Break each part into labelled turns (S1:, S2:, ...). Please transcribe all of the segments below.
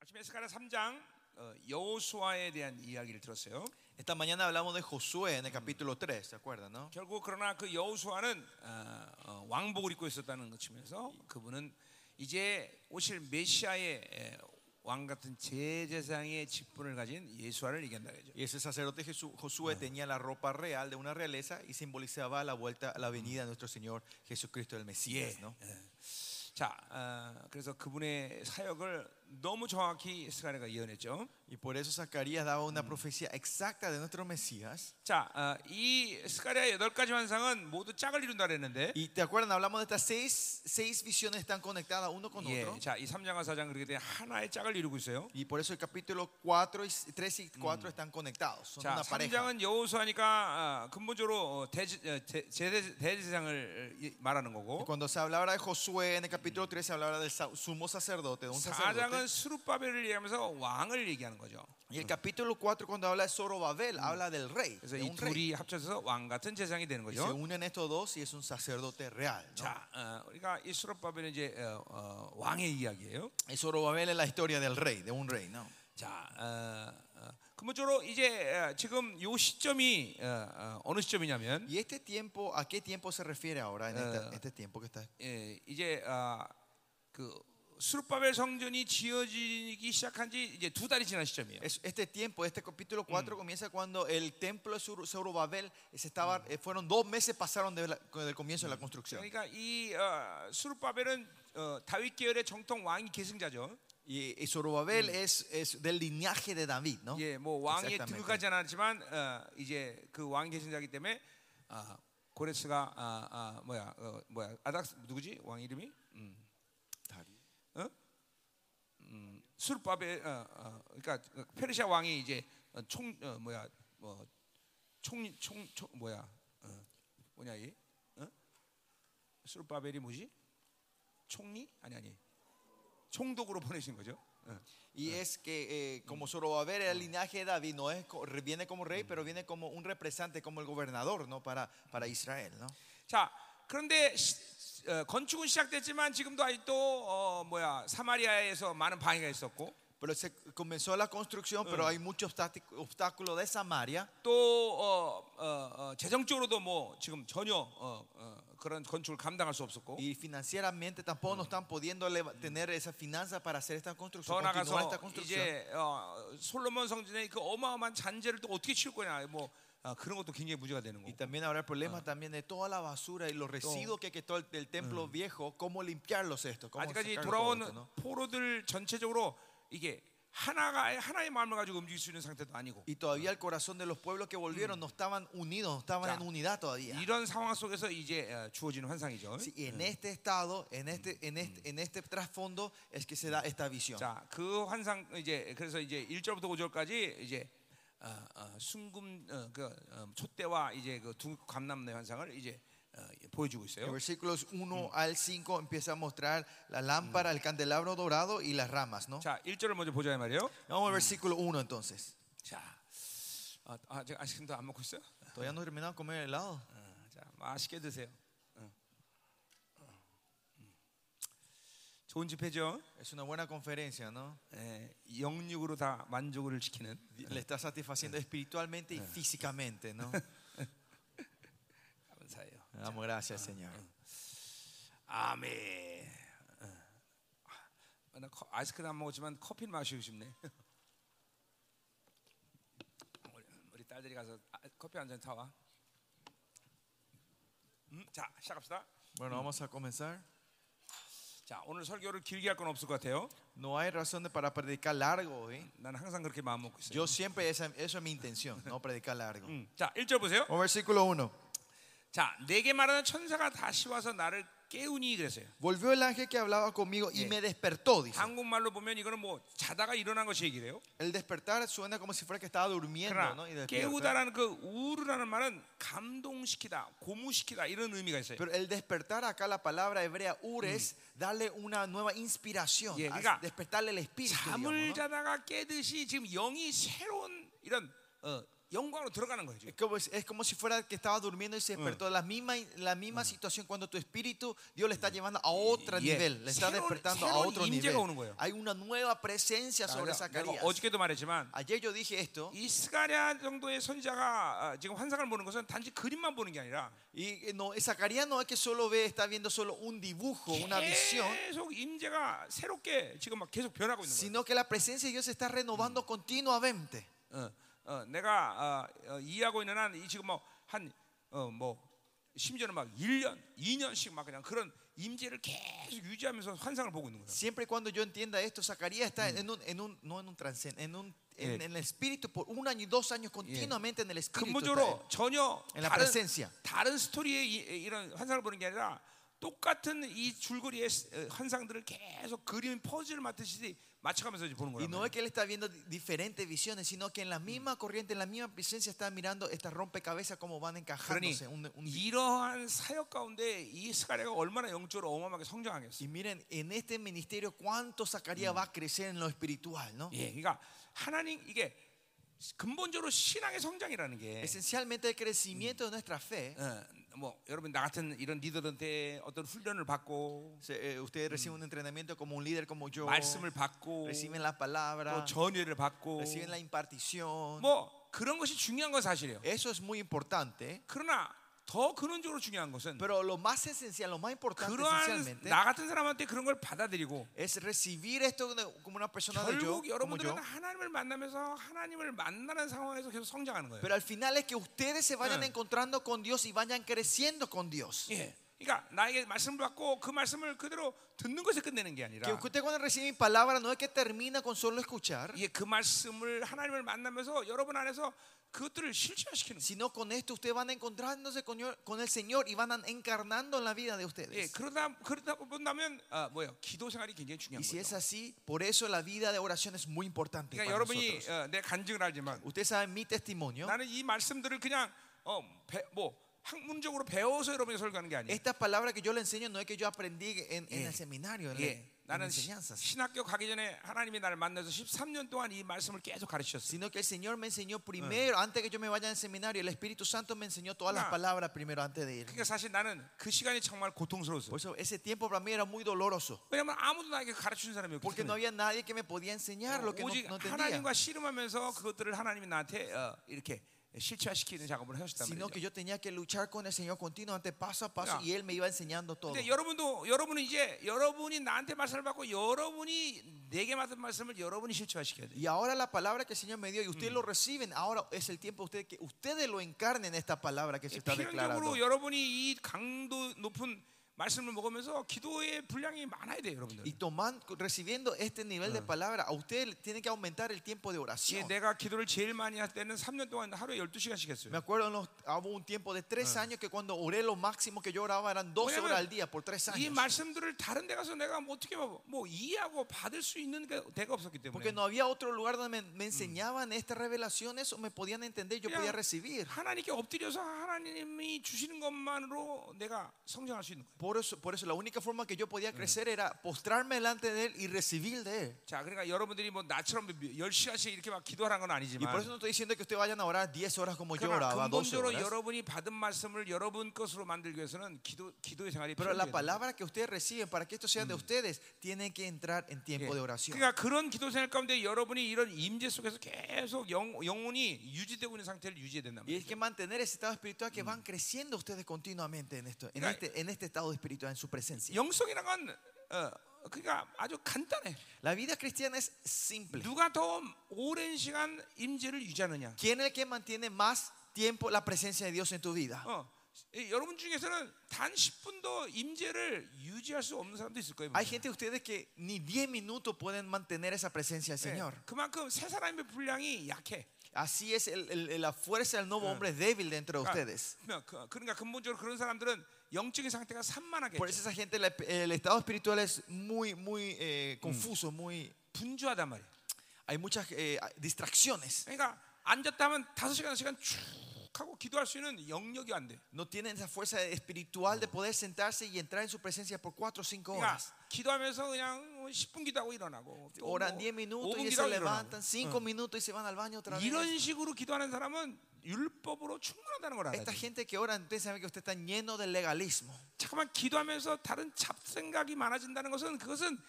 S1: 아침에 스가랴 3장 어, 여호수아에 대한 이야기를 들었어요.
S2: Esta mañana hablamos de Josué en el capítulo 3, ¿se acuerdan, no?
S1: 결국 그러나 그 여호수아는 어, 어, 왕복을 입고 있었다는 것 측면에서 그분은 이제 오실 메시아의 에, 왕 같은 제재상의 직분을 가진 예수아를 얘기한다 그죠.
S2: Y ese sacerdote Jesús- Josué tenía la ropa real de una realeza y simbolizaba la vuelta, la venida de nuestro Señor Jesucristo el Mesías, ¿no?
S1: 자, 어, 그래서 그분의 사역을 너무 정확히 스가랴가 예언했죠.
S2: Y por eso Zacarías daba una profecía exacta de nuestro Mesías.
S1: 자, 어, 이 스가랴의 여덟 가지 환상은 모두 짝을 이룬다 그랬는데
S2: Y te acuerdan, hablamos de estas seis, seis visiones están conectadas uno con
S1: 예,
S2: otro.
S1: 자, 이 3장과 4장 그렇게 된 하나의 짝을 이루고 있어요.
S2: Y por eso el capítulo 4 y 3 y 4 están conectados, son
S1: 자,
S2: una pareja.
S1: 3장은 여호수아니까 아, 근본적으로 어, 대지, 어, 대, 제대, 대제사장을 이- 말하는
S2: Y
S1: 거고
S2: Cuando se hablaba de Josué en el capítulo 3 se hablaba del sa- sumo sacerdote, de un
S1: 4장은
S2: sacerdote.
S1: 스룹바벨을 얘기하면서 왕을 얘기하는 거죠.
S2: Y el capítulo 4 cuando habla de Zorobabel habla del rey,
S1: 그래서
S2: de
S1: 이
S2: un rey.
S1: 둘이 합쳐져서 왕 같은 제사장이 되는
S2: Y se
S1: 거죠.
S2: unen estos dos y es un sacerdote real. ¿no?
S1: 자, 어, 우리가 이 스룹바벨은 이제 어, 어, 왕의 이야기예요.
S2: Y Zorobabel es la historia del rey, de un rey, ¿no?
S1: 자, 어, 어, 근본적으로 이제 어, 지금 요 시점이 어, 어, 느 시점이냐면
S2: ¿Y este tiempo, a qué tiempo se refiere ahora en esta-
S1: Eh.
S2: este tiempo que está?
S1: 예, 이제 아, 그 스룹바벨 성전이 지어지기 시작한 지 이제 두 달이 지난 시점이에요.
S2: Es- este tiempo, este capítulo 4 comienza cuando el templo de Zor- Zorobabel se estaba, eh, fueron dos meses pasaron de la- del comienzo de la construcción.
S1: 그러니까 이 어, 스룹바벨은 어, 다윗 계열의 정통 왕이 계승자죠.
S2: Y, y Zorobabel es, es del linaje de David, ¿no?
S1: 예, 뭐 왕에
S2: Exactamente.
S1: 등극하지 않았지만 어, 이제 그 왕 계승자이기 때문에 아, 고레스가 아, 아, 뭐야 어, 뭐야 아닥 누구지 왕 이름이 음, 어? 음, 스룹바벨 어, 어, 그러니까 페르시아 왕이 이제 어, 총 어, 뭐야 뭐총총 총, 뭐야 어, 뭐냐 이 어? 스룹바벨이 뭐지 총리 아니 아니 총독으로 보내신 거죠. 어.
S2: Y es que eh, como Zorobabel era el linaje de David, no es, co- re- viene como rey, pero viene como un representante, como el gobernador, ¿no? Para, para Israel, ¿no?
S1: 자 그런데 시- 어, 건축은 시작됐지만 지금도 아직도 어, 뭐야 사마리아에서 많은 방해가 있었고
S2: Pero se comenzó la construcción, pero hay muchos obstáti- obstáculos de Samaria.
S1: 또 어, 어, 어, 재정적으로도 뭐 지금 전혀 어, 어, 그런 건축을 감당할 수 없었고
S2: Y financieramente tampoco no están pudiendo leva- tener esa finanza para hacer esta construcción,
S1: 더
S2: continuar
S1: 나가서
S2: esta construcción.
S1: 이제 어, 솔로몬 성전의 그 어마어마한 잔재를 또 어떻게 치울 거냐 뭐 아, 그런 것도 굉장히 문제가 되는
S2: Y
S1: 거고
S2: también habrá problemas también de toda la basura y los residuos que quedó del- del templo viejo, cómo limpiarlos esto, cómo
S1: 아직까지
S2: sacarlo
S1: 돌아온
S2: todo esto, ¿no?
S1: 포로들 전체적으로 이게 하나가 하나의 마음을 가지고 움직일 수 있는 상태도 아니고
S2: Y todavía el corazón de los pueblos que volvieron no estaban unidos, no estaban
S1: Ya.
S2: en unidad todavía.
S1: 이런 상황 속에서 이제 어, 주어지는 환상이죠.
S2: Sí, y en este estado, en este, en este, en este trasfondo es que se da esta visión.
S1: 자, 그 환상 이제 그래서 이제 1절부터 5절까지 이제 어, 어, 순금 어, 그 어, 촛대와 이제 그 두 감남의 환상을 이제 어, 보여주고
S2: En
S1: 있어요.
S2: versículos 1 al 5 empieza a mostrar la lámpara, el candelabro dorado y las ramas, ¿no?
S1: 자, 1절을 먼저 보자 이 말이에요.
S2: Vamos al versículo 1 entonces.
S1: 자. 아, 아, 제가 아직도 안 먹고 있어요?
S2: Todavía no he terminado de comer helado.
S1: 어, 자, 맛있게 드세요. 어. 어. 음. 좋은 집회죠.
S2: Es una buena conferencia, ¿no?
S1: 예, 영육으로 다 만족을 시키는.
S2: Le está satisfaciendo espiritualmente y físicamente, ¿no?
S1: 감사해요.
S2: Damos gracias, Señor.
S1: 아멘. 어. 아, 나 커- 아이스크림 안 먹었지만 커피 마시고 싶네. 우리, 우리 딸들이 가서 아, 커피 한 잔 타와. 음, 자 시작합시다.
S2: Bueno, vamos a comenzar.
S1: 자 오늘 설교를 길게 할 건 없을 것 같아요.
S2: No hay razón de- para predicar largo hoy.
S1: 난 항상 그렇게 마음 먹고 있어요.
S2: Yo siempre, esa, eso es mi intención, no predicar largo.
S1: 음, 자 1절 보세요.
S2: O versículo 1.
S1: 자 내게 말하는 천사가 다시 와서 나를 깨우니 그랬어요.
S2: Volvió el ángel que hablaba conmigo y
S1: Sí.
S2: me despertó, dice.
S1: 한국말로 보면 이거는 뭐 자다가 일어난 것이 얘기래요.
S2: El despertar suena como si fuera que estaba durmiendo, ¿no? Y
S1: 그러나
S2: despierta.
S1: 깨우다라는 그 우르라는 말은 감동시키다, 고무시키다 이런 의미가 있어요.
S2: Pero el despertar acá, la palabra hebrea ures, darle una nueva inspiración,
S1: Yeah,
S2: a-
S1: 그러니까
S2: 뭐? despertarle el espíritu. digamos,
S1: 잠을
S2: ¿no?
S1: 자다가 깨듯이 지금 영이 새로운 이런 어, 영광으로 들어가는 거예요. 지금.
S2: Es como, es como si fuera que estaba durmiendo y se despertó. La misma, la misma situación cuando tu espíritu, Dios le está llevando a otro
S1: Yeah.
S2: nivel, le está
S1: 새로운-
S2: despertando a
S1: 새로운
S2: otro
S1: 임재가
S2: nivel.
S1: 오는 거예요.
S2: Hay una nueva presencia sobre
S1: 그러니까
S2: Zacarías.
S1: 내가 어저께도 말했지만
S2: Ayer yo dije esto
S1: 이 스가랴 정도의 선지자가 아, 지금 환상을 보는 것은 단지 그림만 보는 게 아니라
S2: y eh, no, Zacarías no es que solo ve, está viendo solo un dibujo, una visión,
S1: 계속 임재가 새롭게 지금 막 계속 변하고 있는 거예요.
S2: sino que la presencia de Dios se está renovando continuamente.
S1: 어, 어, 내가 어, 어, 이해하고 있는 한 이 지금 뭐한뭐 심지어는 막 1년, 2년씩 막 그냥 그런 임재를 계속 유지하면서 환상을 보고 있는 거예요.
S2: Siempre y cuando yo entienda esto, Zacarías está en un, en un no en un trance, en un en,
S1: Yeah.
S2: en el espíritu por un año y dos años continuamente en el espíritu. está él.
S1: 근본적으로 전혀
S2: En la
S1: 다른
S2: presencia.
S1: 다른 스토리의 이, 이런 환상을 보는 게 아니라 똑같은 이 줄거리의 스- 어, 환상들을 계속 그림 퍼즐 맞듯이 맞춰가면서 이제 보는
S2: Y
S1: 거란
S2: no
S1: 말이에요.
S2: es que él está viendo di- diferentes visiones, sino que en la misma corriente, en la misma presencia está mirando estas rompecabezas como van
S1: 그러니
S2: encajándose. un- un-
S1: 이러한 사역 가운데 이 스가랴가 얼마나 영적으로 어마어마하게 성장하겠어.
S2: y miren, en este ministerio cuánto Zacarías va a crecer en lo espiritual, ¿no?
S1: 예, 그러니까 하나님 이게 근본적으로 신앙의 성장이라는 게
S2: Esencialmente el crecimiento de nuestra
S1: Eh.
S2: fe.
S1: 어, 뭐 여러분 나 같은 이런 리더들한테 어떤 훈련을 받고
S2: se- eh, ustedes reciben un entrenamiento como un líder como yo.
S1: 말씀을 받고
S2: Reciben la
S1: 또
S2: palabra,
S1: 전의를 받고
S2: reciben la impartición.
S1: 뭐 그런 것이 중요한 건 사실이에요.
S2: Eso es muy importante.
S1: 그러나 더 근원적으로 중요한 것은
S2: Pero lo más esencial, lo más importante
S1: 그러한
S2: esencialmente
S1: 나 같은 사람한테 그런 걸 받아들이고
S2: es recibir esto de- como una persona de
S1: 결국
S2: yo, como yo.
S1: 여러분들은 하나님을 만나면서 하나님을 만나는 상황에서 계속 성장하는 거예요.
S2: Pero al final es que ustedes se vayan
S1: Eh.
S2: encontrando con Dios y vayan creciendo con Dios.
S1: 예. 그러니까 나에게 말씀을 받고 그 말씀을 그대로 듣는 것에 끝내는 게
S2: Que
S1: 아니라
S2: usted cuando recibe mi palabra no es que termina con solo escuchar,
S1: 예, 그 말씀을 하나님을 만나면서 여러분 안에서 그것들을 실체화시키는 거예요.
S2: sino con esto ustedes van encontrándose con, yo- con el Señor y van an- encarnando en la vida de
S1: 예,
S2: ustedes.
S1: 그러다 그러다 본다면 아, 뭐예요? 기도 생활이 굉장히 중요한
S2: Y si es
S1: 거죠.
S2: así, por eso la vida de oración es muy importante.
S1: 그러니까
S2: Para
S1: 여러분이
S2: nosotros.
S1: 어, 내 간증을 알지만
S2: Ustedes saben mi testimonio.
S1: 나는 이 말씀들을 그냥 어, 배, 뭐 학문적으로 배워서 여러분이 설교하는 게 아니에요.
S2: Estas palabras que yo le enseño no es que yo aprendí en, en
S1: Yeah.
S2: el seminario, en, la,
S1: 예,
S2: en
S1: 나는 시-
S2: enseñanzas,
S1: 신학교 가기 전에 하나님이 나를 만나서 13년 동안 이 말씀을 계속 가르치셨어요.
S2: sino que el Señor me enseñó primero, antes que yo me vaya al seminario, el Espíritu Santo me enseñó todas las
S1: Nah.
S2: palabras primero antes de ir.
S1: 그러니까 사실 나는 그 시간이 정말 고통스러웠어요.
S2: Por eso ese tiempo para mí era muy doloroso.
S1: 왜냐면 아무도 나에게 가르치는 사람이 없기
S2: Porque no
S1: 때문에
S2: había nadie que me podía enseñar lo que
S1: 그러니까
S2: no,
S1: 어, 오직
S2: no entendía.
S1: 하나님과 씨름하면서 그것들을 하나님이 나한테 어, 이렇게 실체화시키는 작업을 하셨단
S2: Sino que
S1: 말이죠.
S2: yo tenía que luchar con el Señor continuamente, paso a paso,
S1: Nah.
S2: y Él me iba enseñando todo.
S1: 근데 여러분도 여러분은 이제 여러분이 나한테 말씀을 받고 여러분이 내게 받은 말씀을 여러분이 실체화시켜야 돼요.
S2: Y ahora la palabra que el Señor me dio y ustedes lo reciben, ahora es el tiempo usted, que ustedes lo encarnen esta palabra que se está declarando.
S1: 필연적으로 여러분이 이 강도 높은 말씀을 먹으면서 기도의 분량이 많아야 돼요, 여러분들.
S2: Y toman- recibiendo este nivel de palabra, a ustedes tienen que aumentar el tiempo de
S1: 예,
S2: oración.
S1: 내가 기도를 제일 많이 할 때는 3년 동안 하루에 12시간씩
S2: Me
S1: 했어요.
S2: acuerdo, en los- hubo un tiempo de tres años que cuando oré lo máximo que yo oraba eran 12
S1: Bueno,
S2: horas al día por tres
S1: 이
S2: años.
S1: 말씀들을 다른 데 가서 내가 뭐 어떻게 뭐, 뭐 이해하고 받을 수 있는 게- 데가 없었기 때문에
S2: Porque no había otro lugar donde me, me enseñaban estas revelaciones o me podían entender, yo
S1: 그냥
S2: podía recibir.
S1: 하나님께 엎드려서 하나님이 주시는 것만으로 내가 성장할 수 있는 거예요.
S2: Por eso, por eso la única forma que yo podía crecer era postrarme delante de Él y recibir de Él.
S1: 자, 그러니까 여러분들이 뭐 나처럼 10시간씩 이렇게 막 기도하는 건
S2: Y por eso
S1: 아니지만
S2: no estoy diciendo que ustedes vayan a orar 10 horas como yo
S1: 그러나
S2: oraba, 12
S1: 근본적으로
S2: horas.
S1: 여러분이 받은 말씀을 여러분 것으로 만들기 위해서는 기도 기도의 생활이
S2: Pero la
S1: 필요해요.
S2: palabra que ustedes reciben, para que esto sea de ustedes, tiene que entrar en
S1: 예.
S2: tiempo de oración.
S1: 그러니까 그런 기도 생활 가운데 여러분이 이런 임재 속에서 계속 영, 영혼이 유지되고 있는 상태를 유지해야 된다
S2: Y es que mantener ese estado espiritual que van creciendo ustedes continuamente en esto, en
S1: Mira,
S2: este, en este estado espiritual, en su presencia.
S1: 영성이란 건 어, 그러니까 아주 간단해.
S2: La vida cristiana es simple.
S1: 누가 더 오랜 시간 임재를 유지하느냐.
S2: ¿Quién es el que mantiene más tiempo la presencia de Dios en tu vida?
S1: 어, 이- 여러분 중에서는 단 10분도 임재를 유지할 수 없는 사람도 있을 거예요.
S2: Hay gente de ustedes que ni 10 minutos pueden mantener esa presencia del
S1: 예,
S2: Señor.
S1: 그만큼 세 사람의 분량이 약해.
S2: Así es el- el- la fuerza del nuevo hombre es débil dentro de
S1: 그러니까,
S2: ustedes.
S1: 그- 그러니까 근본적으로 그런 사람들은 영적인 상태가 산만하게
S2: Por eso esa gente, la- el estado espiritual es muy, muy eh, confuso, muy...
S1: 분주하단 말이에요.
S2: Hay muchas eh, distracciones.
S1: 그러니까 앉았다 하면 5시간 시간 쭉 생각하고 기도할 수 있는 영역이 안 돼.
S2: No tienen esa fuerza espiritual de poder sentarse y entrar en su presencia por 4 o 5
S1: 그러니까
S2: horas.
S1: 기도하면서 그냥 뭐 10분 기도하고 일어나고 또
S2: Oran
S1: 뭐
S2: 10 minutos
S1: 5분
S2: y se
S1: 기도하고
S2: levantan 5 minutos y se van al baño otra
S1: 일어나고.
S2: vez.
S1: 이런 식으로 기도하는 사람은 율법으로 충분하다는 걸 알아야
S2: Esta
S1: 돼.
S2: gente que ora, ustedes saben que usted está lleno de legalismo.
S1: 잠깐만 기도하면서 다른 잡생각이 많아진다는 것은 그것은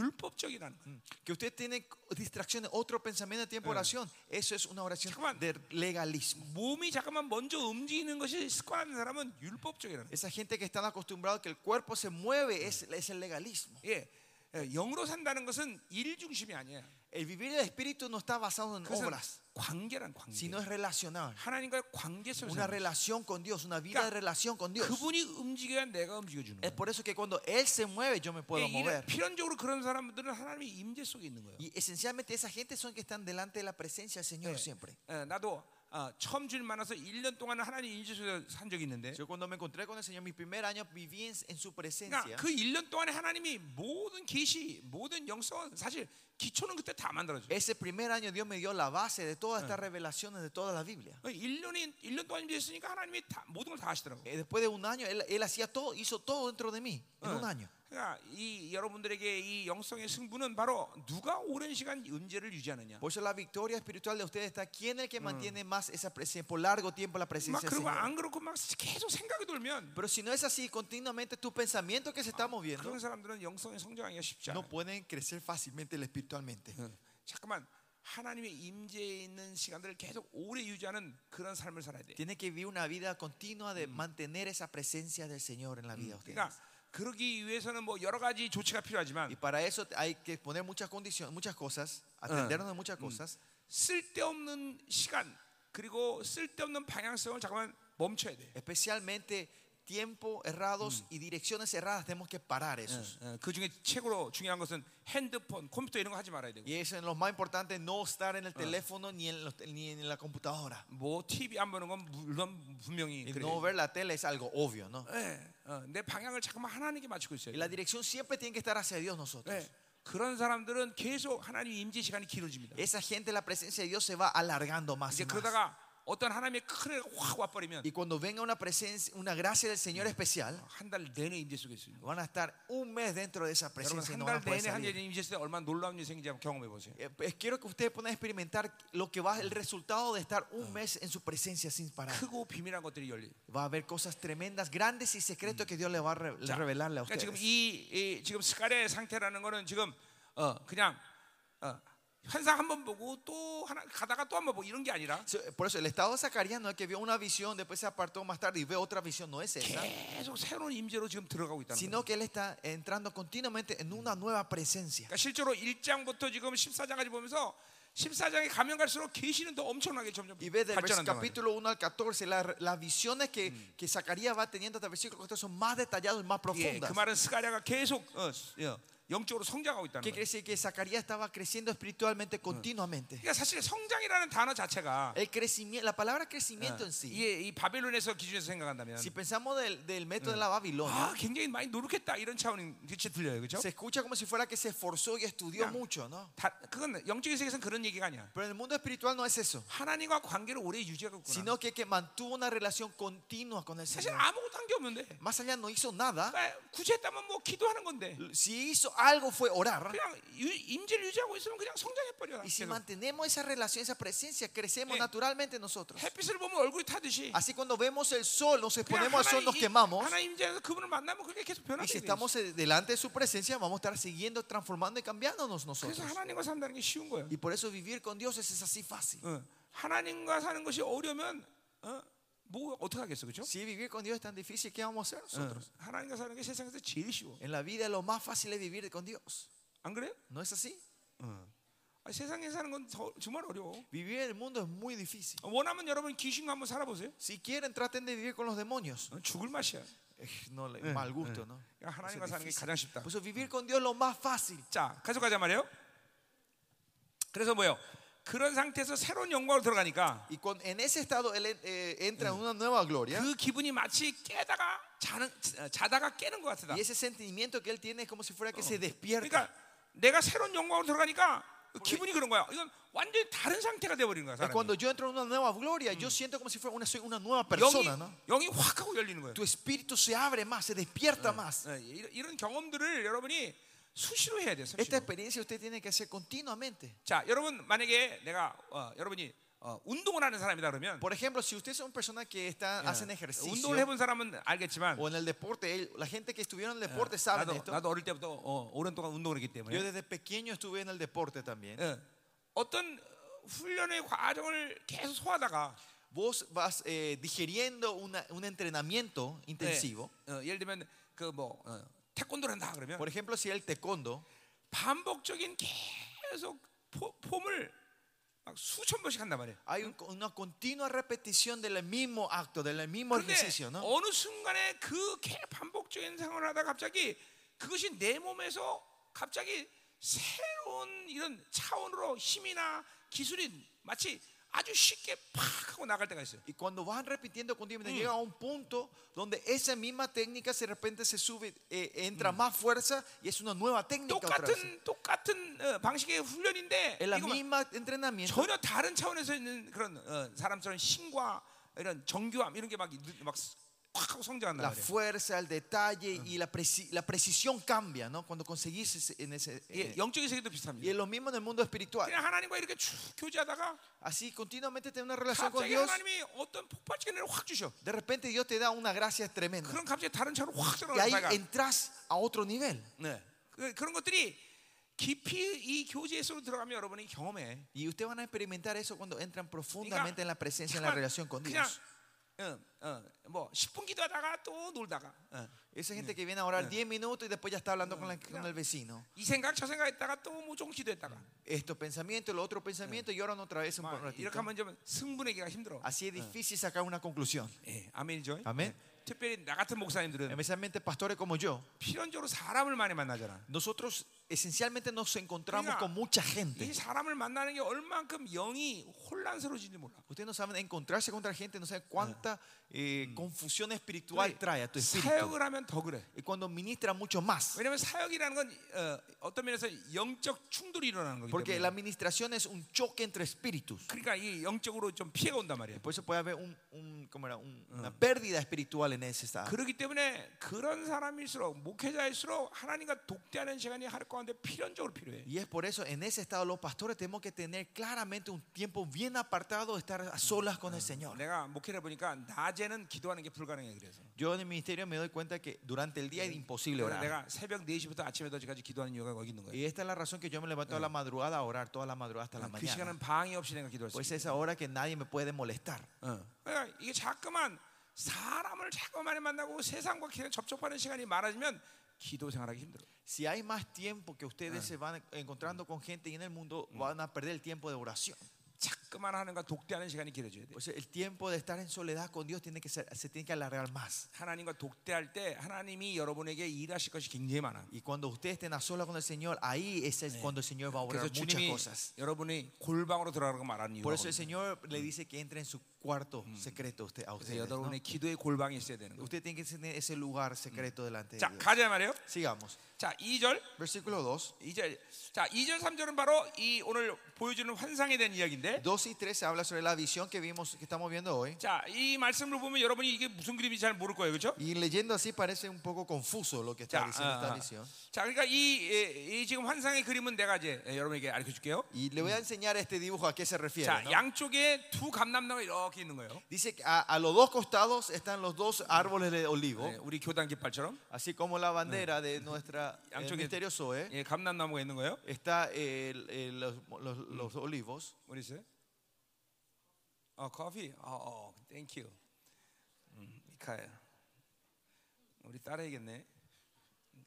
S1: 율법적이라는 거야.
S2: Que usted tiene distracciones, otro pensamiento en tiempo de oración. Eso es una oración
S1: Chaman.
S2: de legalismo.
S1: 몸이 잠깐만 먼저 움직이는 것이 습관하는 사람은 율법적이라는 거야.
S2: Esa gente que están acostumbrados que el cuerpo se mueve es, es el legalismo.
S1: 예. 예, 영으로 산다는 것은 일 중심이 아니야.
S2: El vivir del espíritu no está basado en
S1: 그것은
S2: obras,
S1: 관계란 관계.
S2: sino es relacional.
S1: 하나님과의 관계 속에서
S2: Una
S1: 사는 거야.
S2: relación con Dios, una vida de
S1: Claro.
S2: relación con Dios.
S1: 그분이 움직여야 내가 움직여 주는
S2: Es
S1: 거야.
S2: por eso que cuando Él se mueve, yo me puedo
S1: 예, 이런-
S2: mover.
S1: 필연적으로 그런 사람들은 하나님의 임재 속에 있는 거예요.
S2: Y esencialmente esa gente son que están delante de la presencia del Señor siempre.
S1: 예, 나도 아, 처음 주님 만나서 1년 동안 하나님 임재 속에 산 적이 있는데
S2: Yo cuando me encontré con el Señor, mi primer año viví en, en su presencia.
S1: 그러니까 그 1년 동안에 하나님이 모든 계시 모든 영성은 사실 기초는 그때 다 만들어줘요.
S2: Ese primer año Dios me dio la base de todas estas revelaciones de toda la Biblia.
S1: 그 1년이 1년 동안 임재했으니ca 하나님이 다, 모든 걸 다 하시더라고. 요
S2: Eh, Después de un año, él, él hacía todo, hizo todo dentro de mí, en un año.
S1: 그러니까 이 여러분들에게 이 영성의 승부는 바로 누가 오랜 시간 은재를 유지하느냐.
S2: Por eso la victoria espiritual de ustedes está quién es el que mantiene más esa presencia, por largo tiempo la
S1: 막
S2: presencia del
S1: 그리고
S2: Señor.
S1: 안 그렇고 막 계속 생각이 돌면
S2: Pero si no es así, continuamente tu pensamiento Ah, que se está moviendo,
S1: 그런 사람들은 영성의 성장하기가 쉽지 않아.
S2: no pueden crecer fácilmente espiritualmente.
S1: 응. 잠깐만 하나님의 임재에 있는 시간들을 계속 오래 유지하는 그런 삶을 살아야 돼.
S2: Tienen que vivir una vida continua de mantener esa presencia del Señor en la vida de
S1: 그러니까
S2: ustedes.
S1: 그러기 위해서는 뭐 여러 가지 조치가
S2: Y
S1: 필요하지만
S2: para eso hay que poner muchas condiciones, muchas cosas, atendernos a muchas cosas.
S1: 쓸데없는 시간 그리고 쓸데없는 방향성을 잠깐만 멈춰야 돼.
S2: Especialmente tiempo errados y direcciones erradas tenemos que parar esos.
S1: 그 중에 최고로 중요한 것은 핸드폰, 컴퓨터 이런 거 하지 말아야 되고,
S2: Y eso es lo más importante, no estar en el teléfono ni en, los- ni en la computadora.
S1: 뭐 TV 안 보는 건 물론 분명히
S2: Y
S1: 그래.
S2: no ver la tele es algo obvio, ¿no?
S1: 예, 어, 내 방향을 잠깐만 하나님께 맞추고
S2: Y
S1: 있어요.
S2: la dirección siempre tiene que estar hacia Dios nosotros.
S1: 예, 그런 사람들은 계속 하나님 임재 시간이 길어집니다.
S2: Esa gente, la presencia de Dios se va alargando más
S1: 이제
S2: y más.
S1: 그러다가 어떤 하나님의 큰 해가 확 와버리면
S2: Y cuando venga una presencia, una gracia del Señor especial,
S1: 한 달 내내 임재 속에 있습니다.
S2: van a estar un mes dentro de esa
S1: 여러분
S2: presencia y
S1: 한
S2: no
S1: 달
S2: van a poder
S1: 내내 한
S2: salir.
S1: 예전 임재 시대 얼마나 놀라운 일이 생기지 한번 경험해 보세요.
S2: Eh, pues, Quiero que ustedes puedan experimentar lo que va el resultado de estar un mes en su presencia sin parar.
S1: 크고 비밀한 것들이 열리.
S2: Va a haber cosas tremendas, grandes y secretos que Dios le va a re-
S1: 자,
S2: revelarle a
S1: 그러니까 지금
S2: ustedes.
S1: 이, 이 지금 스카의 상태라는 거는 지금 어, 그냥 어, 현상 한 번 보고 또 하나 가다가 또 한 번 보고 이런 게 아니라
S2: So, Por eso el estado de Zacarías no es que vio una visión, después se apartó más tarde y ve otra visión, no es esa,
S1: 계속 새로운 임재로 지금 들어가고 있다는 거예요.
S2: sino que él está entrando continuamente en una nueva presencia.
S1: 그러니까 실제로 1장부터 지금 14장까지 보면서 14장에 가면 갈수록 계시는 더 엄청나게 점점
S2: Y ve del vers-
S1: 발전한다.
S2: capítulo 1 al 14, la- las visiones que, que Zacarías va teniendo hasta el versículo 14 son más detalladas y más
S1: 예, 그
S2: profundas.
S1: 말은 스가랴가 계속 어, 예, 영적으로 성장하고 있다는
S2: ¿Qué
S1: 거예요.
S2: quiere decir? Que Zacarías estaba creciendo espiritualmente continuamente.
S1: 그러니까 사실 성장이라는 단어 자체가
S2: El crecimiento, la palabra crecimiento
S1: Ah,
S2: en sí,
S1: 이게 이 바벨론에서 기준에서 생각한다면
S2: si pensamos del, del método de la
S1: 아
S2: Babilonia,
S1: 굉장히 많이 노력했다 이런 차원이 대체 들려요, 그렇죠?
S2: se escucha como si fuera que se esforzó y
S1: Ya.
S2: estudió mucho, ¿no?
S1: 그건 영적인 세계에서는 그런 얘기가 아니야.
S2: Pero en el mundo espiritual no es eso,
S1: 하나님과 관계를 오래 유지하고 있구나.
S2: sino que, que mantuvo una relación continua con el
S1: 사실
S2: Señor.
S1: 아무것도 한 게 없는데
S2: Más allá no hizo nada,
S1: 그러니까 굳이 했다면 뭐 기도하는 건데
S2: si hizo algo fue orar.
S1: 그냥 유, 임재를 유지하고 있으면 그냥 성장해버려.
S2: Y si
S1: 계속.
S2: mantenemos esa relación, esa presencia, crecemos
S1: Eh.
S2: naturalmente nosotros.
S1: 햇빛을 보면 얼굴이 타듯이
S2: Así cuando vemos el sol, nos
S1: 그냥
S2: exponemos al
S1: 하나님,
S2: sol, nos quemamos.
S1: 하나님 임재에서 뭐? 그분을 만나면 그게 계속
S2: Y si
S1: 변하게 돼 있어.
S2: estamos eh, delante de su presencia, vamos a estar siguiendo, transformando y
S1: 그래서
S2: cambiándonos nosotros.
S1: 하나님과 산다는 게 쉬운 거예요.
S2: Y por eso vivir con Dios es es así fácil.
S1: 어, 하나님과 사는 것이 어려면 어? 뭐 어떻게 하겠어, 그렇죠?
S2: Si vivir con Dios es tan difícil, ¿qué vamos a hacer nosotros?
S1: 하나님과 사는 게 세상에서 제일 쉬워.
S2: En la vida lo más fácil es vivir con Dios.
S1: 안 그래요?
S2: ¿No es así?
S1: 아, 세상에 사는 건 저- 정말 어려워.
S2: Vivir en el mundo es muy difícil.
S1: 원하면 여러분 귀신과 한번 살아보세요.
S2: Si quieren, traten de vivir con los demonios.
S1: 어, 죽을 맛이야.
S2: Eh, No, le- mal gusto, ¿no?
S1: 그러니까 하나님과
S2: Eso es
S1: 사는 게
S2: difícil.
S1: 가장 쉽다.
S2: Por eso vivir con Dios es lo más fácil.
S1: 자, 계속 가자 말이에요. 그래서 뭐요? 그런 상태에서 새로운 영광으로 들어가니까
S2: Y con- en ese estado él eh, entra en una nueva gloria.
S1: 그 기분이 마치 깨다가 자는 어, 자다가 깨는 것 같다.
S2: Y ese sentimiento que él tiene es como si fuera que se despierta.
S1: 그러니까 내가 새로운 영광으로 들어가니까 기분이 그런 거야. 이건 완전히 다른 상태가 돼버리는 거야.
S2: Es
S1: 사람이.
S2: cuando yo entro en una nueva gloria, yo siento como si fuera una, soy una nueva
S1: 영이,
S2: persona, ¿no?
S1: 영이 확 하고 열리는 거예요.
S2: Tu espíritu se abre más, se despierta más.
S1: 예, 이런, 이런 경험들을 여러분이 수시로 해야 돼요.
S2: Esta
S1: 수시로.
S2: experiencia usted tiene que hacer continuamente.
S1: 자, 여러분 만약에 내가 어, 여러분이 어, 운동을 하는 사람이다 그러면
S2: Por ejemplo, si ustedes son personas que están, hacen
S1: 예. 운동을
S2: ejercicio
S1: 해본 사람은 알겠지만
S2: o en el deporte, él- la gente que estuvieron en el deporte saben
S1: 나도,
S2: esto.
S1: 나도 어릴 때부터 어, 오랜 동안 운동을 했기
S2: Yo
S1: 때문에
S2: desde pequeño estuve en el deporte también.
S1: 예, 어떤 훈련의 과정을 계속 소화하다가 예,
S2: Vos vas eh, digiriendo una- un entrenamiento intensivo.
S1: 예, 어, 예를 들면 그 뭐 태권도를 한다 그러면
S2: Por ejemplo, si el taekwondo,
S1: 반복적인 계속 포, 폼을 막 수천 번씩 한단 말이에요.
S2: hay un- una continua repetición del mismo acto, del mismo
S1: 근데
S2: ejercicio, ¿no?
S1: 어느 순간에 그 개- 반복적인 생활을 하다 갑자기 그것이 내 몸에서 갑자기 새로운 이런 차원으로 힘이나 기술이 마치 아주 쉽게 팍 하고 나갈 때가 있어요.
S2: Y cuando van repitiendo continuamente, llega a un punto donde esa misma técnica se de repente se sube, eh, entra más fuerza y es una nueva
S1: 그러니까
S2: técnica. Otra vez.
S1: 똑같은 똑같은 어, 방식의 훈련인데
S2: Es la
S1: 이거 막
S2: misma entrenamiento,
S1: 전혀 다른 차원에서 있는 그런 어, 사람처럼 신과 이런 정교함 이런 게 막막확 하고 성장한다
S2: la
S1: 말이에요.
S2: fuerza, el detalle y la, preci- la precisión cambia, ¿no? Cuando conseguís ese- en ese. eh,
S1: 예, 영적인 세계도
S2: y es
S1: 비슷합니다.
S2: lo mismo en el mundo espiritual.
S1: 그냥 하나님과 이렇게 쭉 교제하다가
S2: Así continuamente tener una relación con
S1: 갑자기
S2: Dios.
S1: 하나님이 어떤 폭발적인 은혜를 확 주셔.
S2: De repente Dios te da una gracia tremenda.
S1: 그럼 갑자기 다른 차로 확
S2: Y ahí
S1: 들어가는 가
S2: entras a otro nivel.
S1: 네. 그, 그런 것들이 깊이 이 교제의 속으로 들어가면 여러분이 경험해.
S2: Y ustedes van a experimentar eso cuando entran profundamente en la presencia, en la
S1: 정말
S2: relación con
S1: 그냥
S2: Dios.
S1: 응, 응, 뭐 10분 기도하다가 또 놀다가 응.
S2: Esa gente que viene a orar 10 minutos y después ya está hablando con, la- con el vecino.
S1: 이 생각 저 생각 했다가 또 뭐 좀 기도했다가
S2: Estos pensamientos, los otros pensamientos y oran otra vez un
S1: 막
S2: ratito.
S1: 이렇게 하면 좀 승분하기가 힘들어.
S2: Así es difícil sacar una conclusión.
S1: 예, 아, 아멘이죠.
S2: 아멘.
S1: 예. 특별히 나 같은 목사님들은
S2: Especialmente pastores como yo,
S1: 필연적으로 사람을 많이 만나잖아.
S2: nosotros esencialmente nos encontramos
S1: Mira.
S2: con mucha
S1: 이
S2: gente.
S1: 사람을 만나는 게 얼만큼 영이 혼란스러워진지 몰라.
S2: Ustedes no saben encontrarse contra gente, no saben cuánta eh, confusión espiritual
S1: 그래,
S2: trae a tu espíritu.
S1: 사역을 하면 더 그래.
S2: Y cuando ministra mucho más.
S1: 왜냐하면 사역이라는 건 어, 떤 면에서 영적 충돌이 일어나는 거기
S2: Porque
S1: 때문에
S2: la administración es un choque entre espíritus.
S1: 그러니까 이 영적으로 좀 피해가 온단 말이에요.
S2: Por eso puede haber un- un- ¿cómo era? Un- una pérdida espiritual en ese estado.
S1: 그렇기 때문에 그런 사람일수록 목회자일수록 하나님과 독대하는 시간이 할 가운데 필연적으로 필요해.
S2: Y es por eso en ese estado los pastores tenemos que tener claramente un tiempo bien apartado de estar a solas con el Señor.
S1: 내가 목회를 보니까 낮에는 기도하는 게 불가능해 그래서.
S2: Yo en el ministerio me doy cuenta que durante el día es imposible
S1: 그래서
S2: orar.
S1: 내가 새벽 4시부터 아침 8시까지 기도하는 이유가 거기 있는 거예요.
S2: Y esta es la razón que yo me levanto a la madrugada a orar toda la madrugada hasta la
S1: 그 시간은
S2: mañana.
S1: 방해 없이 내가 기도할 수
S2: Pues
S1: 있어.
S2: es ahora que nadie me puede molestar.
S1: 그러니까 이게 자꾸만 사람을 자꾸만 만나고 세상과 계속 접촉하는 시간이 많아지면 기도 생활하기 힘들어.
S2: Si hay más tiempo que ustedes se van encontrando con gente y en el mundo, van a perder el tiempo de oración.
S1: 자꾸만 하는가 독대하는 시간이 길어져야 돼.
S2: Pues el tiempo de estar en soledad con Dios tiene que ser- se tiene que alargar más.
S1: 하나님과 독대할 때 하나님이 여러분에게 일하실 것이 굉장히 많아.
S2: Y cuando ustedes estén a solas con el Señor, ahí ese es cuando el Señor va a
S1: 그래서
S2: obrar muchas
S1: 주님이
S2: cosas.
S1: 여러분이 골방으로 들어가라고 말하는 이유가
S2: Por eso el
S1: 거든요.
S2: Señor le dice que entre en su cuarto secreto a usted, a
S1: 그래서
S2: ustedes. ¿no?
S1: 여러분의 기도의 골방이 있어야 되는 거예요.
S2: Usted tiene que tener ese lugar secreto delante de
S1: 자,
S2: Dios.
S1: 가자 말이에요.
S2: Sigamos.
S1: 자, 2절.
S2: Versículo 2.
S1: 2절. 자, 2절 3절은 바로 이 오늘 보여주는 환상에 대한 이야기인데
S2: 2 y 3 habla sobre la visión que vimos, que estamos viendo hoy.
S1: 자, 이 말씀을 보면 여러분이 이게 무슨 그림인지 잘 모를 거예요. 그렇죠?
S2: Y leyendo así parece un poco confuso lo que está
S1: 자,
S2: diciendo esta
S1: 아,
S2: visión.
S1: 자, 그러니까 이, 이- 이 지금 환상의 그림은 내가 이제 예, 여러분에게 알려 줄게요.
S2: Y le voy a enseñar este dibujo a qué se refiere.
S1: 자,
S2: ¿no?
S1: 양쪽에 두 감람나무가 이렇게 있는 거예요.
S2: Dice que a, a los dos costados están los dos árboles de olivo,
S1: 네, 우리 교단 깃발처럼
S2: así como la bandera de nuestra el ¿eh?
S1: 양쪽에-
S2: ministerio Zoe.
S1: 예, 감람나무가 있는 거예요.
S2: Está eh, el- el- los, los- los olivos.
S1: What is it? 아 커피. 아, 어, thank you. 음, 미카엘. 우리 딸에겠네.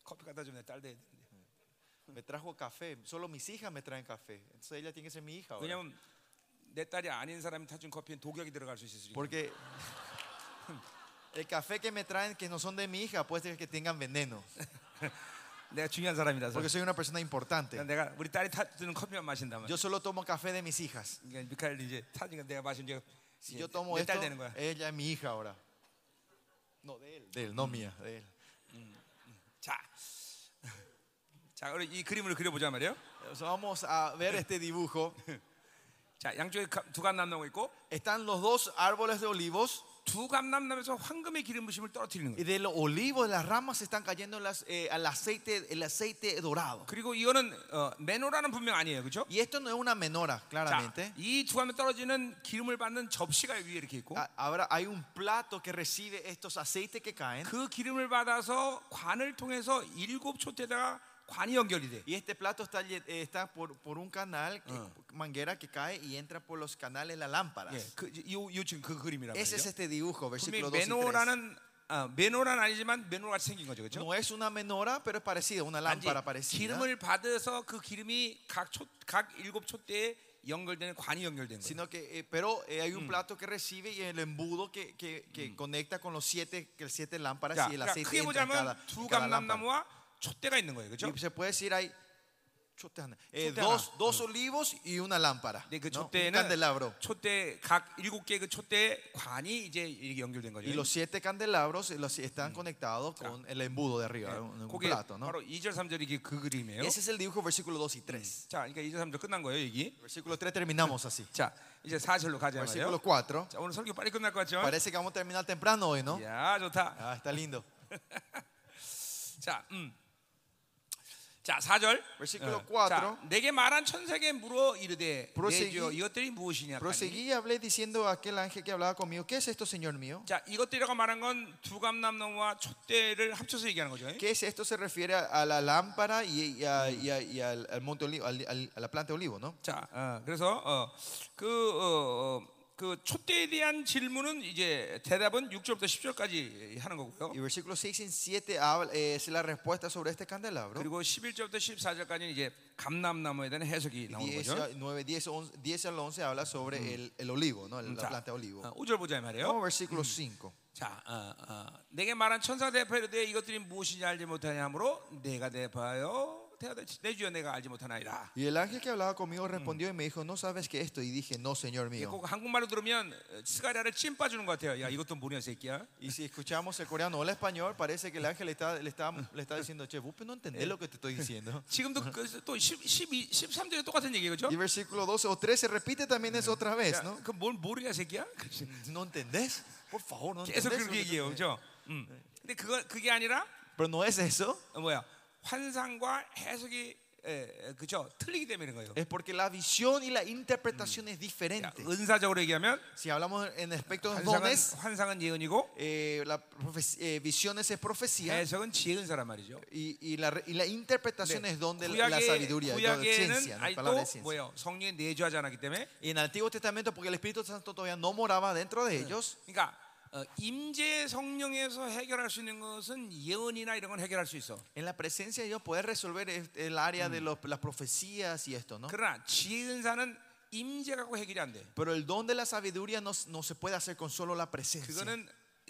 S1: 커피 갖다 주면 딸 돼야 되는데.
S2: Me trajo café. Solo mis hijas me traen café. Entonces ella tiene que ser mi hija. ahora.
S1: 왜냐면 내 딸이 아닌 사람이 타준 커피엔 독약이 들어갈 수 있으니까.
S2: Porque el café que me traen que no son de mi hija puede ser que tengan veneno.
S1: 내가 중요한 사람이라서.
S2: Porque soy una persona
S1: 그러니까
S2: importante.
S1: 내가 우리 딸이 타주는 커피만 마신다면.
S2: Yo solo tomo café de mis hijas.
S1: 그러니까 미카엘이 이제 뭐 타주니까 내가 마신 게.
S2: Si yo tomo
S1: 내
S2: esto,
S1: 딸 되는 거야.
S2: ella es mi hija ahora. No, de él. De él, no mía, de él.
S1: 자, 자, 우리 이 그림을 그려보자 말이에요.
S2: O sea, vamos a ver este dibujo.
S1: 자, 양쪽에 두 감남나무 있고
S2: Están los dos árboles de olivos
S1: 두 감남나무에서 황금의 기름 부심을 떨어뜨리는
S2: y
S1: 거예요.
S2: de los olivos las ramas están cayendo las, eh, al aceite, el aceite dorado.
S1: 그리고 이거는 어, 메노라는 분명 아니에요, 그렇죠?
S2: Y esto no es una menora,
S1: 자,
S2: claramente.
S1: 이두 감에 떨어지는 기름을 받는 접시가 위에 이렇게 있고
S2: A- Ahora hay un plato que recibe estos aceites que caen
S1: 그 기름을 받아서 관을 통해서 일곱 촛대다가 관이 연결이 돼.
S2: y este plato está, lle- eh, está por, por un canal, que- manguera que cae y entra por los canales las lámparas.
S1: 예, 그요 요 지금 그 그림이란
S2: Ese es
S1: 말이죠.
S2: este dibujo,
S1: 분명히
S2: versículo 2 y 3.
S1: 메노라는 아, 메노라는 아니지만 메노 같이 생긴 거죠, 그렇죠?
S2: No es una menora, pero es parecida, una
S1: 단지
S2: lámpara parecida.
S1: 기름을 받아서 그 기름이 각각 일곱 촛대에 연결되는 관이 연결된 거예요.
S2: Sino que, eh, pero eh, hay un plato que recibe y el embudo que, que, que conecta con los siete, que siete lámparas
S1: 자,
S2: y el
S1: 그러니까
S2: aceite
S1: 크게
S2: entra en cada,
S1: 보자면
S2: en
S1: 두
S2: cada lámpara.
S1: 감람나무와 촛대가 있는 거예요, 그렇죠?
S2: Y se puede decir hay chotana, eh,
S1: Chotana.
S2: dos, dos olivos y una lámpara.
S1: 근데 그
S2: ¿no? Un candelabro.
S1: 촛대는 촛대 각 일곱 개의 그 촛대에 관이 이제 이렇게 연결된 거죠. 네.
S2: Y los siete candelabros eh, los están conectados con el embudo de arriba, un, un
S1: 그게
S2: plato, ¿no?
S1: 바로 2절 3절이 이게 그 그림이에요.
S2: Ese es el dibujo versículo 2 y 3.
S1: 자, 그러니까 2절 3절 끝난 거예요, 얘기.
S2: Versículo 3 terminamos así.
S1: 자, 이제 4절로 가자 말이에요.
S2: Versículo 4.
S1: 자, 오늘 설교 빨리 끝날 것 같죠?
S2: Parece que vamos a terminar temprano hoy, ¿no?
S1: 야, 좋다.
S2: Ah, está lindo.
S1: 자, 음. 자, 4절. 어.
S2: Versículo
S1: 자,
S2: 4.
S1: 내게 말한 천사에게 물어 이르되
S2: Prosegui-
S1: 내주 이것들이 무엇이냐?
S2: Proseguí y hablé diciendo a aquel ángel que hablaba conmigo, ¿qué es esto, Señor mío?
S1: 자, 이것들이라고 말한 건 두감남나무와 촛대를 합쳐서 얘기하는 거죠.
S2: ¿Qué es esto? Se refiere a, a la lámpara y, y a- y a- y al, al monte olivo, al- al- a la planta de olivo, ¿no?
S1: 자, 어, 그래서 어, 그, 어, 어, 그 촛대에 대한 질문은 이제 대답은 6절부터 10절까지 하는 거고요.
S2: Y versículo 6 y 7 habla- eh, es la respuesta sobre este candelabro.
S1: 그리고 11절부터 14절까지는 이제 감남나무에 대한 해석이 나오는
S2: 10,
S1: 거죠.
S2: 9, 10, 11, 10 al 11 habla sobre el, el olivo, ¿no? la
S1: 자,
S2: planta de olivo.
S1: 어, 5절 보자 이 말이에요.
S2: Vamos a versículo 5.
S1: 자, 어, 어, 내게 말한 천사 대파이르되 이것들이 무엇인지 알지 못하냐 하므로 내가 대파여 대하되 내 주여 내가 알지 못하나이다.
S2: Y el ángel que hablaba conmigo respondió y me dijo, ¿no sabes qué es esto? Y dije, no, Señor
S1: 이게 예,
S2: mío.
S1: 꼭 한국말로 들으면 어, 스가랴를 찜 빠주는 것 같아요. 야, 이것도 뭐냐 새끼야.
S2: Y si escuchamos el coreano o el español, parece que el ángel le está, le está, le está diciendo, che, vos no entendés lo que te estoy diciendo.
S1: 지금도 그, 또 10, 12, 13절에 똑같은 얘기 그죠?
S2: Y versículo 12 o 13 repite también eso otra vez, ¿no?
S1: 그뭘 모르냐 새끼야?
S2: ¿No entendés? Por favor, no entendés.
S1: 계속
S2: lo
S1: 그렇게
S2: que te
S1: 얘기해요,
S2: estoy diciendo.
S1: 그죠? 음. 근데 그거 그게 아니라
S2: Pero no es eso.
S1: 어, 뭐야 환상과 해석이 에, 에, 그죠 틀리기 때문인 거예요.
S2: Es porque la visión y la interpretación es
S1: 야,
S2: diferente.
S1: 은사적으로 얘기하면
S2: Si hablamos en aspectos de
S1: 환상은,
S2: dones,
S1: 환상은 예언이고
S2: eh, la profe- eh, visiones es profecía
S1: 해석은 지혜 은사란 말이죠.
S2: y, y la, re- y la interpretación es don de la la
S1: 구약의,
S2: sabiduría, y don de ciencia,
S1: 구약에는
S2: ¿no?
S1: 아직도
S2: palabra de ciencia.
S1: 뭐예요? 성령이 내주하지 않았기 때문에
S2: Y en el Antiguo Testamento, porque el Espíritu Santo todavía no moraba dentro de ellos,
S1: 그러니까 어, 임재 성령에서 해결할 수 있는 것은 예언이나 이런 건 해결할 수 있어.
S2: en la presencia de Dios poder resolver el- el área de los- las profecías y esto, ¿no?
S1: 그러나 지혜 은사는 임재 갖고 해결이 안 돼.
S2: Pero el don de la sabiduría no, no se puede hacer con solo la presencia,
S1: 그거는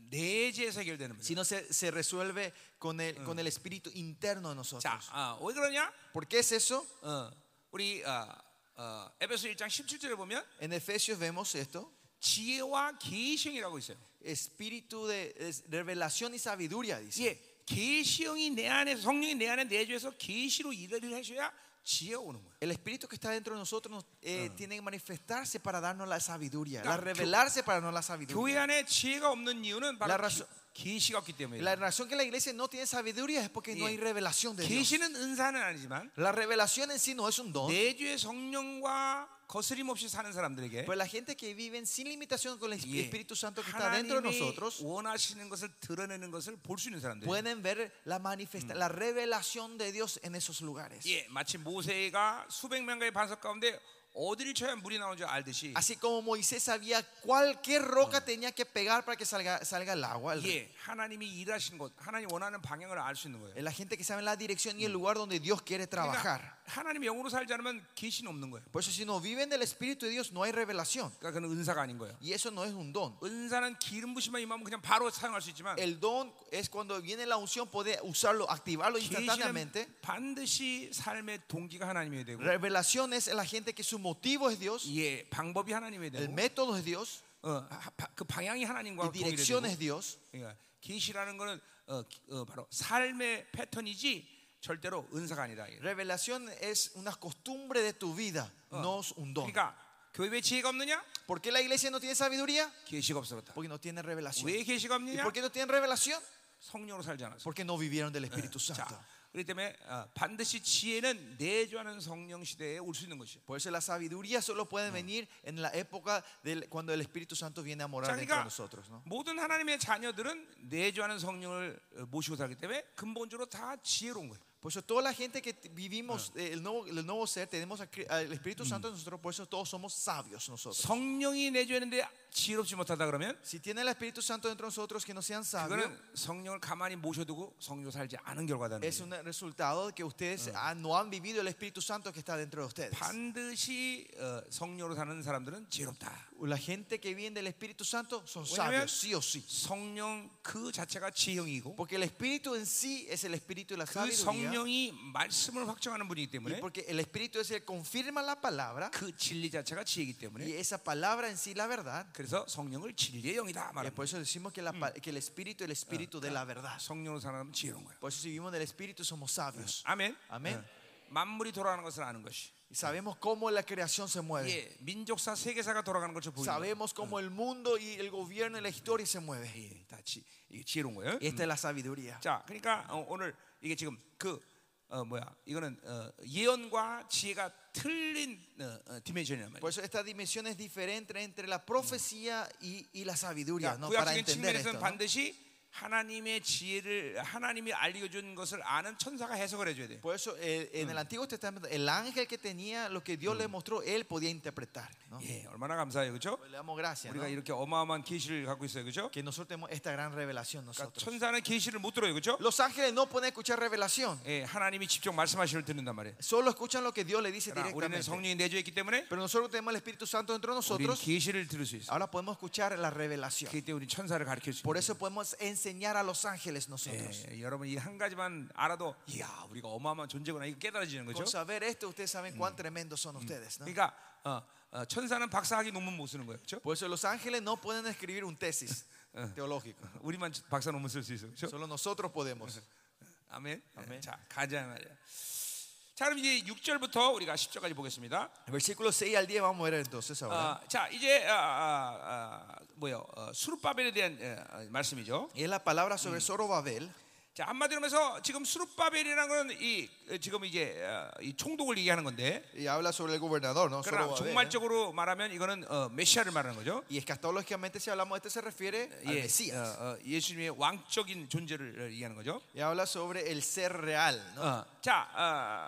S1: 내재에서 해결되는 문제.
S2: sino se, se resuelve con el, con el espíritu interno
S1: 자,
S2: de nosotros.
S1: 아, 왜 그러냐?
S2: ¿Por qué es eso?
S1: 어, 우리 어, 어, 에베소 1장 17절에 보면
S2: En Efesios vemos esto.
S1: 지혜와 계시형이라고 있어요.
S2: Espíritu de es revelación y sabiduría, dice.
S1: 예, 계시형이 내 안에서 성령이 내 안에 내주에서 계시로 일을 하셔야 지혜가 오는 거예요.
S2: El espíritu que está dentro de nosotros nos, eh, tiene que manifestarse para darnos la sabiduría,
S1: Claro,
S2: la revelarse para darnos la
S1: 교회
S2: sabiduría.
S1: 안에 지혜가 없는 이유는 바로
S2: La razón-
S1: 계시가 없기 때문이에요.
S2: La razón que la iglesia no tiene sabiduría es porque no
S1: Sí.
S2: hay revelación de Dios.
S1: 계시는 은사는 아니지만
S2: La revelación en sí no es un don.
S1: 내주의 성령과 거스림 없이 사는 사람들에게
S2: Pero la gente que vive sin limitación con el
S1: 예,
S2: Espíritu Santo que está dentro de
S1: 하나님이
S2: nosotros
S1: 원하시는 것을 드러내는 것을 볼 수 있는 사람들.
S2: pueden ver la manifesta, la revelación de Dios en esos lugares.
S1: 예, 마치 모세가 수백 명가의 반석 가운데 어디를 쳐야 물이 나오는 줄 알듯이
S2: Así como Moisés sabía cualquier roca tenía que pegar para que salga, salga el agua. el-
S1: 예, 하나님이 일하신 곳, 하나님 원하는 방향을 알 수 있는 거예요.
S2: es La gente que sabe la dirección y el lugar donde Dios quiere trabajar.
S1: 그러니까 하나님 영으로 살지 않으면 계시는 없는 거예요.
S2: Por eso si no viven del Espíritu de Dios no hay revelación.
S1: 그러니까 그는 은사가 아닌 거예요.
S2: Y eso no es un don.
S1: 은사는 기름 부심만 임하면 그냥 바로 사용할 수 있지만
S2: El don es cuando viene la unción poder usarlo, activarlo instantáneamente.
S1: 계시는 반드시 삶의 동기가 하나님이 되고
S2: Revelación es la gente que su motivo es Dios,
S1: 예, 방법이 하나님이
S2: el
S1: 되고
S2: método es Dios.
S1: 어, 하- 바- 그 방향이 하나님과 예.
S2: y dirección
S1: 동일해요.
S2: es Dios.
S1: 그러니까 계시라는 거는 어, 기- 어, 바로 삶의 패턴이지 절대로 은사가 아니다. 이게.
S2: Revelación es una costumbre de tu vida, no es un don.
S1: 그러니까 교회 왜 지혜가 없느냐?
S2: ¿Por qué la iglesia no tiene sabiduría?
S1: 계시가 없었다.
S2: Porque no tiene revelación.
S1: 왜 계시가
S2: ¿Y
S1: 없느냐?
S2: por qué no tienen revelación?
S1: 성령으로 살지 않았어.
S2: Porque no vivieron del Espíritu Santo.
S1: 자, 그렇기 때문에 어, 반드시 지혜는 내주하는 성령 시대에 올 수 있는 것이야.
S2: Por eso la sabiduría solo puede venir en la época del, cuando el Espíritu Santo viene a
S1: 자,
S2: morar dentro de
S1: 그러니까
S2: nosotros. ¿no?
S1: 모든 하나님의 자녀들은 내주하는 성령을 어, 모시고 살기 때문에 근본적으로 다 지혜로운 거예요.
S2: Por eso toda la gente que t- vivimos eh, el, nuevo, el nuevo ser, tenemos a Cri- al Espíritu Santo en nosotros, por eso todos somos sabios nosotros.
S1: 성령이 내주했는데 지혜롭지 못하다 그러면
S2: Si tiene el Espíritu Santo dentro de nosotros que no sean sabios,
S1: 그거는 성령을 가만히 모셔두고 성령 살지 않은 결과다.
S2: es un resultado de que ustedes ah, no han vivido el Espíritu Santo que está dentro de ustedes.
S1: 반드시 어, 성령으로 사는 사람들은 지혜롭다.
S2: La gente que viene del Espíritu Santo son
S1: Bueno,
S2: sabios, sí o sí.
S1: 성령 그 자체가 지형이고
S2: Porque el Espíritu en sí es el Espíritu de la
S1: 그
S2: sabiduría.
S1: 성령이 말씀을 확정하는 분이기
S2: Y
S1: 때문에
S2: porque el Espíritu es el que confirma la palabra.
S1: 그 진리 자체가 지혜이기
S2: Y
S1: 때문에
S2: esa palabra en sí la verdad.
S1: 그래서 성령을 진리의 영이다
S2: Y
S1: 말합니다.
S2: por eso decimos que, la pa- que el Espíritu es el Espíritu de la verdad.
S1: 성령으로 사는 사람은 지혜로운 거야.
S2: Por eso si vivimos del Espíritu somos sabios.
S1: 아멘.
S2: 아멘.
S1: 어. 만물이 돌아가는 것을 아는 것이.
S2: Y sabemos cómo la creación se mueve.
S1: 예, 민족사 세계사가 돌아가는 것을 보이는 거예요.
S2: Sabemos cómo el mundo y el gobierno y la historia se mueve.
S1: 예, 다 지, 이게 지혜로운 거예요.
S2: Y esta es la sabiduría.
S1: 자, 그러니까 어, 오늘 이게 지금 그 어, 뭐야? 이거는 어, 예언과 지혜가 틀린 어, 어, 디멘션이란 말이에요.
S2: Por eso esta dimensión es diferente entre la profecía y, y la sabiduría.
S1: 그러니까
S2: ¿no? Para
S1: 구약적인
S2: entender esto.
S1: 측면에서는
S2: ¿no?
S1: 반드시 하나님의 지혜를 하나님이 알려준 것을 아는 천사가 해석을 해줘야 돼요.
S2: Por eso eh, en el Antiguo Testamento el ángel que tenía lo que Dios le mostró, él podía interpretar. ¿no?
S1: 예, 얼마나 감사해요, 그렇죠?
S2: Pues le damos gracias. ¿no?
S1: 우리가 이렇게 어마어마한 계시를 갖고 있어요, 그렇죠?
S2: Que nosotros tenemos esta gran revelación
S1: 그러니까
S2: nosotros.
S1: 천사는 계시를 못 들어요, 그렇죠?
S2: Los ángeles no pueden escuchar revelación.
S1: 예, 하나님이 직접 말씀하시는 걸 듣는단 말이에요.
S2: Solo escuchan lo que Dios le dice
S1: 그러나 우리는
S2: directamente.
S1: 성령이 내주어 있기 때문에
S2: Pero nosotros tenemos el Espíritu Santo dentro de
S1: 우리는
S2: nosotros.
S1: 계시를 들을 수 있어요.
S2: Ahora podemos escuchar la revelación.
S1: 그때 우리 천사를 가르쳐 수
S2: Por
S1: 있어요.
S2: eso podemos enseñar a los ángeles nosotros.
S1: 예, 여러분 이 한 가지만 알아도 이야 우리가 어마어마한 존재구나 이거 깨달아지는 거죠.
S2: Con saber esto, ustedes saben cuán tremendos son ustedes. ¿no?
S1: 그러니까 어, 어, 천사는 박사학위 논문 못 쓰는 거예요, 그렇죠?
S2: Por eso los ángeles no pueden escribir un tesis teológico.
S1: 우리만 박사 논문 쓸 수 있어요, 그렇죠?
S2: Solo nosotros podemos.
S1: 아멘. 예, 자 가자 말이야. 자 그럼 이제 6절부터 우리가 10절까지 보겠습니다.
S2: Versículo 6 al 10 vamos a ver entonces ahora.
S1: 아, 자 이제 아, 아, 아, 뭐요? 어, 수르바벨에 대한 예, 어, 말씀이죠.
S2: Y es la palabra sobre Zorobabel.
S1: 자 한마디로 해서 지금 수르바벨이라는 건이 지금 이제 어, 이 총독을 얘기하는 건데
S2: Y habla sobre el gobernador, ¿no?
S1: 그러나
S2: Zorobabel, ¿eh?
S1: 종말적으로 말하면 이거는 어, 메시아를 말하는 거죠.
S2: Y escatológicamente, si hablamos de este, se refiere al
S1: 예,
S2: Mesías.
S1: 어, 어, 예수님의 왕적인 존재를 어, 얘기하는 거죠.
S2: Y habla sobre el ser real, ¿no?
S1: 어, 자,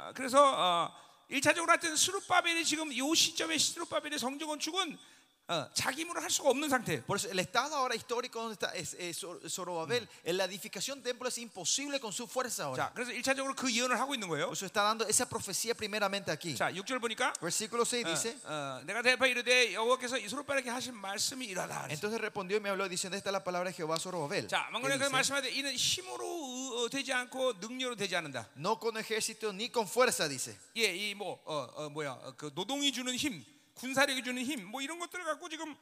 S1: 어, 그래서 어, 일차적으로 하여튼 수르바벨이 지금 이 시점에 수르바벨의 성전 건축은 어, 자기 힘으로 할 수가 없는 상태예요.
S2: Por eso, el estado ahora histórico donde está es, es Zor- Zorobabel, en la edificación del templo es imposible con su fuerza
S1: 자,
S2: ahora.
S1: 그래서 일차적으로 그 예언을 하고 있는 거예요.
S2: Por eso está dando esa profecía primeramente aquí.
S1: 자, 6절 보니까
S2: Versículo 6 dice,
S1: 어, 어, 내가 대파 이르되 여호와께서 이 수르바벨에게 하신 말씀이 이러다. 그랬어요.
S2: entonces respondió y me habló diciendo, esta es la palabra de Jehová a Zorobabel.
S1: 자,
S2: que
S1: 망군에게
S2: dice,
S1: 말씀하되 이는 힘으로 어, 어, 되지 않고 능력으로 되지 않는다.
S2: no con ejército ni con fuerza, dice.
S1: 예, 이 뭐 어, 어, 뭐야 어, 그 노동이 주는 힘, 군사력이 주는 힘, 뭐 이런 것들을 갖고 지금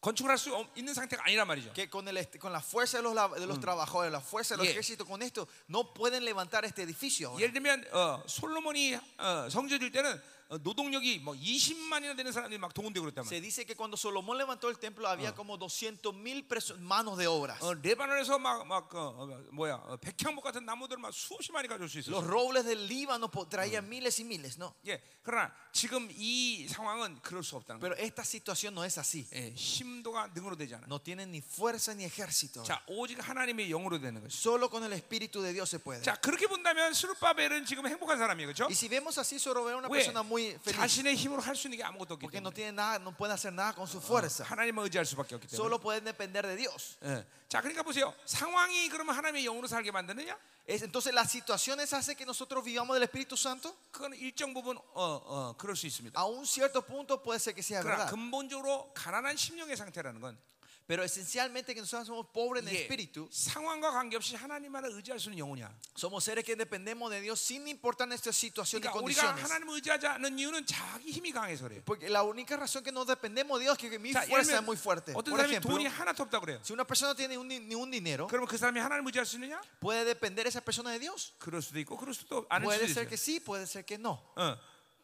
S1: 건축을 할 수 있는 상태가 아니란 말이죠.
S2: Que con, el, est- con la fuerza de los, lab- de los trabajadores, la fuerza del
S1: Yeah.
S2: ejército, con esto no pueden levantar este edificio. ahora.
S1: 예를 들면 어, 솔로몬이 어, 성전일 때는 어, 노동력이 뭐 20만이나 되는 사람들이 막 동원되고 그랬단 말이에요.
S2: Se dice que cuando Solomón levantó el templo había como 200 mil manos de obras.
S1: 어, 레바논에서 막, 막 어, 어, 뭐야 어, 백향목 같은 나무들 막 수없이 많이 가져올 수 있어요.
S2: Los robles del Líbano po- traían miles y miles, ¿no?
S1: 예, 그러나 지금 이 상황은 그럴 수 없다는 거예요.
S2: Pero esta situación no es así.
S1: 예, 심도가 능으로 되지 않아요.
S2: No tienen ni fuerza ni ejército.
S1: 자, 오직 하나님의 영으로 되는 것이죠.
S2: Solo con el Espíritu de Dios se puede.
S1: 자, 그렇게 본다면 스룹바벨은 지금 행복한 사람이에요, 그렇죠?
S2: Y si vemos así, Zorobabel es una
S1: 왜
S2: persona muy feliz
S1: 자신의 힘으로 할 수 있는 게 아무것도 없기
S2: porque no
S1: 때문에
S2: tiene nada, no puede hacer nada con su fuerza.
S1: 하나님만 의지할 수밖에 없기 때문에
S2: Solo pueden depender de Dios.
S1: 예. 자 그러니까 보세요 상황이 그러면 하나님의 영으로 살게 만드느냐
S2: Es- Entonces, las situaciones hacen que nosotros vivamos del Espíritu Santo.
S1: 그건 일정 부분 어, 어,
S2: 아,
S1: 그럴 수 있습니다
S2: A un cierto punto puede ser que sea
S1: 그러나
S2: verdad.
S1: 근본적으로 가난한 심령의 상태라는 건
S2: Pero esencialmente que nosotros somos pobres en
S1: 이게
S2: espíritu,
S1: 상황과 관계없이 하나님만을 의지할 수 있는 영혼이야.
S2: somos seres que dependemos de Dios sin importar nuestra situación y
S1: 그러니까 우리가
S2: condiciones.
S1: 하나님을 의지하지 않는 이유는 자기 힘이 강해서 그래요.
S2: Porque la única razón que no dependemos de Dios es que mi
S1: 자,
S2: fuerza es
S1: 예를
S2: muy fuerte.
S1: 들면 어떤
S2: Por
S1: 사람이
S2: ejemplo,
S1: 돈이 하나도 없다 그래요.
S2: si una persona no tiene un, ni- ni un dinero,
S1: 그러면 그 사람이 하나님을 의지할 수 있느냐?
S2: ¿puede depender esa persona de Dios?
S1: 그럴 수도 있고 그럴 수도 아닐
S2: Puede
S1: 수도
S2: ser que
S1: 있어요.
S2: sí, puede ser que no.
S1: 어.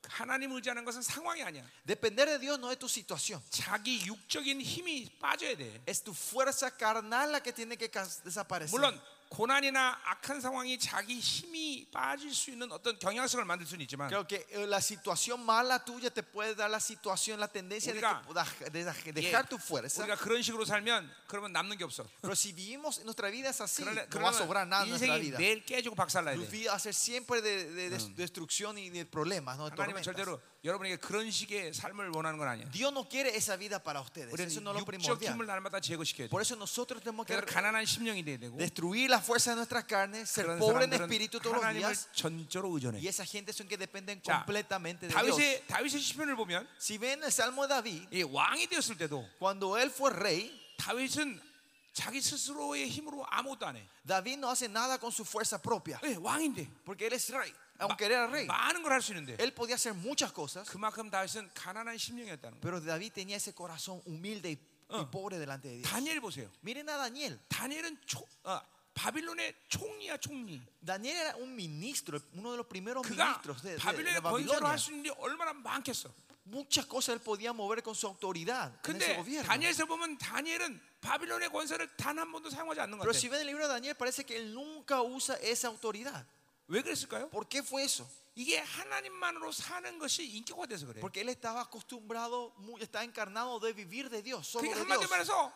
S1: 하나님을 의지하는 것은 상황이 아니야.
S2: Depender de Dios no es tu situación.
S1: 자기 육적인 힘이 빠져야 돼.
S2: Es tu fuerza carnal la que tiene que cas- desaparecer.
S1: 물론 고난이나 악한 상황이 자기 힘이 빠질 수 있는 어떤 경향성을 만들 수는 있지만
S2: Creo que eh, la situación mala tuya te puede dar la situación, la tendencia de, que
S1: Uliga.
S2: puedas- de dej-
S1: 예,
S2: dejar tu fuerza.
S1: 우리가 그런 식으로 살면 그러면 남는 게 없어.
S2: Pero si vivimos en nuestra vida es así,
S1: 그러나-
S2: no va a sobrar nada en nuestra
S1: 인생이
S2: vida.
S1: 매일 깨지고 박살나야
S2: Tu
S1: 돼.
S2: vida va a ser siempre de, de- de destrucción y de problemas, ¿no? de
S1: 하나님은
S2: tormentas.
S1: 절대로 여러분에게 그런 식의 삶을 원하는 건 아니야.
S2: Dios no quiere esa vida para ustedes.
S1: 우리는
S2: Eso no es lo
S1: 육적 힘을
S2: primordial.
S1: 날마다 제거시켜야 돼.
S2: Por eso nosotros tenemos que
S1: 그래서 가난한 심령이 돼야 되고
S2: destruir la fuerza de nuestras carnes, ser
S1: 그런
S2: pobre en
S1: 사람들은
S2: espíritu todos los
S1: 하나님을
S2: días.
S1: 전적으로 의존해.
S2: Y esa gente son que dependen
S1: 자,
S2: completamente de Dios.
S1: 다윗의 다윗의 시편을 보면
S2: Si ven el Salmo de David,
S1: 이 왕이 되었을 때도
S2: cuando él fue rey,
S1: 다윗은 자기 스스로의 힘으로 아무것도 안 해.
S2: David no hace nada con su fuerza propia,
S1: 예, 왕인데
S2: porque él es rey. Aunque él era rey,
S1: 많은 걸 할 수 있는데
S2: él podía hacer muchas cosas,
S1: 그만큼 다윗은 가난한 심령이었다는 거예요.
S2: pero David tenía ese corazón humilde y, y
S1: 어.
S2: pobre delante de Dios.
S1: 다니엘 보세요.
S2: Miren a Daniel.
S1: 다니엘은 초, 어, 바빌론의 총리야 총리.
S2: Daniel era un ministro, uno de los primeros
S1: 그가
S2: ministros de, de- de
S1: 바빌론의 권세로
S2: Babilonia.
S1: 할 수 있는 게 얼마나 많겠어.
S2: Muchas cosas él podía mover con su autoridad en
S1: 근데
S2: ese gobierno.
S1: 다니엘서 보면 다니엘은 바빌론의 권세를 단 한 번도 사용하지 않는 것
S2: Pero si
S1: 같아요.
S2: ven el libro de Daniel, parece que él nunca usa esa autoridad.
S1: 왜 그랬을까요?
S2: ¿Por qué fue eso?
S1: 이게 하나님만으로 사는 것이 인격화 돼서 그래요.
S2: Porque él estaba acostumbrado, muy- está encarnado de vivir de Dios, solo
S1: 그러니까
S2: de
S1: 한마디로
S2: Dios.
S1: 말해서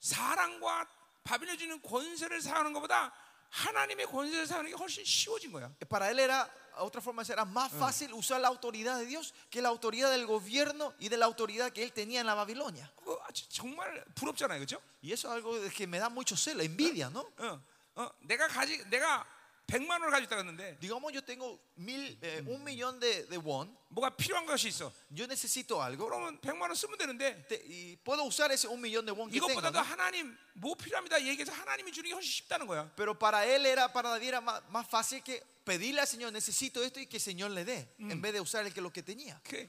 S1: 사랑과 바빌론 주는 권세를 사용하는 것보다 하나님의 권세를 사용하는 게 훨씬 쉬워진 거야.
S2: Para él era, otra forma de decir, era más fácil usar la autoridad de Dios que la autoridad del gobierno y de la autoridad que él tenía en la Babilonia.
S1: 그거 아주 정말 부럽잖아요, 그렇죠?
S2: Y eso es algo de que me da mucho celo, envidia, ¿no?
S1: 어, 어, 내가 가지, 내가 백만 원을 가지고 있다 그랬는데
S2: Digamos, yo tengo mil, eh, un millón de, de won,
S1: 뭐가 필요한 것이 있어.
S2: yo necesito algo
S1: 그러면 백만 원 쓰면 되는데
S2: te- y puedo usar ese un millón de won que tengo.
S1: 이것보다도
S2: ¿no?
S1: 하나님 뭐 필요합니다 얘기해서 하나님이 주는 게 훨씬 쉽다는 거야.
S2: Pero para él era, para David era más, más fácil que pedirle al Señor, necesito esto y que el Señor le dé, en vez de usar el que lo que tenía.
S1: 그,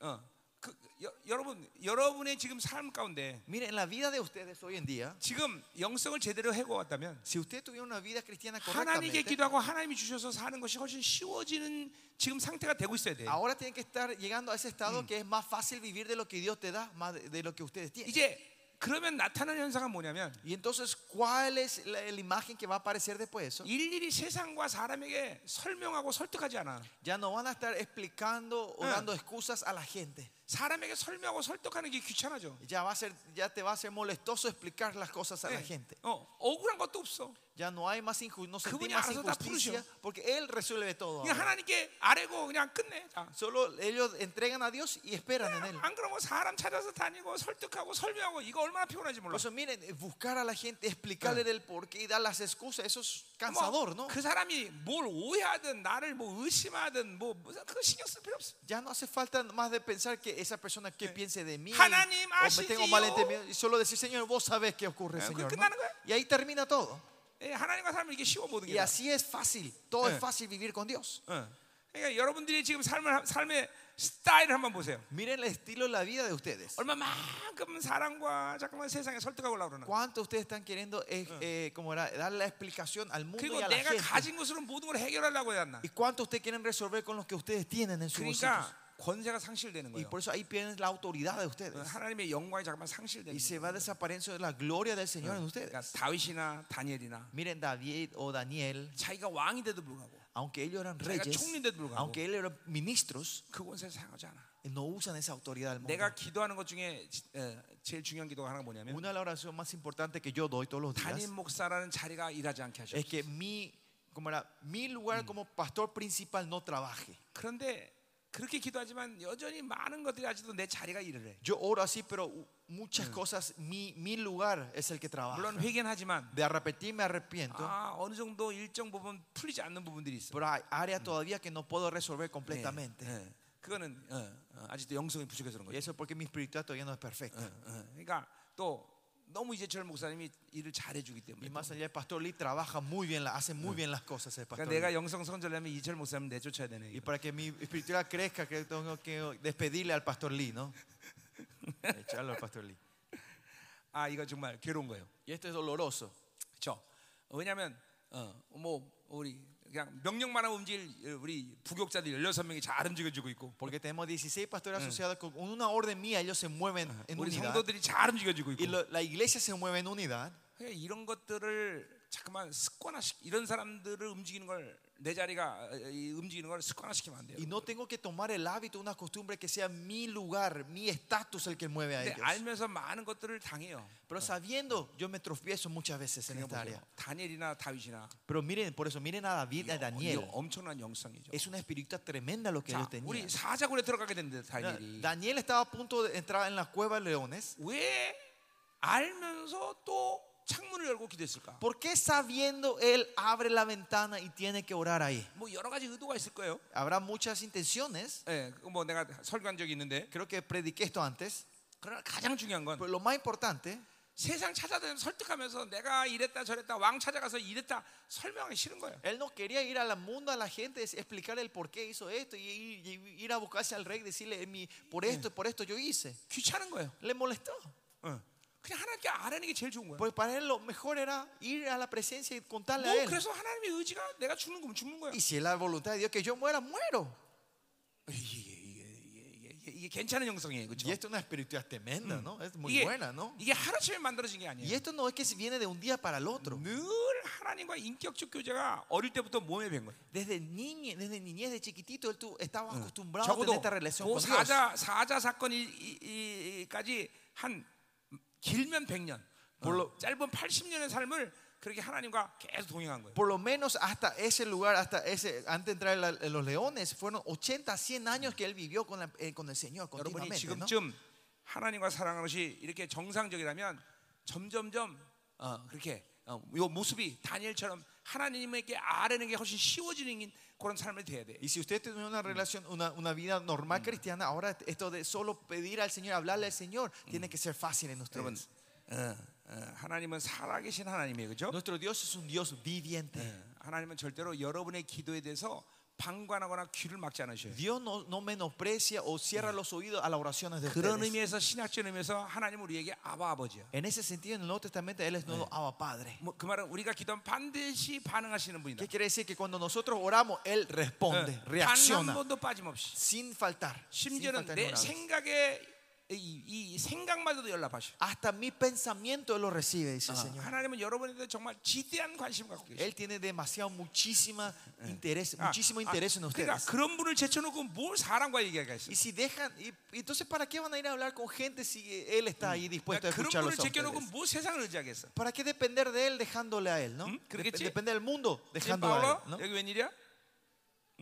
S1: 어, 그, 여, 여러분, 여러분의 지금 삶 가운데
S2: Miren, en la vida de ustedes hoy en día,
S1: 지금 영성을 제대로 해고왔다면
S2: si usted tuviera una vida cristiana
S1: 하나님께
S2: correctamente,
S1: 기도하고 하나님이 주셔서 사는 것이 훨씬 쉬워지는 지금 상태가 되고 있어야 돼.
S2: ahora tienen que estar llegando a ese estado que es más fácil vivir de lo que Dios te da, más de, de lo que ustedes tienen.
S1: 이제 그러면 나타나는 현상은 뭐냐면
S2: Y entonces, ¿cuál es la, la imagen que va a aparecer después de eso?
S1: 일일이 세상과 사람에게 설명하고 설득하지 않아.
S2: Ya no van a estar explicando o
S1: Ah.
S2: dando excusas a la gente.
S1: 사람에게 설명하고 설득하는 게 귀찮아져.
S2: Ya, va a ser, ya te va a ser molestoso explicar las cosas a la
S1: 예.
S2: gente.
S1: 어, 억울한 것도 없어.
S2: Ya no hay más injusticia, no sentimos
S1: 그분이
S2: más
S1: 알아서 다
S2: injusticia porque Él resuelve todo.
S1: 그냥
S2: ahora.
S1: 하나님께 아래고 그냥 끝내. 다.
S2: Solo ellos entregan a Dios y esperan en Él.
S1: 안 그러면 사람 찾아서 다니고 설득하고 설명하고 이거 얼마나 피곤한지 몰라.
S2: Por eso, miren, buscar a la gente, explicarle el porqué y dar las excusas, eso es cansador, ¿no?
S1: 그 사람이 뭘 오해하든 나를 뭐 의심하든 뭐 무슨 그거 신경 쓸 필요 없어.
S2: Ya no hace falta más de pensar que esa persona que piense de mí
S1: 하나님
S2: o me tengo mal
S1: 아시지요?
S2: entendido y solo decir Señor vos sabés qué ocurre
S1: Eh,
S2: Señor
S1: oh. ¿qué- qué
S2: ¿no?
S1: tal, güey?
S2: y ahí termina todo
S1: 예, 하나님과 살면 이게 쉬워 모든 게.
S2: y
S1: 다.
S2: así es fácil todo
S1: Eh.
S2: es fácil vivir con Dios
S1: 어. 그러니까 여러분들이 지금 삶을 삶의 스타일을 한번 보세요.
S2: miren el estilo de la vida de ustedes
S1: 얼마만큼 사랑과 잠깐만 세상에 설득하고 오려고 그러나.
S2: cuánto ustedes están queriendo eh, eh, como era, dar la explicación al mundo y
S1: 그리고
S2: a la
S1: 내가
S2: gente
S1: 가진 것으로 모든 걸 해결하려고 해야 하나.
S2: y cuánto ustedes quieren resolver con lo que ustedes tienen en sus bolsillos
S1: 그러니까 권세가 상실되는
S2: y
S1: 거예요.
S2: por eso ahí pierden la autoridad de ustedes
S1: 어, 하나님의 영광이 잠깐만 상실되는
S2: y se
S1: 거예요.
S2: va desapareciendo la gloria del
S1: Ah.
S2: Señor en ustedes
S1: 그러니까 다윗이나 다니엘이나
S2: miren David o Daniel
S1: 자기가 왕인데도 불구하고
S2: aunque ellos eran
S1: 자기가
S2: reyes,
S1: 총리인데도 불구하고
S2: aunque ellos eran ministros,
S1: 그 권세를 사용하지 않아.
S2: no usan esa autoridad del mundo.
S1: 내가 기도하는 것 중에 지- 어, 제일 중요한 기도가 하나가 뭐냐면
S2: Una de las oraciones más importantes que yo doy todos los días
S1: 담임 목사라는 자리가 일하지 않게 하셔.
S2: es que mi, como era, mi lugar como pastor principal no trabaje.
S1: 그런데 그렇게 기도하지만 여전히 많은 것들이 아직도 내 자리가 일을 해.
S2: Yo oro así, pero u- muchas cosas, mi, mi lugar es el que trabaja.
S1: 물론 회견하지만
S2: De arrepentir me arrepiento,
S1: 아 어느 정도 일정 부분 풀리지 않는 부분들이 있어.
S2: pero hay áreas todavía que no puedo resolver
S1: 예,
S2: completamente.
S1: 예. 그거는 어, 어, 아직도 영성이 부족해서 그런
S2: Y
S1: 거죠. Ah,
S2: eso porque mi espiritualidad todavía no es perfecta.
S1: 어, 어. 그러니까 또 너무 이재철 목사님이 일을 잘해주기
S2: Y
S1: 때문에. 그러니까
S2: más allá, el pastor Lee trabaja muy bien, la- hace muy bien las cosas el pastor
S1: 그러니까 내가
S2: Lee.
S1: 영성 선전하면 이재철 목사님 내쫓아야 되네.
S2: Y
S1: 이거.
S2: para que mi espiritualidad crezca, creo que tengo que despedirle al pastor Lee, ¿no? Echarlo al pastor Lee.
S1: 아 이거 정말 괴로운 거예요.
S2: Y esto es doloroso.
S1: 그렇죠. 왜냐하면 어뭐 우리 그냥 명령만 하면 움직일 어, 우리 부교육자들 16명이 잘 움직여주고 있고
S2: Porque tenemos 16 pastores asociados con con una orden mía, ellos se mueven en
S1: 우리
S2: unidad.
S1: 성도들이 잘 움직여주고
S2: Y
S1: 있고
S2: lo- la iglesia se mueve en unidad.
S1: 그러니까 이런 것들을 자꾸만 습관화시 이런 사람들을 움직이는 걸 내 자리가 어, 이 움직이는 걸 습관화시키면 안 돼요.
S2: Y no tengo que tomar el hábito, una costumbre que sea mi lugar, mi estatus el que mueve a
S1: 근데
S2: ellos.
S1: 알면서 많은 것들을 당해요.
S2: Pero sabiendo, yo me tropiezo muchas veces en esta área.
S1: 보세요. 다니엘이나 다윗이나 어,
S2: Pero miren, por eso, miren a David y a
S1: 이게
S2: Daniel.
S1: 엄청난 영성이죠.
S2: Es una espiritualidad tremenda lo que
S1: 자,
S2: ellos tenían.
S1: 우리 사자굴에 들어가게 됐는데
S2: Mira,
S1: 다니엘이
S2: Daniel estaba a punto de entrar en la cueva de leones.
S1: 왜 알면서 또 창문을 열고 기도했을까?
S2: ¿Por qué sabiendo él abre la ventana y tiene que orar ahí?
S1: 뭐 여러 가지 의도가 있을 거예요.
S2: Habrá muchas intenciones.
S1: 예, 그뭐 내가 설교한 적이 있는데
S2: Creo que prediqué esto antes.
S1: 그러나 가장 중요한 건
S2: Pero lo más importante
S1: 세상 찾아다니면서 설득하면서 내가 이랬다 저랬다 왕 찾아가서 이랬다 설명하기 싫은 거예요.
S2: Él no quería ir al mundo a la gente, es- explicarle el por qué hizo esto y, y- y ir a buscarse al rey, decirle, "Eh, mi, por esto, por esto yo hice.
S1: 귀찮은 거예요.
S2: Le molestó.
S1: 어. 그냥 하나님께 알아내는 게 제일 좋은 거예요.
S2: Pues para él lo mejor era ir a la presencia y contarle
S1: 뭐
S2: a él.
S1: 그래서 하나님의 의지가 내가 죽는 거면 죽는 거예요.
S2: Y si es la voluntad de Dios que yo muera, muero.
S1: 어, 이게 이게 이게 이게, 이게, 이게 괜찮은 형성이에요, 그렇죠?
S2: Y esto es una espiritualidad tremenda, ¿no? Es muy
S1: 이게
S2: buena, ¿no?
S1: 이게 하루아침에 만들어진 게
S2: Y
S1: 아니에요.
S2: esto no es que se viene de un día para el otro.
S1: 늘 하나님과 인격적 교제가 어릴 때부터 몸에 뵌 거예요.
S2: Desde niñez, desde niñez, de chiquitito, él tu- estaba acostumbrado a
S1: 적어도
S2: tener esta relación
S1: 그
S2: con Dios.
S1: 사자 사자 사건이까지 한 길면 100년,
S2: 물론-
S1: 짧은 80년의 삶을 그렇게 하나님과 계속 동행한 거예요.
S2: Por lo menos hasta ese lugar, hasta ese, antes de entrar en la- en los leones, fueron 80, 100 años que él vivió con, la- eh, con el Señor
S1: 여러분이
S2: continuamente. ¿no?
S1: 지금쯤 하나님과 사랑하는 것이 이렇게 정상적이라면 점점점 어, 그렇게 어, 요 모습이 다니엘처럼 하나님에게 아뢰는 게 훨씬 쉬워지는 그런 삶을 돼야 돼.
S2: Y si usted tiene una relación, una, una vida normal cristiana, ahora esto de solo pedir al Señor, hablarle al Señor, tiene que ser fácil en
S1: 여러분,
S2: ustedes.
S1: 어, 어, 하나님은 살아계신 하나님이에요, 그렇죠?
S2: Nuestro Dios es un Dios viviente.
S1: 예. 하나님은 절대로 여러분의 기도에 대해서 방관하거나 귀를 막지 않으셔요.
S2: Dios no, no menosprecia o cierra los oídos a las oraciones de
S1: 그런
S2: ustedes.
S1: 의미에서 신약적인 의미에서 하나님 우리에게 아바 아버지야.
S2: En ese sentido, en el Nuevo Testamento, Él es nuevo Abba Padre.
S1: 뭐, 그 말은 우리가 기도하면 반드시 반응하시는 분이다. 예.
S2: ¿Qué quiere decir? Que cuando nosotros oramos, Él responde,
S1: 단한
S2: reacciona,
S1: 번도 빠짐없이.
S2: sin faltar. sin
S1: 심지어는
S2: faltar ni
S1: 내
S2: una vez.
S1: 생각에 이, 이 생각마저도 연락하셔.
S2: Hasta mi pensamiento Él lo recibe,
S1: 아,
S2: dice el Señor.
S1: 하나님은 여러분에 대해 정말 지대한 관심 갖고 계세요.
S2: Él tiene demasiado, muchísima interés,
S1: 아,
S2: muchísimo interés en
S1: 아, 그러니까
S2: ustedes.
S1: 그런 분을 제쳐놓고 뭘 사람과 얘기할까 했어.
S2: Y si dejan, y, entonces ¿para qué van a ir a hablar con gente si Él está ahí dispuesto a
S1: 그러니까 그런 분을
S2: escucharlos a
S1: 제껴놓고
S2: ustedes?
S1: 뭘 세상을 의지하겠어.
S2: ¿Para qué depender de Él dejándole a Él? ¿no?
S1: ¿Mm?
S2: Dep-
S1: ¿그러겠지?
S2: Depende del mundo
S1: 지금
S2: dejándole a Él.
S1: 바울아
S2: ¿no?
S1: 여기 웬일이야?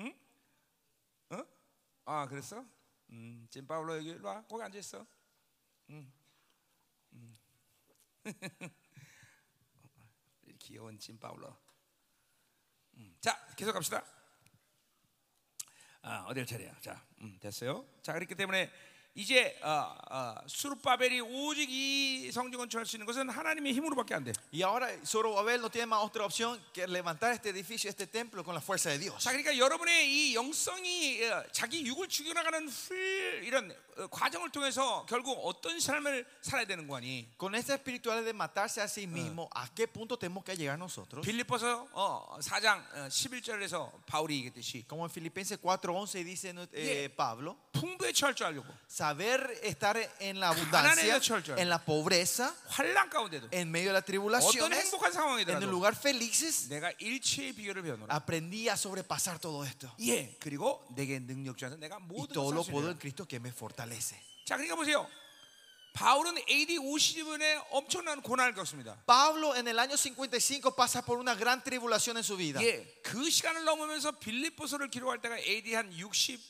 S1: 응? 어? 아 그랬어? 음, 지금 바울로 여기 일로 와 거기 앉아 있어. 음. 응. 음. 귀여운 짐 바울로. 음, 자 계속 갑시다. 아 어딜 차례야? 자 음, 됐어요. 자 그렇기 때문에. 이제 어, 어, 수르바벨이 오직 이 성전 건축할 수 있는 것은 하나님의 힘으로밖에 안 돼.
S2: Y ahora Zorobabel no tiene más otra opción que levantar este edificio, este templo con la fuerza de Dios.
S1: 자, 그러니까 여러분의 이 영성이 어, 자기 육을 죽여나가는 훌 이런 어, 과정을 통해서 결국 어떤 삶을 살아야 되는 거니?
S2: Con esta espiritualidad de matarse a sí mismo, ¿a qué punto tenemos que llegar nosotros?
S1: 빌립보서 어, 4장 어, 11절에서 바울이 얘기했듯이
S2: Como en Filipenses 4:11 dice eh,
S1: Yeah.
S2: Pablo,
S1: 풍부에 처할 줄 알려고
S2: saber estar en la
S1: 가난해도
S2: abundancia,
S1: 처할 줄 알고.
S2: en la pobreza,
S1: 환란 가운데도
S2: en medio de la tribulación,
S1: 어떤 행복한
S2: en el
S1: 상황이더라도
S2: lugar felices,
S1: 내가 일체의 비교를 배우노라.
S2: aprendí a sobrepasar todo esto.
S1: 예, 그리고 내게 능력 주셔서 내가
S2: Y
S1: 모든
S2: todo lo
S1: 것을
S2: puedo
S1: 할
S2: en Cristo que me fortalece.
S1: 자, 그러니까 보세요. 바울은 AD 50년에 엄청난 고난을 겪습니다.
S2: Pablo en el año 55 pasa por una gran tribulación en su vida.
S1: 예, 그 시간을 넘으면서 빌립보서를 기록할 때가 AD 한 60,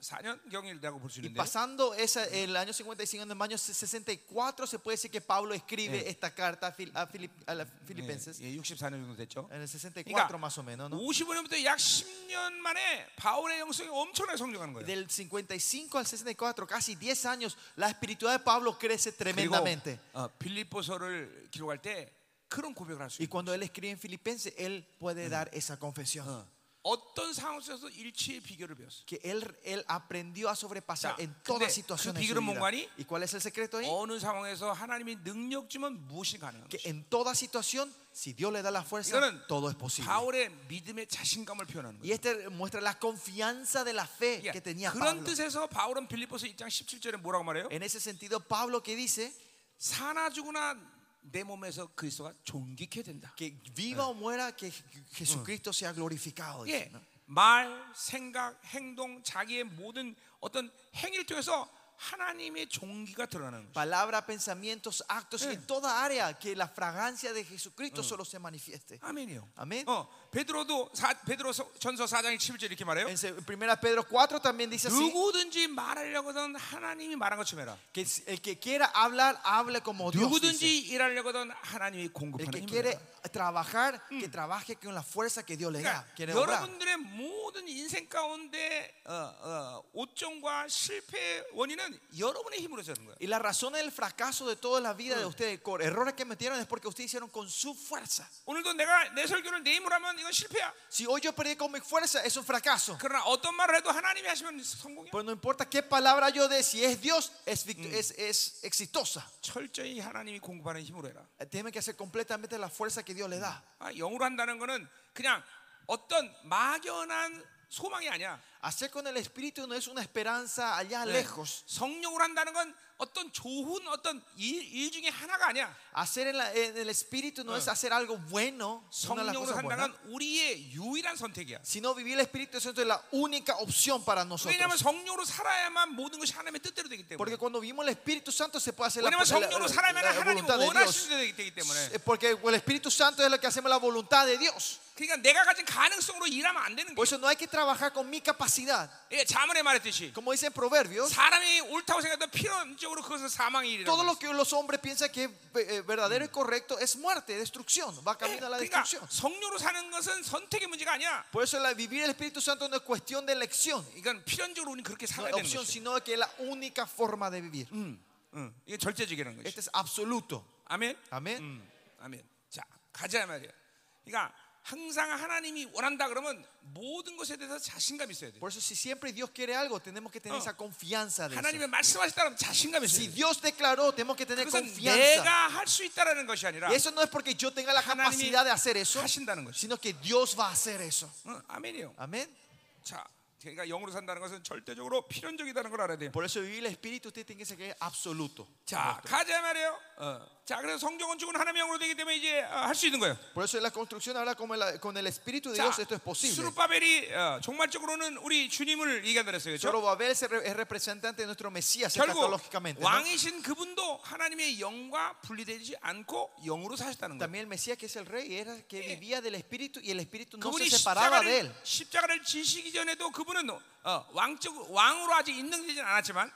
S1: 4년 경일이라고 볼 수
S2: Y
S1: 있는데
S2: pasando esa- el año 55 en el año 64 se puede decir que Pablo escribe esta carta a, Fil- a Filip- a las Filipenses
S1: 예, 64년 정도 됐죠.
S2: en el 64
S1: 그러니까
S2: más o menos,
S1: Uh.
S2: ¿no?
S1: 55년부터 약 10년 만에 바울의 영성이 엄청나게 성장하는 거예요.
S2: Del 55 al 64, casi 10 años, la espiritualidad de Pablo crece
S1: 그리고
S2: tremendamente.
S1: 어, 빌립보서를 기록할 때 그런 고백을 할 수
S2: Y
S1: 있고
S2: cuando él escribe en Filipenses, él puede dar esa confesión.
S1: Ah. 어떤 상황 속에서 일치의 비결을 배웠어.
S2: Que él, él aprendió a sobrepasar
S1: Ya,
S2: en
S1: 근데
S2: toda
S1: 그
S2: situación. en su
S1: 비결은
S2: vida.
S1: 뭔가니?
S2: ¿Y cuál es el secreto ahí?
S1: 어느 상황에서 하나님이 능력 주면 무엇이 가능한가?
S2: Que en toda situación, si Dios le da la fuerza,
S1: 이거는
S2: todo es posible.
S1: 바울의 믿음의 자신감을 표현하는
S2: Y
S1: 거예요.
S2: este muestra la confianza de la fe
S1: 예,
S2: que tenía
S1: 그런
S2: Pablo.
S1: 뜻에서 바울은 빌립보서 1장 17절에 뭐라고 말해요?
S2: En ese sentido, Pablo que dice
S1: 사나 죽으나 내 몸에서 그리스도가 존귀케 된다.
S2: que viva o muera, que Je- Jesucristo sea glorificado. dice,
S1: 예,
S2: ¿no?
S1: 말, 생각, 행동, 자기의 모든 어떤 행위를 통해서 하나님의 종기가 드러나는 거죠.
S2: Palabra, pensamientos, actos,
S1: Eh.
S2: en toda área, que la fragancia de Jesucristo solo se
S1: Ah,
S2: manifieste.
S1: 아멘이요.
S2: 아멘.
S1: 어, 베드로도 사, 베드로 전서 4장 17절 이렇게 말해요.
S2: En 1 Pedro 4 también dice así.
S1: 누구든지 말하려거든 하나님이 말한 것처럼 해라.
S2: Que es- el que quiera hablar, hable como Dios. dice.
S1: 누구든지 일하려거든 하나님이
S2: El
S1: 공급하는
S2: que
S1: 힘이라.
S2: quiere trabajar, que trabaje con la fuerza que Dios le da.
S1: 그러니까
S2: Quiere obrar.
S1: 여러분들의 모든 인생 가운데 어, 어, 오점과 실패의 원인은 여러분의 힘으로서 하는 거예요.
S2: Y la razón del fracaso de toda la vida de ustedes, con errores que metieron, es porque ustedes hicieron con su fuerza.
S1: 오늘도 내가 내 설교를 내 힘으로 하면 이건 실패야.
S2: Si hoy yo perdí con mi fuerza, es un fracaso.
S1: 그러나 어떤 말을 해도 하나님이 하시면 성공이야.
S2: Pero no importa qué palabra yo dé, si es Dios, es, vict- es, es exitosa.
S1: 철저히 하나님이 공급하는 힘으로 해라.
S2: Eh, Tienen que hacer completamente la fuerza que Dios le da.
S1: 아, 영으로 한다는 거는 그냥 어떤 막연한 소망이 아니야. 네.
S2: Hacer con el Espíritu no es una esperanza
S1: Eh.
S2: allá lejos.
S1: 성령으로 한다는 건 어떤 좋은 어떤 일, 일 중에 하나가 아니야.
S2: Hacer en, la- en el Espíritu no es hacer algo bueno, una de las
S1: 성령으로
S2: cosas
S1: 한다는
S2: buenas,
S1: 건 우리의 유일한 선택이야.
S2: sino vivir el Espíritu Santo es la única opción para
S1: 왜냐하면
S2: nosotros.
S1: 성령으로 살아야만 모든 것이 하나님의 뜻대로 되기 때문에.
S2: Porque cuando vivimos el Espíritu Santo se puede hacer la,
S1: 왜냐하면
S2: la- la-
S1: 성령으로 살아야만
S2: la
S1: 하나님
S2: voluntad de
S1: 원하시는
S2: Dios.
S1: 대로 되기- 되기 때문에.
S2: Eh, Porque el Espíritu Santo es lo que hacemos la voluntad de Dios.
S1: 그러니까 내가 가진 가능성으로 일하면 안 되는
S2: Por
S1: 거야.
S2: eso no hay que trabajar con mi capacidad.
S1: 예, 자문에 말했듯이
S2: Como dice en Proverbios,
S1: 사람이 옳다고 생각해도 필연적으로 그것은 사망의 일이라고.
S2: todo lo que los hombres piensan que es eh, verdadero y correcto es muerte, destrucción. Va
S1: 예,
S2: camino a la
S1: 그러니까
S2: destrucción.
S1: 성료로 사는 것은 선택의 문제가 아니야.
S2: Por eso la, vivir el Espíritu Santo no es cuestión de elección,
S1: 이건 필연적으로 우리는 그렇게
S2: no
S1: 살아야
S2: es
S1: 되는
S2: opción,
S1: 거지.
S2: sino que es la única forma de vivir.
S1: 응, 이게 절대적이라는 거지.
S2: Este es absoluto.
S1: 아멘.
S2: Amén.
S1: 음, 아멘. 자, 가자 말이야. 그러니까 항상 하나님이 원한다 그러면 모든 것에 대해서 자신감 이 있어야 돼.
S2: Por eso si siempre Dios quiere algo, tenemos que tener
S1: Oh.
S2: esa confianza de eso.
S1: 하나님의 말씀하시다면 자신감 이
S2: Si
S1: 있어야 돼.
S2: Dios declaró, tenemos que tener
S1: 그것은
S2: confianza.
S1: 내가 할 수 있다라는 것이 아니라
S2: Y eso no es porque yo tenga la
S1: 하나님이
S2: capacidad de hacer eso,
S1: 하신다는 것이.
S2: sino que Dios va a hacer eso.
S1: 응, 아멘이요.
S2: Amén.
S1: 자, 그러니까 영으로 산다는 것은 절대적으로 필연적이라는 걸 알아야 돼요.
S2: Por eso vivir el Espíritu, usted tiene que ser que es absoluto.
S1: 자, 가자 말이에요. 어. 자, 그래서 성경은 죽은 하나님의 영으로 되기 때문에 이제 어, 할 수 있는 거예요.
S2: Por eso en la construcción ahora con el, con el Espíritu de
S1: 자,
S2: Dios esto es posible.
S1: 수르바벨이 어, 종말적으로는 우리 주님을 얘기한다 그랬어요. 그렇죠?
S2: Zorobabel se re- es representante de nuestro Mesías
S1: 결국
S2: escatológicamente. ¿no?
S1: 왕이신 그분도 하나님의 영과 분리되지 않고 영으로 사셨다는 거예요.
S2: También el Mesías que es el rey era que
S1: Sí.
S2: vivía del Espíritu y el Espíritu no
S1: 그분이
S2: se separaba de
S1: 십자가를,
S2: él.
S1: 십자가를 지시기 전에도 그분은 어, 왕적 왕으로 아직 인정되지는 않았지만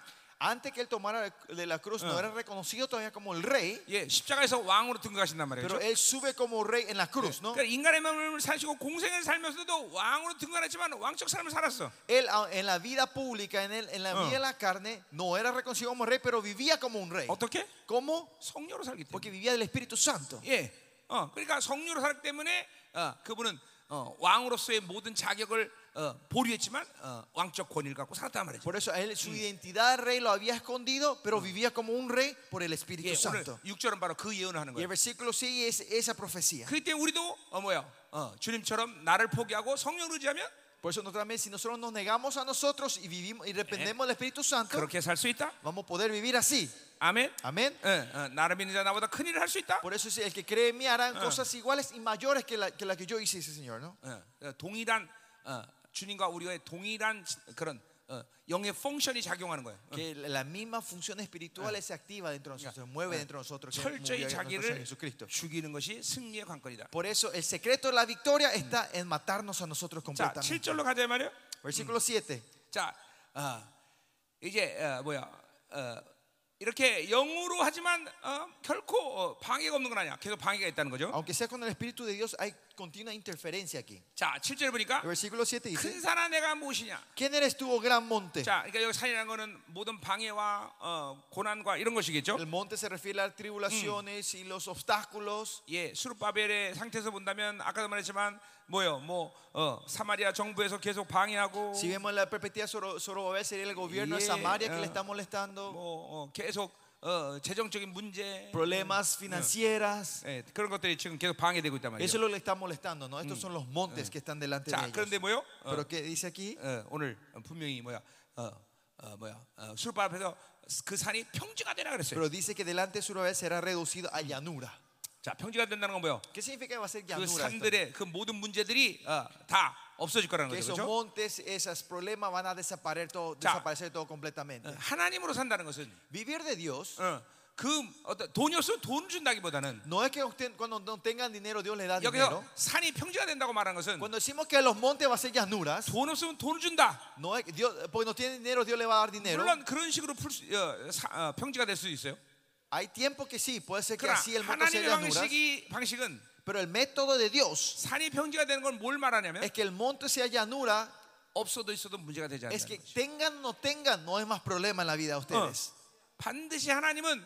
S2: Antes que él tomara de la cruz no era reconocido todavía como el rey,
S1: 예, 십자가에서 왕으로 등극하신단 말이에요.
S2: pero
S1: 그렇죠?
S2: él sube como rey en la cruz, ¿no?
S1: 그러니까 인간의 몸을 사시고 공생을 살면서도 왕으로 등극하지만 왕적 삶을 살았어.
S2: Él a- en la vida pública, en, el- en la
S1: Ah.
S2: vida de la carne, no era reconocido como rey, pero vivía como un rey.
S1: 어떻게?
S2: ¿Cómo?
S1: 성녀로 살기 때문에.
S2: Porque vivía del Espíritu Santo.
S1: 예. 어, 그러니까 성류로 살기 때문에 어, 그분은 어, 왕으로서의 모든 자격을 어, 보류했지만 어, 왕적 권위를 갖고 살았단 말이죠.
S2: Por eso a él su identidad de rey lo había escondido, pero vivía como un rey por el Espíritu
S1: 예, 오늘
S2: Santo.
S1: 6절은 바로 그 예언을 하는
S2: Y el
S1: 거예요.
S2: versículo sigue es esa profecía.
S1: 그때 우리도 어, 뭐야? 어, 주님처럼 나를 포기하고 성령을 의지하면
S2: Por eso nosotros también, si nosotros nos negamos a nosotros y vivimos y dependemos del Espíritu Santo,
S1: 그렇게 살 수 있다.
S2: vamos a poder vivir así.
S1: 아멘.
S2: Amén.
S1: 예, 어, 나를 믿는 자 나보다 큰 일을 할 수 있다.
S2: Por eso dice, el que cree en mí harán cosas iguales y mayores que la que, la que yo hice, dice el Señor, ¿no?
S1: 예, 어, 동일한 어, 주님과 우리의 동일한 그런 어, 영의 펑션이 작용하는 거예요. 어,
S2: Que la misma función espiritual se activa dentro de nosotros, se mueve dentro de nosotros. que murió
S1: 철저히
S2: en nuestro Señor
S1: 자기를
S2: Jesucristo.
S1: 죽이는 것이 승리의 관건이다.
S2: Por eso el secreto de la victoria está en matarnos a nosotros
S1: 자,
S2: completamente.
S1: 7절로 가자 말이요.
S2: Versículo 7.
S1: 자, 어, 이제 어, 뭐야? 어, 이렇게 영으로 하지만 어, 결코 어, 방해가 없는 건 아니야. 계속 방해가 있다는 거죠.
S2: Aunque sea con el Espíritu de Dios, hay continua interferencia aquí.
S1: 자, 7절 보니까
S2: El versículo 7
S1: 큰
S2: dice,
S1: 산아 내가 무엇이냐?
S2: ¿quién eres tú, oh gran monte?
S1: 자, 그러니까 여기 산이라는 거는 모든 방해와 어, 고난과 이런 것이겠죠.
S2: El monte se refiere a las tribulaciones y los obstáculos.
S1: 예, 수르바벨의 상태에서 본다면 아까도 말했지만 뭐요? 뭐 어, 사마리아 정부에서 계속 방해하고
S2: Si vemos la perspectiva de Zoro- Zorobabel, sería el gobierno de
S1: Oh. Yeah,
S2: Samaria que
S1: ah.
S2: le está molestando,
S1: 뭐 어, 계속 어, 재정적인 문제 Ah.
S2: problemas financieras.
S1: 예, 그런 것들이 지금 계속 방해되고 있단 말이에요.
S2: Eso es lo que le está molestando, ¿no?
S1: Mm.
S2: Estos son los
S1: Ah.
S2: montes que están delante de
S1: 자, 그런데
S2: ellos.
S1: 뭐요? 어,
S2: Pero que dice aquí,
S1: 어, 오늘 분명히 뭐야? 어, 어, 뭐야? 어, 수르바 앞에서 그 산이 평지가 되라 그랬어요.
S2: pero dice que delante de Zorobabel será reducido a llanura.
S1: 자, 평지가 된다는 건 뭐요?
S2: ¿Qué significa que va a ser
S1: 그
S2: llanura? esto?
S1: 산들의 그 모든 문제들이 어, 다 없어질 거라는
S2: Que
S1: 거죠.
S2: esos
S1: 그렇죠?
S2: montes, esos problemas van a desaparecer todo,
S1: Ya.
S2: desaparecer todo completamente.
S1: 어, 하나님으로 산다는 것은
S2: Vivir de Dios
S1: 어, 그 어떤 돈이 없으면 돈 준다기보다는
S2: no es que usted- cuando no tengan dinero Dios les da
S1: 여기서
S2: dinero.
S1: 산이 평지가 된다고 말한 것은
S2: Cuando decimos que los montes va a ser llanuras,
S1: 돈 없으면 돈 준다.
S2: no es, Dios, porque no tienen dinero Dios le va a dar dinero.
S1: 물론 그런 식으로 풀 수, 어, 사- 어, 평지가 될 수도 있어요.
S2: Hay tiempo que sí, puede ser que
S1: 그러나
S2: así el monte sea
S1: 하나님의
S2: llanuras,
S1: 방식이 방식은
S2: pero el método de Dios
S1: 산이 평지가 되는 건 뭘 말하냐면
S2: es que el monte sea llanura,
S1: 없어도 있어도 문제가 되지 않는
S2: es que tengan o no tengan, no es más problema en la vida de
S1: 어,
S2: ustedes.
S1: 반드시 하나님은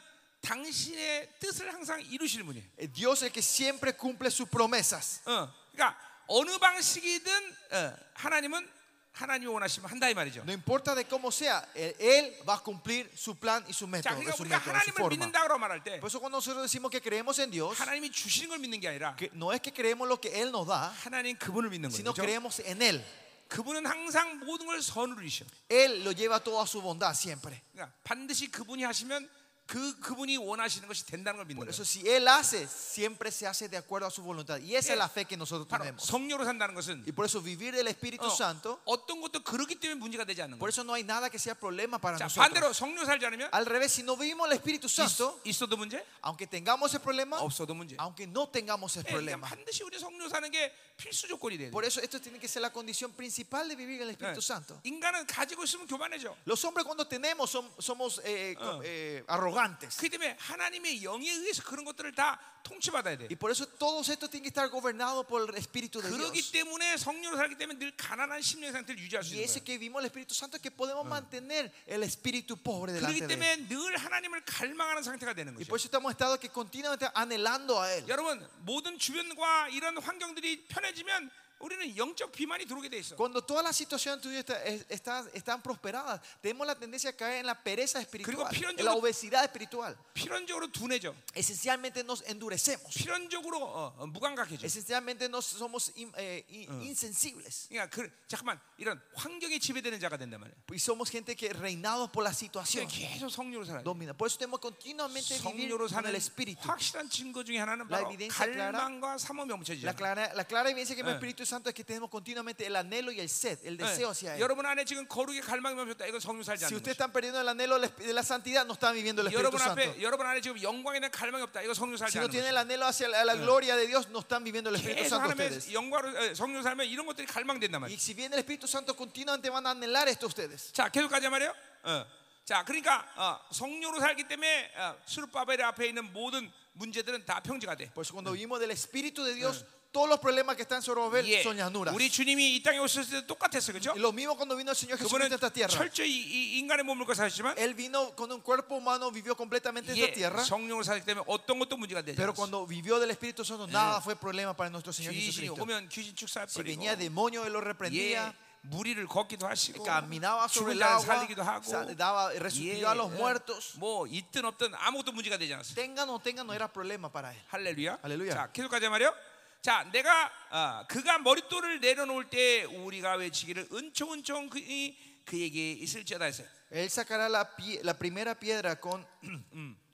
S1: 당신의 뜻을 항상 이루시는 분이에요.
S2: Eh, Dios es el que siempre cumple sus promesas.
S1: 어, 그러니까 어느 방식이든 어, 하나님은 하나님이 원하시면 한다 이 말이죠.
S2: No importa de cómo sea, eh, Él va a cumplir su plan y su
S1: 자,
S2: método, de
S1: 그러니까
S2: su,
S1: 우리가
S2: método, de su
S1: 하나님을
S2: forma.
S1: 믿는다고 말할 때
S2: Por eso cuando nosotros decimos que creemos en Dios,
S1: 하나님이 주시는 걸 믿는 게 아니라
S2: que no es que creemos lo que Él nos da,
S1: 하나님 그분을 믿는 거예요.
S2: sino
S1: 그 그죠?
S2: creemos en Él.
S1: 그분은 항상 모든 걸 선으로 이셔.
S2: Él lo lleva todo a su bondad siempre.
S1: 그러니까 반드시 그분이 하시면 그 그분이 원하시는 것이 된다는 걸 믿는
S2: Por
S1: 거예요.
S2: eso si Él hace, siempre se hace de acuerdo a su voluntad. Y esa
S1: Eh,
S2: es la fe que nosotros
S1: 바로
S2: tenemos.
S1: 성녀로 산다는 것은
S2: Y por eso vivir del Espíritu Santo,
S1: 어, 떤 것도 그렇기 때문에 문제가 되지 않는
S2: por
S1: 거예요.
S2: eso no hay nada que sea problema para
S1: 자,
S2: nosotros.
S1: 반대로 성녀 살지 않으면
S2: Al revés, si no vivimos el Espíritu Santo,
S1: 있, 있어도 문제,
S2: aunque tengamos el problema,
S1: 없어도 문제. 예,
S2: aunque no tengamos el
S1: 그러니까
S2: problema.
S1: 반드시 우리 성녀 사는 게 필수 조건이 돼요. 예.
S2: Por eso esto tiene que ser la condición principal de vivir el Espíritu Santo.
S1: 인간은 가지고 있으면 교만해져.
S2: Los hombres cuando tenemos som- somos eh, com- eh, arrogantes.
S1: 그렇기 때문에 하나님의 영에 의해서 그런 것들을 다 통치받아야 돼.
S2: Y por eso todos estos tienen que estar gobernados por el Espíritu de
S1: 그러기
S2: Dios.
S1: 때문에 성령으로 살기 때문에 늘 가난한 심령 상태를 유지할 수
S2: Y
S1: 있는
S2: ese
S1: 거예요.
S2: que vimos el Espíritu Santo es que podemos mantener el espíritu pobre delante
S1: 그렇기
S2: de él.
S1: 때문에 늘 하나님을 갈망하는 상태가 되는
S2: Y
S1: 거죠.
S2: por eso estamos estado que continuamente anhelando a él.
S1: 여러분 모든 주변과 이런 환경들이 편해지면 우리는 영적 비만이 들어오게 돼 있어.
S2: Cuando todas las situaciones tuyas está- es- están, están prosperadas, tenemos la tendencia a caer en la pereza espiritual, en la
S1: 필연적으로-
S2: obesidad espiritual.
S1: 필연적으로 둔해져.
S2: Esencialmente nos endurecemos.
S1: 필연적으로 어, 어, 무감각해져.
S2: Esencialmente nos somos in- eh, in- insensibles.
S1: 그러니까 그 잠깐만 이런 환경에 지배되는 자가 된단 말이야.
S2: Y somos gente que reinados por la situación
S1: 그러니까 계속 성령으로 살아야 돼.
S2: domina. Por eso tenemos continuamente vivir
S1: 성령으로
S2: con
S1: 사는
S2: el espíritu.
S1: 확실한 증거 중에 하나는
S2: La
S1: 바로
S2: evidencia clara-
S1: 갈망과 사모이
S2: La
S1: 멈춰지잖아.
S2: clara, la clara evidencia que el
S1: Eh.
S2: Espíritu Santo es que tenemos continuamente el anhelo y el sed,
S1: Ah.
S2: el deseo hacia Él.
S1: 네. 여러분 안에 지금 거룩의 갈망이 멈췄다. 이건 성령 살지
S2: Si
S1: 않는 거죠.
S2: ustedes están perdiendo el anhelo de la santidad, no están viviendo el Espíritu
S1: 여러분
S2: Santo.
S1: 앞에 여러분 안에 지금 영광에 대한 갈망이 없다. 이거 성령
S2: Si
S1: 살지
S2: no
S1: 않는
S2: tienen el
S1: 거죠.
S2: anhelo hacia la, la gloria de Dios, no están viviendo el Espíritu
S1: 계속
S2: Santo
S1: 하나님의
S2: ustedes.
S1: 영광으로 에, 성령 살면 이런 것들이 갈망된단
S2: Y
S1: 말이에요.
S2: si viene el Espíritu Santo, continuamente van a anhelar esto ustedes.
S1: 자 계속 가자 말이에요. 어. 자 그러니까 어, 성령으로 살기 때문에 어, 수르바벨 앞에 있는 모든 문제들은 다 평지가 돼.
S2: Por eso cuando vivimos del Espíritu de Dios, todos los problemas que están sobre Babel
S1: 예.
S2: son llanuras.
S1: 우리 주님이 이 땅에 오셨을 때도 똑같았어, 그렇죠?
S2: Y lo mismo cuando vino el Señor
S1: 그분은
S2: Jesucristo a esta tierra.
S1: 철저히 이- 이 인간의 몸을 입고 사셨지만
S2: Él vino con un cuerpo humano, vivió completamente
S1: 예,
S2: esta tierra.
S1: 성령으로 살기 때문에 어떤 것도 문제가 되지
S2: Pero
S1: 않았어.
S2: cuando vivió del Espíritu Santo, nada fue problema para nuestro Señor
S1: 귀신이
S2: Jesucristo.
S1: 오면 귀신
S2: Si
S1: 축사해버리고
S2: venía demonio, él lo
S1: 예,
S2: reprendía.
S1: 무리를 걷기도 하시고
S2: Caminaba
S1: 죽은
S2: sobre el
S1: 자를
S2: agua,
S1: 살리기도 하고
S2: sa- daba, resucitó a los
S1: 예,
S2: muertos.
S1: 뭐 있든 없든 아무것도 문제가 되지 않았어.
S2: Tengan o no tengan, no era problema para él.
S1: 할렐루야.
S2: 할렐루야.
S1: 자, 계속 가자 말이요. 자, 내가 아, 그가 머릿돌을 내려놓을 때 우리가 외치기를 은총은총 그이 그에게 있을지어다 했어요.
S2: Él sacará la, pie- la primera piedra con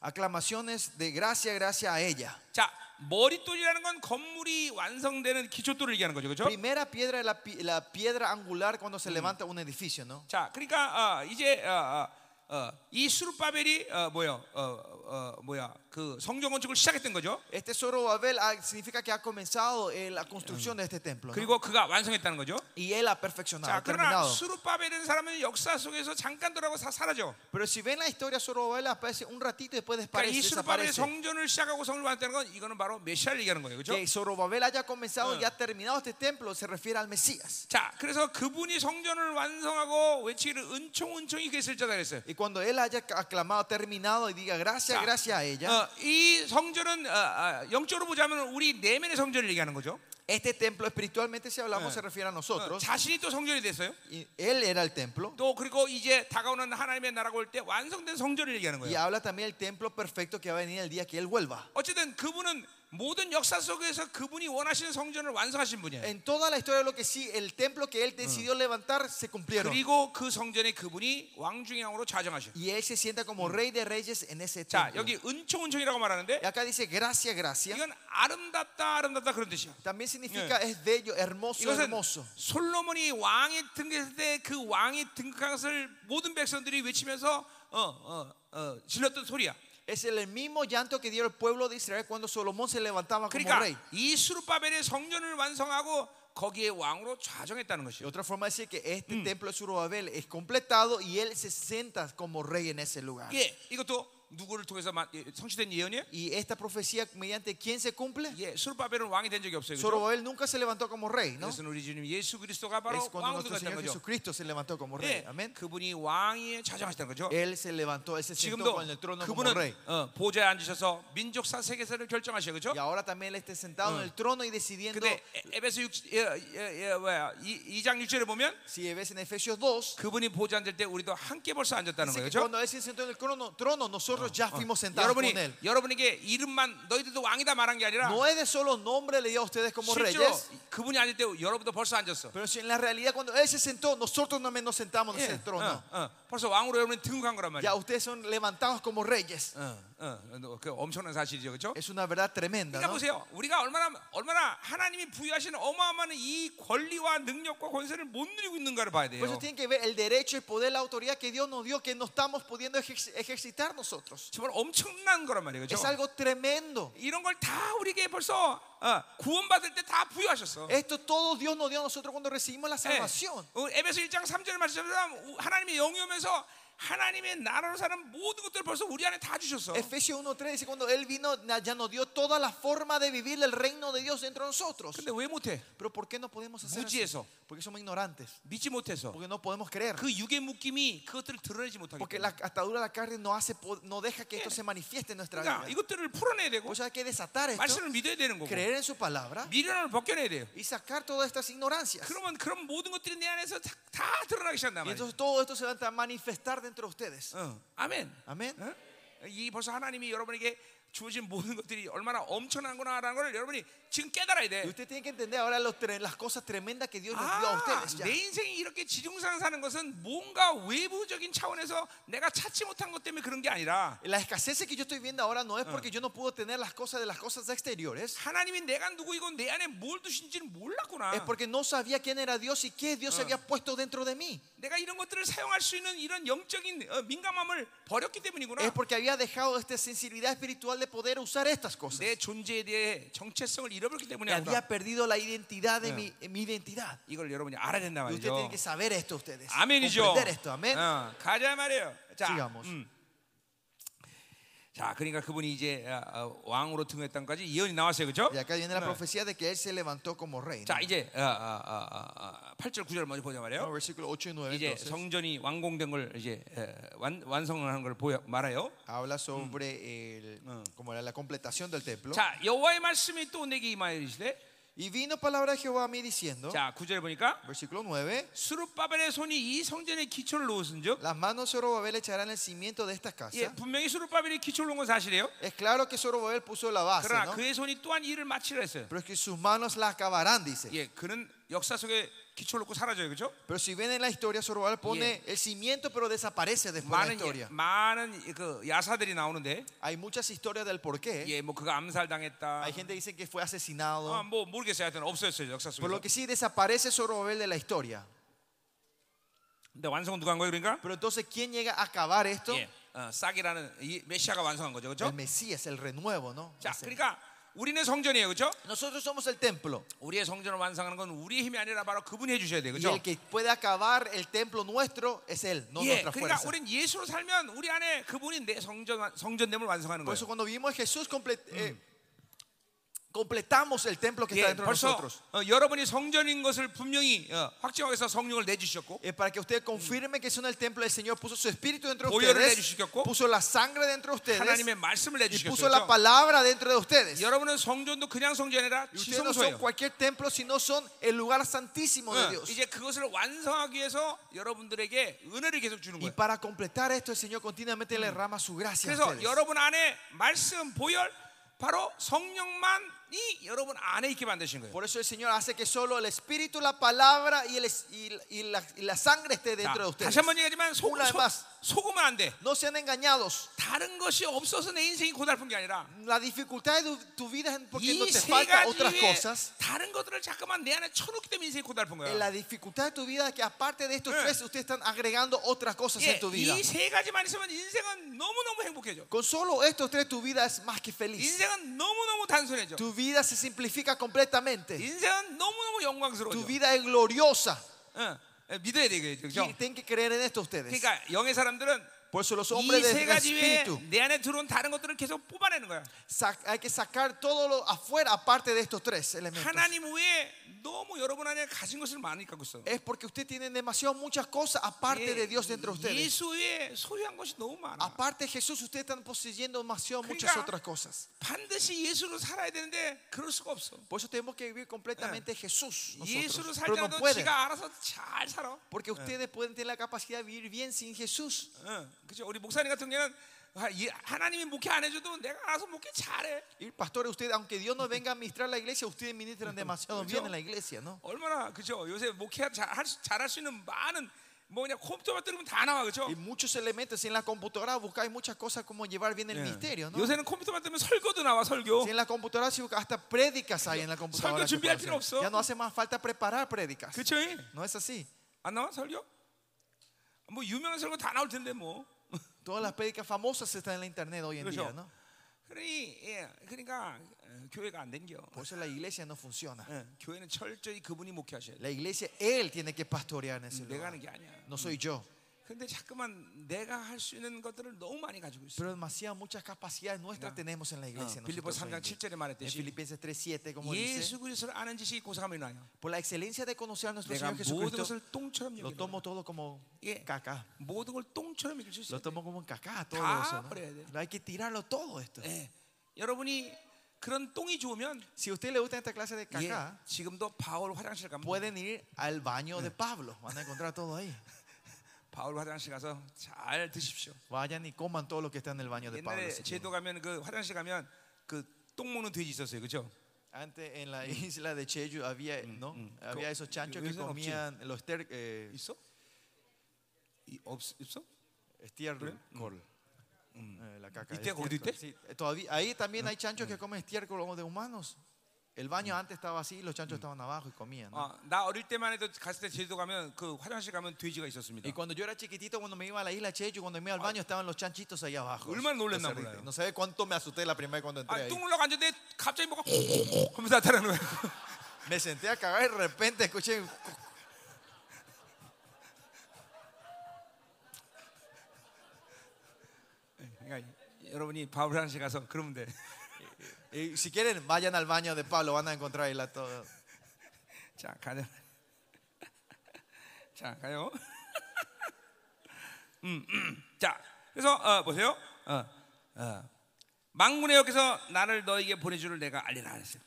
S2: aclamaciones de gracia, gracia a ella.
S1: 자, 머릿돌이라는 건 건물이 완성되는 기초돌을 얘기하는 거죠, 그렇죠?
S2: Primera piedra es Mm. la, pi- la piedra angular cuando se levanta un edificio, ¿no?
S1: 자, 그러니까 아, 이제 아, 아, 어, 이 수르바벨이 어, 뭐야, 어, 어, 뭐야, 그 성전 건축을 시작했던 거죠.
S2: Este Zorobabel ah, significa que ha comenzado eh, la construcción de este templo. ¿no?
S1: 그리고 그가 완성했다는 거죠.
S2: Y él ha perfeccionado,
S1: 자,
S2: ha
S1: 그러나
S2: terminado.
S1: 수르바벨이라는 사람은 역사 속에서 잠깐 돌아가고 사- 사라져.
S2: Pero si ven la historia, Zorobabel aparece un ratito y después
S1: 그러니까
S2: desaparece.
S1: 이 수르바벨이
S2: desaparece.
S1: 성전을 시작하고 성을 완했다는 건 이거는 바로 메시아를 얘기하는 거예요, 그렇죠?
S2: Que Zorobabel haya comenzado
S1: Ah.
S2: y ha terminado este templo se refiere al Mesías.
S1: 자, 그래서 그분이 성전을 완성하고 외치기를 은총 은총이 그랬을 자다 그랬어요.
S2: Y cuando él haya aclamado, terminado y diga gracias,
S1: 자,
S2: gracias a ella,
S1: 어, 이 성전은 어, 아, 영적으로 보자면 우리 네 내면의 성전을 얘기하는 거죠.
S2: este templo espiritualmente, si hablamos,
S1: Ah.
S2: se refiere a
S1: 어,
S2: nosotros.
S1: 자신이 또 성전이 됐어요.
S2: Y él era el templo.
S1: 또 그리고 이제 다가오는 하나님의 나라가 올 때 완성된 성전을 얘기하는
S2: Y
S1: 거예요.
S2: habla también el templo perfecto que va a venir el día que él vuelva.
S1: 어쨌든 그분은 모든 역사 속에서 그분이 원하시는 성전을 완성하신 분이에요.
S2: En toda la historia, lo que sí, el templo que él
S1: Ah.
S2: decidió levantar se cumplieron.
S1: 그리고 그 성전에 그분이 왕중왕으로 좌정하셔.
S2: Y él se sienta como rey de reyes en ese
S1: 자,
S2: templo.
S1: 여기 은총 은총이라고 말하는데
S2: Y acá dice gracias, gracias.
S1: 이건 아름답다 아름답다 그런 뜻이야.
S2: También significa es bello, hermoso,
S1: 이것은
S2: hermoso.
S1: 솔로몬이 왕에 등극했을 때 그 왕이 등극한 것을 모든 백성들이 외치면서 어, 어, 어, 질렀던 소리야.
S2: Es el mismo llanto que dio el pueblo de Israel cuando Solomón se levantaba como
S1: 그러니까
S2: rey.
S1: 이 수르바벨의 성전을 완성하고 거기에 왕으로 좌정했다는
S2: Y
S1: 것이요.
S2: otra forma de decir que este templo de Zorobabel es completado y él se sienta como rey en ese lugar.
S1: 예, 이것도 누구를 통해서 마- 예, 성취된 예언이에요?
S2: Y esta profecía, mediante quién se cumple,
S1: 예, 수르바벨은 왕이 된 적이 없어요. 그렇죠?
S2: Zorobabel nunca se levantó como rey, ¿no?
S1: 그것은 우리 주님 예수 그리스도가 바로
S2: Es cuando
S1: 왕으로
S2: nuestro
S1: 등극했다는
S2: Señor
S1: 거죠.
S2: Jesucristo se levantó como rey.
S1: 예,
S2: Amén.
S1: 그분이 왕위에 좌정하셨다는 거죠.
S2: Él se levantó, él se sentó
S1: 지금도
S2: con el trono como
S1: 그분은
S2: rey.
S1: 어, 보좌에 앉으셔서 민족사 세계사를 결정하셔 그죠?
S2: Y ahora también él está sentado en el trono y decidiendo.
S1: 근데 에- 에베소 6, 예, 예, 예, 뭐야, 2, 장 6절에 보면
S2: Si ves en Efesios 2,
S1: 그분이 보좌 앉을 때 우리도 함께 벌써 앉았다는 거예요.
S2: dice que
S1: 그죠?
S2: cuando él se sentó en el crono- trono, nosotros ya fuimos sentados con
S1: 여러분이
S2: él.
S1: 여러분에게 이름만 너희들도 왕이다 말한 게 아니라
S2: No es de solo nombre le dio a ustedes como
S1: 실제로
S2: reyes,
S1: 그분이 앉을 때 여러분도 벌써 앉았어.
S2: pero si en la realidad cuando él se sentó, nosotros también nos sentamos en
S1: 예,
S2: ese trono.
S1: 어, 어, 벌써 왕으로 여러분이 등극한 거란 말이야.
S2: Ya ustedes son levantados como reyes.
S1: 어, 어, 그 엄청난 사실이죠, 그렇죠?
S2: Es una verdad tremenda.
S1: 그러니까
S2: ¿no?
S1: 보세요. 우리가 얼마나 얼마나 하나님이 부여하시는 어마어마한 이 권리와 능력과 권세를 못 누리고 있는가를 봐야 돼요.
S2: Por eso tienen que ver el derecho, el poder, la autoridad que Dios nos dio, que no estamos pudiendo ejer- ejercitar nosotros.
S1: 정말 엄청난 거란 말이에요.
S2: Es
S1: 그렇죠?
S2: algo tremendo.
S1: 이런 걸 다 우리에게 벌써 어, 구원받을 때 다 부여하셨어.
S2: Esto todo Dios nos dio a nosotros cuando recibimos la
S1: 예.
S2: salvación.
S1: 어, 에베소 1장 3절 말씀처럼 하나님의 영이 오면서 하나님의 나라로 사는 모든 것들을 벌써 우리 안에 다 주셨어.
S2: Efesios 1.3 dice cuando Él vino na- ya nos dio toda la forma de vivir el reino de Dios dentro de nosotros.
S1: 근데 왜 못해?
S2: Pero ¿por qué no podemos hacer eso?
S1: Muchieso.
S2: Porque somos ignorantes.
S1: 믿지 못해서
S2: Porque no podemos creer.
S1: 그 육의 묶임이 그것들을 드러내지 못하기
S2: Porque
S1: 때문에
S2: la atadura de la carne no, hace, po- no deja que esto se manifieste en nuestra
S1: 그러니까
S2: vida.
S1: 이것들을 풀어내야 되고
S2: O sea, hay que desatar esto,
S1: 말씀을 믿어야 되는 거고
S2: creer en su palabra
S1: 미련을 벗겨내야 돼요.
S2: y sacar todas estas ignorancias.
S1: 그러면 그런 모든 것들이 내 안에서 다, 다 드러나기 시작한단 말이에요.
S2: Y entonces todo esto se va a manifestar dentro de ustedes.
S1: 어, 아멘.
S2: Amén.
S1: 어? 이 벌써 하나님이 여러분에게 주어진 모든 것들이 얼마나 엄청난구나라는 걸 여러분이 지금 깨달아야
S2: Y
S1: 돼.
S2: usted tiene que entender ahora lo tre- las cosas tremendas que Dios les dio
S1: 아,
S2: a ustedes. ya.
S1: 내 인생이 이렇게 지중상 사는 것은 뭔가 외부적인 차원에서 내가 찾지 못한 것 때문에 그런 게 아니라
S2: La escasez que yo estoy viendo ahora no es porque yo no puedo tener las cosas de las cosas exteriores.
S1: 하나님이 내가 누구이고 내 안에 뭘 두신지는 몰랐구나.
S2: Es porque no sabía quién era Dios y qué Dios había puesto dentro de mí.
S1: 내가 이런 것들을 사용할 수 있는 이런 영적인 어, 민감함을 버렸기 때문이구나.
S2: Es porque había dejado esta sensibilidad espiritual de poder usar estas cosas.
S1: 내 존재에 대해 정체성을 잃어버렸기
S2: Y
S1: 때문에
S2: había perdido la identidad de
S1: Yeah.
S2: mi, mi identidad.
S1: 이걸 여러분이 알아야 된다
S2: Y ustedes tienen
S1: 말이죠.
S2: que 사ber esto ustedes.
S1: 아멘이죠.
S2: Comprender esto, Ah, amén. Ah.
S1: 어, 가자 말이에요. 자,
S2: Sigamos.
S1: 음. 자, 그러니까 그분이 이제 어, 어, 왕으로 등했던까지 예언이 나왔어요, 그렇죠?
S2: Y acá viene la profecía de que él se levantó como rey.
S1: 자,
S2: ¿no?
S1: 이제 어, 어, 어, 어, 8절 9절 먼저 보자
S2: No,
S1: 말이에요.
S2: Versículo 8 y 9.
S1: 이제
S2: Entonces,
S1: 성전이 완공된 걸 이제 에, 완, 완성하는 걸 보여, 말해요.
S2: habla sobre el- como era la completación del templo.
S1: 자, 여호와의 말씀이 또 내게 임하여 이르시되,
S2: Y vino palabra de Jehová a mí diciendo,
S1: 자, 9절에 보니까
S2: versículo 9.
S1: 수르바벨의 손이 이 성전의 기초를 놓은즉,
S2: Las manos de Zorobabel echarán el cimiento de esta casa.
S1: 예, 분명히 수르바벨이 기초를 놓은 건 사실이에요.
S2: Es claro que Zorobabel puso la base,
S1: 그러나
S2: ¿no?
S1: 그의 손이 또한 일을 마치려 했어요.
S2: pero es que sus manos la acabarán, dice.
S1: 예, 그는 역사 속에 기초를 놓고 사라져요, 그렇죠?
S2: Pero si ven en la historia, Zorobabel pone el cimiento, pero desaparece después de la
S1: 많은 예,
S2: historia.
S1: 많은 그 야사들이 나오는데,
S2: Hay muchas historias del por qué.
S1: 예, 뭐 그가 암살당했다.
S2: Hay gente que dice que fue asesinado.
S1: 아, 뭐 모르겠어요. 하여튼 없어졌어요 역사 속에서.
S2: por lo que sí desaparece Zorobabel de la historia.
S1: 근데 완성은 누가 한 거예요, 그러니까?
S2: Pero entonces, ¿quién llega a acabar esto?
S1: 예. 어, 싹이라는 이 메시아가 완성한 거죠,
S2: El
S1: 그렇죠?
S2: Mesías, el renuevo, ¿no?
S1: 자,
S2: Es el-
S1: 그러니까 우리는 성전이에요, 그렇죠?
S2: Nosotros somos el templo.
S1: 우리의 성전을 완성하는 건 우리의 힘이 아니라 바로 그분이 해주셔야 돼요,
S2: Y
S1: 그렇죠?
S2: el que puede acabar el templo nuestro es Él, no
S1: 예,
S2: nuestra
S1: 그러니까
S2: fuerza.
S1: 우리는 예수로 살면 우리 안에 그분이 내 성전 성전됨을 완성하는
S2: Por eso
S1: 거예요.
S2: cuando vivimos a Jesús comple- eh, completamos el templo que
S1: 예,
S2: está dentro de
S1: 벌써
S2: nosotros.
S1: 어, 여러분이 성전인 것을 분명히 어, 확정하기 위해서 성령을 내주셨고
S2: Eh, para que ustedes confirmen que son el templo del Señor, puso su espíritu dentro de
S1: Pode를
S2: ustedes,
S1: 내주시겠고,
S2: puso la sangre dentro de ustedes
S1: 하나님의 말씀을
S2: y
S1: 내주셨죠.
S2: puso la palabra dentro de ustedes.
S1: 여러분은 성전도 그냥 성전이 아니라
S2: Y ustedes no son
S1: 지성소예요.
S2: cualquier templo, sino son el lugar santísimo de
S1: 응,
S2: Dios.
S1: 네. 이제 그것을 완성하기 위해서 여러분들에게 은혜를 계속 주는
S2: Y
S1: 거예요.
S2: para completar esto, el Señor continuamente le derrama su gracia. a
S1: 그래서
S2: ustedes.
S1: 여러분 안에 말씀 보혈 바로 성령만이 여러분 안에 있게 만드신 거예요.
S2: Por eso el Señor hace que solo el Espíritu, la palabra y, el es- y la- y la, y la sangre esté
S1: 자,
S2: dentro de ustedes.
S1: 다시 한 번 얘기하지만 속,
S2: Una vez
S1: 속,
S2: más.
S1: 속으면 안 돼.
S2: No sean engañados.
S1: 다른 것이 없어서 내 인생이 고달픈 게 아니라
S2: La dificultad de tu- tu vida es porque no
S1: 이
S2: te
S1: 세
S2: falta
S1: 가지
S2: otras
S1: 외에
S2: cosas.
S1: 다른 것들을 잠깐만 내 안에 쳐놓기 때문에 인생이 고달픈
S2: En la
S1: 거야.
S2: dificultad de tu vida es que aparte de estos
S1: Eh.
S2: tres, ustedes están agregando otras cosas en tu vida.
S1: 예, 이 세 가지만 있으면 인생은 너무 너무 행복해져.
S2: Con solo estos tres, tu vida es más que feliz.
S1: 인생은 너무 너무 단순해져.
S2: Tu vida se simplifica completamente.
S1: 인생은 너무 너무
S2: Tu
S1: 영광스러워져.
S2: vida es gloriosa.
S1: 응, 믿어야 되겠죠.
S2: Y
S1: 그죠?
S2: tienen que creer en esto ustedes.
S1: 그러니까 영의 사람들은
S2: Por eso los
S1: 이
S2: hombres
S1: 세
S2: del
S1: 가지 외에
S2: Espíritu
S1: 내 안에 들어온 다른 것들을 계속 뽑아내는 거야.
S2: sac- hay que sacar todo lo afuera aparte de estos tres elementos.
S1: 하나님 외에 너무 여러분 안에 가진 것을 많이 갖고 있어.
S2: Es porque usted tiene demasiado muchas cosas aparte de Dios dentro de ustedes.
S1: 예수 외에 소유한 것이 너무 많아.
S2: Aparte de Jesús, ustedes están poseyendo demasiado muchas
S1: Kanga.
S2: otras cosas.
S1: 반드시 예수로 살아야 되는데 그럴 수가 없어. 어,
S2: Por eso tenemos que vivir completamente Jesús.
S1: 예수로
S2: Eh, Nosotros. Pero no Eh.
S1: 살더라도
S2: pueden.
S1: 지가 알아서 잘 살아.
S2: Porque ustedes pueden tener la capacidad de vivir bien sin Jesús.
S1: 응, 어, 그죠? 우리 목사님 같은 경우는 하- 예, 하나님이 목회 안 해줘도 내가 알아서 목회 잘해.
S2: Y pastores, ustedes, aunque Dios no venga a administrar la iglesia, ustedes ministran demasiado bien en la iglesia, ¿no?
S1: 얼마나 그죠? 요새 목회 잘, 할 수- 잘할 수 있는 많은 뭐 그냥 컴퓨터만 뜨면 다 나와 그죠?
S2: Y muchos elementos en la computadora buscáis muchas cosas como llevar bien el
S1: 예.
S2: ministerio, ¿no?
S1: 요새는 컴퓨터만 뜨면 설교도 나와 설교.
S2: Si en la computadora si buscas, hasta prédicas hay en la computadora. que
S1: 준비할
S2: puedes
S1: 필요
S2: hacer.
S1: 없어.
S2: Ya no hace más falta preparar prédicas.
S1: 그쵸? 예?
S2: No es así.
S1: 안 나와 설교? 뭐 유명한 설교 다 나올 텐데 뭐.
S2: Todas las prédicas famosas están en la internet hoy en día,
S1: 그렇죠?
S2: ¿no?
S1: 그러니 예, 그러니까 어, 교회가 안 된겨.
S2: Por eso la iglesia no funciona.
S1: 예, 교회는 철저히 그분이 목회하셔야 돼.
S2: La iglesia, él tiene que pastorear en ese
S1: 내가
S2: lugar.
S1: 하는 게 아니야.
S2: No soy yo.
S1: 근데 자꾸만 내가 할 수 있는 것들을 너무 많이 가지고 있어. 어,
S2: Pero demasiadas muchas capacidades nuestras tenemos en la iglesia.
S1: 빌리포
S2: nosotros hoy
S1: 3장
S2: en día.
S1: 7절에
S2: En
S1: 말했듯이
S2: Filipenses 3.7, como dice,
S1: 예수 그리스도를 아는 지식이 고상함이 나요.
S2: por la excelencia de conocer a nuestro
S1: 내가
S2: Señor
S1: 모든
S2: Jesucristo,
S1: 것을 똥처럼
S2: lo
S1: 여기고
S2: tomo todo como
S1: 예.
S2: caca.
S1: 모든 걸 똥처럼 여길 수
S2: Lo
S1: 있어요.
S2: tomo como un caca, todo
S1: 다
S2: eso. ¿no?
S1: 버려야 돼.
S2: Hay que tirarlo todo esto.
S1: 예. 여러분이 그런 똥이 좋으면
S2: Si a usted le gusta esta clase de
S1: 예,
S2: caca,
S1: 지금도 바울 화장실 가면
S2: pueden ir al baño de Pablo. Van a encontrar todo ahí.
S1: 바울 화장실 가서 잘 드십시오.
S2: Vayan y coman todo lo que está en el
S1: 네,
S2: baño de Pablo.
S1: 옛날에
S2: señor.
S1: 제도 가면 그 화장실 가면 그 똥 먹는 돼지 있었어요. 그죠?
S2: Antes en la isla de Cheju había, ¿no? había
S1: Co-
S2: esos chanchos
S1: yo-
S2: que
S1: yo- yo-
S2: comían los ter- eh,
S1: 있어? 네. 이- 없 있어?
S2: estiércol. Mm. Eh, la caca.
S1: ¿Y te
S2: estiércol.
S1: acordiste?
S2: Sí, eh, todavía, ahí también hay chanchos que comen estiércol como de humanos. El baño antes estaba así, los chanchos estaban abajo y comían. ¿no?
S1: 아, 나 어릴 때만 해도 갔을 때 제주도 가면 그 화장실 가면 돼지가 있었습니다.
S2: Y cuando yo era chiquitito, cuando me iba a la isla Cheju, cuando me iba al baño, estaban los chanchitos ahí abajo.
S1: 얼마나
S2: Los
S1: 놀랬나
S2: cerditos.
S1: 몰라요.
S2: No Ah, sabe cuánto me asusté la primera vez cuando entré
S1: 아,
S2: ahí.
S1: 똥 놀라고 앉았는데 갑자기 뭐가 하면서 나타나는 거예요.
S2: Me senté a cagar y de repente escuché.
S1: 그러니까 여러분이 바울 화장실 가서 그러면 돼.
S2: Y si quieren, vayan al baño de Pablo, van a encontrar ahí la todo.
S1: 자, 가자. 자, 가요. 음, 음. 자, 그래서 어, 보세요. 어, 어. 망군의 여께서 나를 너에게 보내주를 내가 알리라 했어요.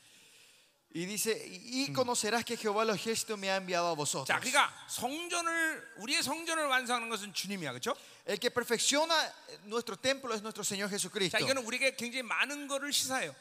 S2: Y dice, y conocerás que Jehová los ejércitos me ha enviado a
S1: 자,
S2: vosotros.
S1: 그러니까 성전을 우리의 성전을 완성하는 것은 주님이야, 그렇죠?
S2: El que perfecciona nuestro templo es nuestro Señor
S1: 자,
S2: Jesucristo.
S1: 이거는 우리에게 굉장히 많은 것을 시사해요.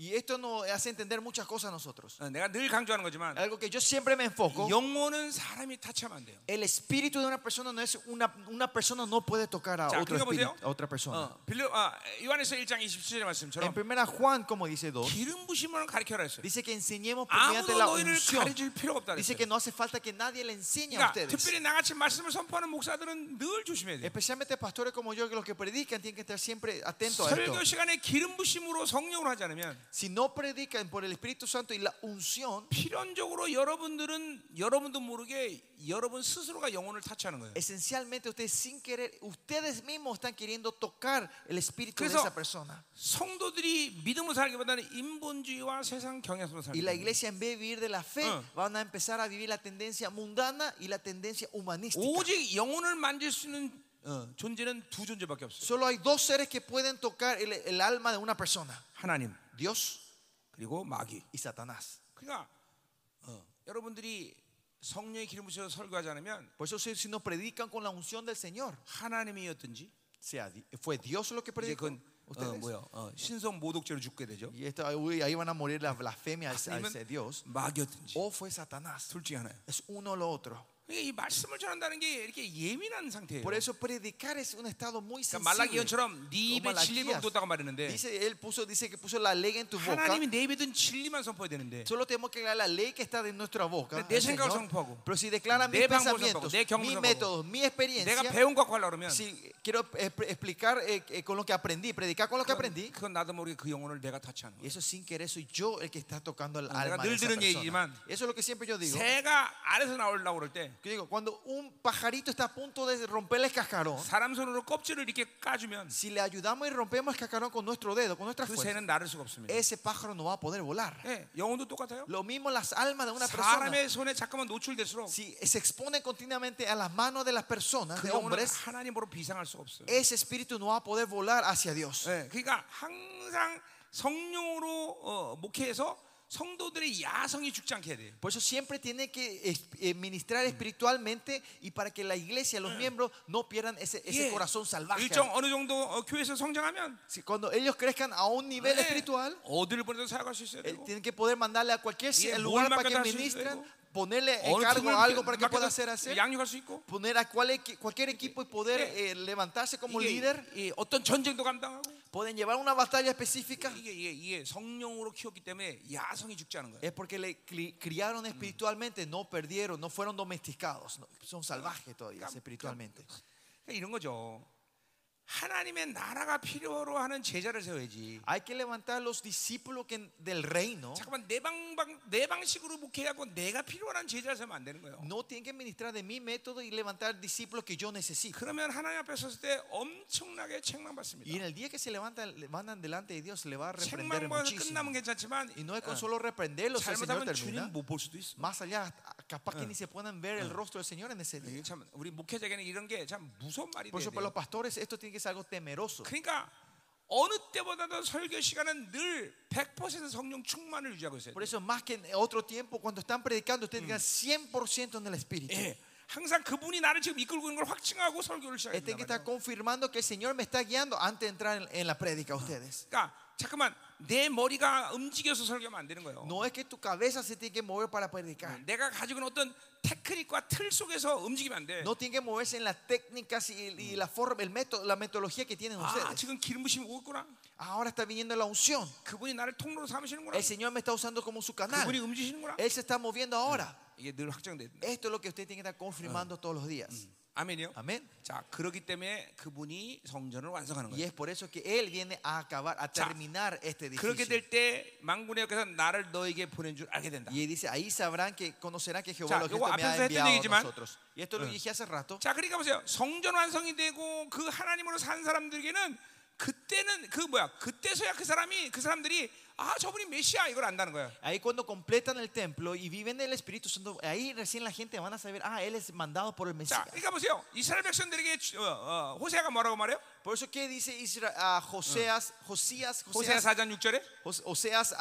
S2: Y esto nos hace entender muchas cosas a nosotros.
S1: 어, 내가 늘 강조하는 거지만
S2: Algo que yo siempre me enfoco.
S1: 영혼은 사람이 타치하면 안 돼요.
S2: El espíritu de una persona no es una, una persona no puede tocar a,
S1: 자,
S2: otro
S1: 그러니까
S2: espíritu,
S1: 보세요.
S2: a otra persona.
S1: 어, 빌립- 아, 요한에서 1장 27절의
S2: En
S1: 말씀처럼
S2: primera Juan, como dice 2,
S1: 기름 부심을 가르쳐라 했어요.
S2: dice que enseñemos por mediante
S1: 아무도
S2: la
S1: 너희를
S2: unción.
S1: 가르칠 필요가 없다
S2: Dice
S1: 그랬어요.
S2: que no hace falta que nadie le enseñe
S1: 그러니까
S2: a ustedes.
S1: 특별히 나같이 말씀을 선포하는 목사들은 늘 조심해야 돼요.
S2: Especialmente pastores como yo, que los que predican tienen que estar siempre atentos a esto.
S1: 설교 시간에 기름 부심으로 성령으로 하지 않으면
S2: Si no predican por el Espíritu Santo y la unción,
S1: 필연적으로 여러분들은 여러분도 모르게 여러분 스스로가 영혼을 타치하는 거예요.
S2: esencialmente ustedes sin querer, ustedes mismos están queriendo tocar el espíritu de
S1: 그래서
S2: esa persona.
S1: 성도들이 믿음으로 살기보다는 인본주의와 세상 경향성으로
S2: Y la
S1: 살기.
S2: iglesia en vez de vivir de la fe,
S1: Ah.
S2: van a empezar a vivir la tendencia mundana y la tendencia humanística.
S1: 오직 영혼을 만질 수 있는 어, 존재는 두 존재밖에 없어요.
S2: Solo hay dos seres que pueden tocar el, el alma de una persona,
S1: 하나님
S2: Dios
S1: 그리고 마귀.
S2: y Satanás.
S1: 그러니까 어, 여러분들이 성령의 기름 부셔서 설교하지 않으면
S2: Por eso si, si nos predican con la unción del Señor,
S1: 하나님이었든지
S2: sea, di- fue Dios lo que
S1: 이제
S2: predicó
S1: 그건 어,
S2: ustedes.
S1: 뭐야 어, 신성 모독죄로 죽게 되죠.
S2: y esto- uy, ahí van a morir las blasfemias a
S1: 아니면
S2: ese Dios.
S1: 마귀였든지
S2: O fue Satanás.
S1: 둘 중에 하나예요.
S2: Es uno o lo otro.
S1: 그러니까 어? 이 말씀을 전한다는 게 이렇게 예민한 상태예요.
S2: Por eso predicar es un estado muy
S1: 그러니까 말라기
S2: sensible.
S1: 예언처럼 네 입에
S2: Como
S1: 진리가
S2: Malaquías.
S1: 묻었다고 네 말했는데
S2: Dice, él puso, dice que puso la ley en tu boca.
S1: 하나님이 내 입에 든 진리만 선포해야 되는데
S2: Solo tenemos que aclarar la ley que está en nuestra boca.
S1: 내
S2: al
S1: 생각을
S2: Señor.
S1: 선포하고,
S2: Pero si declara
S1: 내
S2: mis
S1: 방법을
S2: pensamientos,
S1: 선포하고, 내 경험을
S2: mis
S1: 선포하고,
S2: métodos, mi
S1: 내가
S2: experiencia,
S1: 배운 거 갖고 하려면
S2: si quiero eh, pre- explicar eh, eh, con lo que aprendí, predicar con lo que aprendí,
S1: 그건 나도 모르게 그 영혼을 내가 타치하는
S2: y
S1: 거예요.
S2: eso sin querer soy yo el que está tocando el
S1: 내가
S2: alma de
S1: 늘
S2: esa
S1: 들은
S2: persona.
S1: 얘기지만,
S2: Eso es lo que siempre yo digo.
S1: 새가 알에서 나오려고 그럴 때
S2: Que digo, cuando un pajarito está a punto de romper el cascarón,
S1: 사람 손으로 껍질을 이렇게 까주면
S2: si le ayudamos y rompemos el cascarón con nuestro dedo, con nuestra
S1: 그
S2: fuerza,
S1: 새는 나를 수가 없습니다.
S2: ese pájaro no va a poder volar.
S1: 예, 영혼도 똑같아요.
S2: Lo mismo las almas de una persona.
S1: 사람의 손에 잠깐만 노출될수록
S2: Si se expone continuamente a las manos de las personas,
S1: 그
S2: de
S1: 영혼은
S2: hombres,
S1: 하나님으로 비상할 수가 없어요.
S2: ese espíritu no va a poder volar hacia Dios.
S1: 예, 그러니까 항상 성령으로 어, 목회해서 성도들의 야성이 죽지 않게 해야 돼요.
S2: Por eso siempre tiene que es- eh, ministrar espiritualmente y para que la iglesia, los miembros, no pierdan ese, ese
S1: 예,
S2: corazón salvaje.
S1: 일정 어느 정도 어, 교회에서 성장하면
S2: Si cuando ellos crezcan a un nivel
S1: 예,
S2: espiritual,
S1: 어디를 보내도 사역할 수 있어야
S2: eh,
S1: 되고
S2: tienen que poder mandarle a cualquier
S1: Y el
S2: lugar
S1: buen
S2: para que
S1: marketing hace
S2: ministren,
S1: luego.
S2: ponerle eh,
S1: 어느
S2: cargo
S1: 팀을
S2: a algo para que pueda
S1: 맡겨도
S2: hacer hacer,
S1: 양육할 수 있고
S2: poner a cual equi- cualquier equipo y poder
S1: Eh,
S2: eh, levantarse como
S1: 이게
S2: líder,
S1: 이 어떤 전쟁도 감당하고
S2: pueden llevar una batalla específica.
S1: 이게, 이게, 이게 성령으로 키웠기 때문에 야성이 죽지 않은 거예요.
S2: Es porque le cri- criaron espiritualmente, no perdieron, no fueron domesticados, no- son salvajes todavía
S1: Cam-
S2: espiritualmente.
S1: 그러니까 이런 거죠. 하나님의 나라가 필요로 하는 제자를 세워야지.
S2: Hay que levantar los discípulos que- del reino.
S1: 잠깐만 내 방방 내 방식으로 목회하고 내가 필요한 제자를 세우면 안 되는 거예요.
S2: No tienen que ministrar de mi método y levantar discípulos que yo necesito.
S1: 그러면 하나님 앞에 섰을 때 엄청나게 책망받습니다.
S2: Y en el día que se levantan, le- mandan delante de Dios, le va a reprender
S1: 책망받아서
S2: muchísimo.
S1: 끝나면 괜찮지만
S2: Y no es con solo reprenderlos, el Señor
S1: 잘못하면 주님
S2: termina.
S1: 못 볼 수도 있어.
S2: Más allá, capaz que ni se puedan ver el rostro del Señor en ese día.
S1: 이게 참 우리 목회자에게는 이런 게 참 무서운 말이
S2: Por eso, para
S1: 돼요.
S2: los pastores, esto tiene que ser algo temeroso.
S1: 그러니까 어느 때보다도 설교 시간은 늘 100% 성령 충만을 유지하고 있어요.
S2: Por eso, más que en otro tiempo, cuando están predicando, ustedes tengan 100% en el Espíritu.
S1: 예. 항상 그분이 나를 지금 이끌고 있는 걸 확증하고 설교를 시작해요.
S2: Este que está confirmando que el Señor me está guiando antes de entrar en, en la prédica a ustedes.
S1: 그러니까 잠깐만 내 머리가 움직여서 설교하면 안 되는 거예요. 음,
S2: No es que tu cabeza se tiene que mover para predicar.
S1: 내가 가지고 있는 어떤 테크닉과 틀 속에서 움직이면 안 돼.
S2: No tiene que moverse en las técnicas y, y la forma, el método, la metodología que tienen
S1: 아,
S2: ustedes.
S1: 지금 기름 부심 오고 있구나.
S2: Ahora está viniendo la unción.
S1: 그분이 나를 통로로 삼으시는구나.
S2: El Señor me está usando como su
S1: 그분이
S2: canal.
S1: 움직이시는구나.
S2: Él se está moviendo ahora.
S1: 이게 늘 확정돼.
S2: Esto es lo que usted tiene que estar confirmando todos los
S1: Mm.
S2: días.
S1: 아멘이요.
S2: Amén.
S1: 자, 그렇기 때문에 그분이 성전을 완성하는
S2: Y
S1: 거예요.
S2: es por eso que Él viene a acabar, a terminar este
S1: 그렇게
S2: edificio.
S1: 될 때 망군의 여께서 나를 너에게 보낸 줄 알게 된다.
S2: Y dice, ahí sabrán que conocerán que
S1: 자,
S2: Jehová los
S1: 요거
S2: me ha
S1: 앞에서 했던
S2: enviado a
S1: 얘기지만,
S2: nosotros. Y esto lo dije hace rato.
S1: 자, 그러니까 보세요. 성전 완성이 되고 그 하나님으로 산 사람들에게는 그때는 그 뭐야? 그때서야 그 사람이 그 사람들이 아, 저분이 메시아 이걸 안다는 거야.
S2: Ahí cuando completan el templo y viven el Espíritu Santo, ahí recién la gente van a saber, ah, él es mandado por el
S1: 자,
S2: Mesías.
S1: 그러니까 보세요. 이스라엘 백성들에게 주- 어, 어, 호세아가 뭐라고 말해요?
S2: Por eso que dice Isra- a Joseas, Mm. Josías, ah. Mm.
S1: 호세아
S2: Joseas,
S1: 4장 6절에
S2: Jos- Oseas a,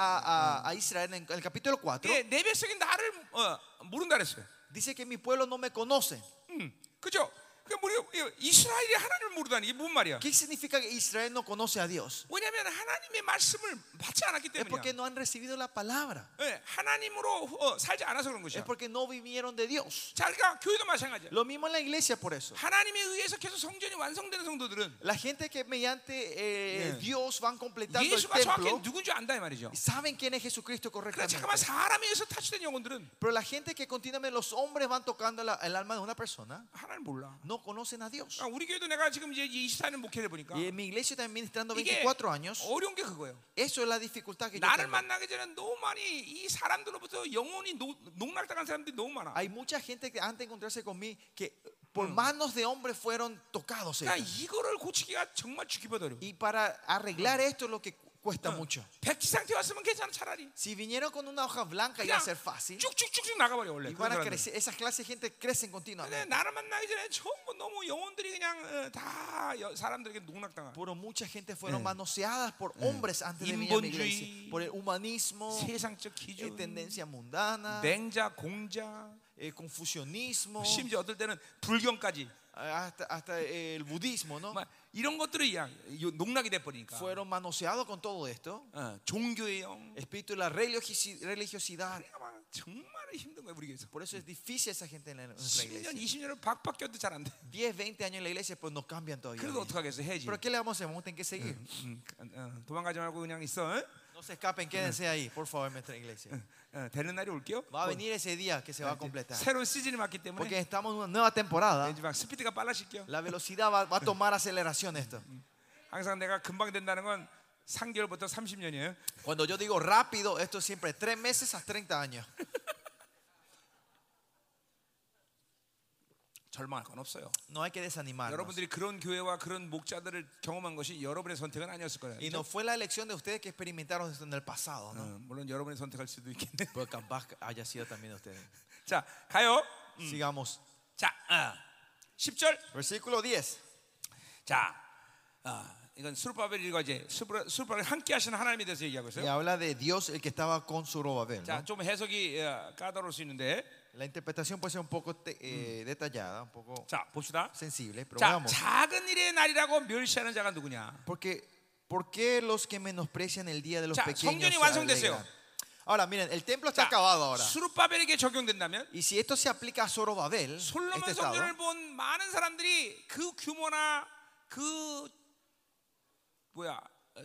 S2: a- a Israel en el capítulo 4,
S1: 예, 내 백성이 나를 어, 모른다 그랬어요.
S2: dice que mi pueblo no me conoce.
S1: 음, 그죠? 그러니까 우리가 이스라엘이 하나님을 모르다니 이게 무슨 말이야?
S2: ¿Qué significa que Israel no conoce a Dios?
S1: 왜냐하면 하나님의 말씀을 받지 않았기
S2: Es porque
S1: 때문이야.
S2: no han recibido la palabra.
S1: 예, 하나님으로 어, 살지 않아서 그런
S2: Es
S1: 것이야.
S2: porque no vivieron de Dios.
S1: 자, 그러니까 교회도 마찬가지야.
S2: Lo mismo en la iglesia por eso.
S1: 하나님에 의해서 계속 성전이 완성되는 성도들은
S2: La gente que mediante eh,
S1: Yeah.
S2: Dios van completando el
S1: 예수가 정확히
S2: templo
S1: 누군지 안다 이 말이죠.
S2: saben quién es Jesucristo
S1: 그러나
S2: correctamente.
S1: 잠깐만 사람에 의해서 타치된 영혼들은
S2: Pero la gente que continuamente los hombres van tocando la- el alma de una persona
S1: 하나님 몰라.
S2: no conocen a Dios.
S1: 그러니까 우리 교회도 내가 지금 이제 24년 목회를 보니까
S2: Y en mi iglesia está ministrando
S1: 예, 이게
S2: 24 años.
S1: 어려운 게 그거예요.
S2: Eso es la dificultad que yo
S1: 나를
S2: tengo.
S1: 만나기 전에 너무 많이 이 사람들로부터 영혼이 노- 농락당한 사람들이 너무 많아.
S2: Hay mucha gente que antes de encontrarse conmigo que por manos de hombres fueron tocados.
S1: 그러니까
S2: ellos.
S1: 이거를 고치기가 정말 죽기보다려.
S2: Y para arreglar esto es lo que cuesta mucho.
S1: 백지 상태 왔으면 괜찮아 차라리.
S2: Si vinieron con una hoja blanca iba
S1: 그냥
S2: a ser fácil.
S1: 쭉쭉쭉쭉 나가버려 원래.
S2: Y van a
S1: 그런 사람들은.
S2: crecer, esas clases de gente crecen
S1: 근데
S2: continuamente.
S1: 나를 만나기 전에 전부 너무 영혼들이 그냥 어, 다 여- 사람들에게 농락당한.
S2: Pero mucha gente fueron manoseadas por hombres antes de venir a mi
S1: Inbonjuí.
S2: iglesia. Por el humanismo,
S1: 뭐 세상적
S2: eh,
S1: 기준,
S2: tendencia mundana,
S1: 냉자, 공자,
S2: eh, confusionismo, eh,
S1: 심지어 어떨 때는 불경까지.
S2: hasta, hasta eh, el budismo, ¿no?
S1: 막 이런 것들이 야, 요- 농락이 돼버리니까.
S2: Fueron manoseados con todo esto.
S1: 어, 종교의 영.
S2: Espíritu de la religiosi- religiosidad.
S1: 그러니까 막 정말 힘든 거예요 우리 교회에서.
S2: Por eso es difícil esa gente en la- en nuestra
S1: 10년,
S2: iglesia.
S1: 20년을 박박 껴도 잘 안 돼.
S2: 10, 20 años en la iglesia, pues no cambian todavía.
S1: 뭐 그래도 어떡하겠어 해야지.
S2: Pero ¿qué le vamos a hacer? Vamos a tener que seguir.
S1: 음, 어, 도망가지 말고 그냥 있어. 어?
S2: No se escapen, quédense ahí, por favor, en nuestra iglesia.
S1: 어, 되는 날이 올게요.
S2: Va a
S1: 어,
S2: venir ese día que se va a completar.
S1: 새로운 시즌이 왔기 때문에
S2: Porque estamos en una nueva temporada.
S1: 왠지 막 스피드가 빨라질게요.
S2: La velocidad va, va a tomar aceleración esto.
S1: 항상 내가 금방 된다는 건 3개월부터 30년이에요.
S2: Cuando yo digo rápido, esto es siempre 3 meses a 30 años.
S1: 절망할 건 없어요.
S2: No hay que desanimarnos.
S1: 아, 여러분들이 그런 교회와 그런 목자들을 경험한 것이 여러분의 선택은 아니었을 거예요.
S2: Y no fue la elección de ustedes que experimentaron esto en el pasado,
S1: 어,
S2: ¿no?
S1: 물론 여러분의 선택할 수도 있겠네.
S2: Pero Pues capaz que haya sido también de ustedes.
S1: 자, 가요.
S2: Mm. Sigamos.
S1: 자, 어, 10절.
S2: Versículo 10.
S1: 자, 어, 이건 수르바벨 읽어지. 수르바벨 함께 하시는 하나님에 대해서 얘기하고
S2: Y
S1: 있어요.
S2: habla de Dios el que estaba con Zorobabel.
S1: 자,
S2: ¿no?
S1: 좀 해석이 어, 까다로울 수 있는데.
S2: La interpretación puede ser un poco te- eh, detallada, un poco
S1: 자, 봅시다.
S2: sensible, pero
S1: 자,
S2: vamos.
S1: 작은 일의 날이라고 멸시하는 자가 누구냐?
S2: Porque, ¿por qué los que menosprecian el día de los
S1: 자, 성전이
S2: pequeños? se
S1: 완성됐어요.
S2: alegran? Ahora, miren, el templo está
S1: 자,
S2: acabado ahora.
S1: 수르바벨에게 적용된다면
S2: Y si esto se aplica a Zorobabel, este
S1: 솔로몬
S2: estado,
S1: 성전을 본 많은 사람들이 그 규모나 그 뭐야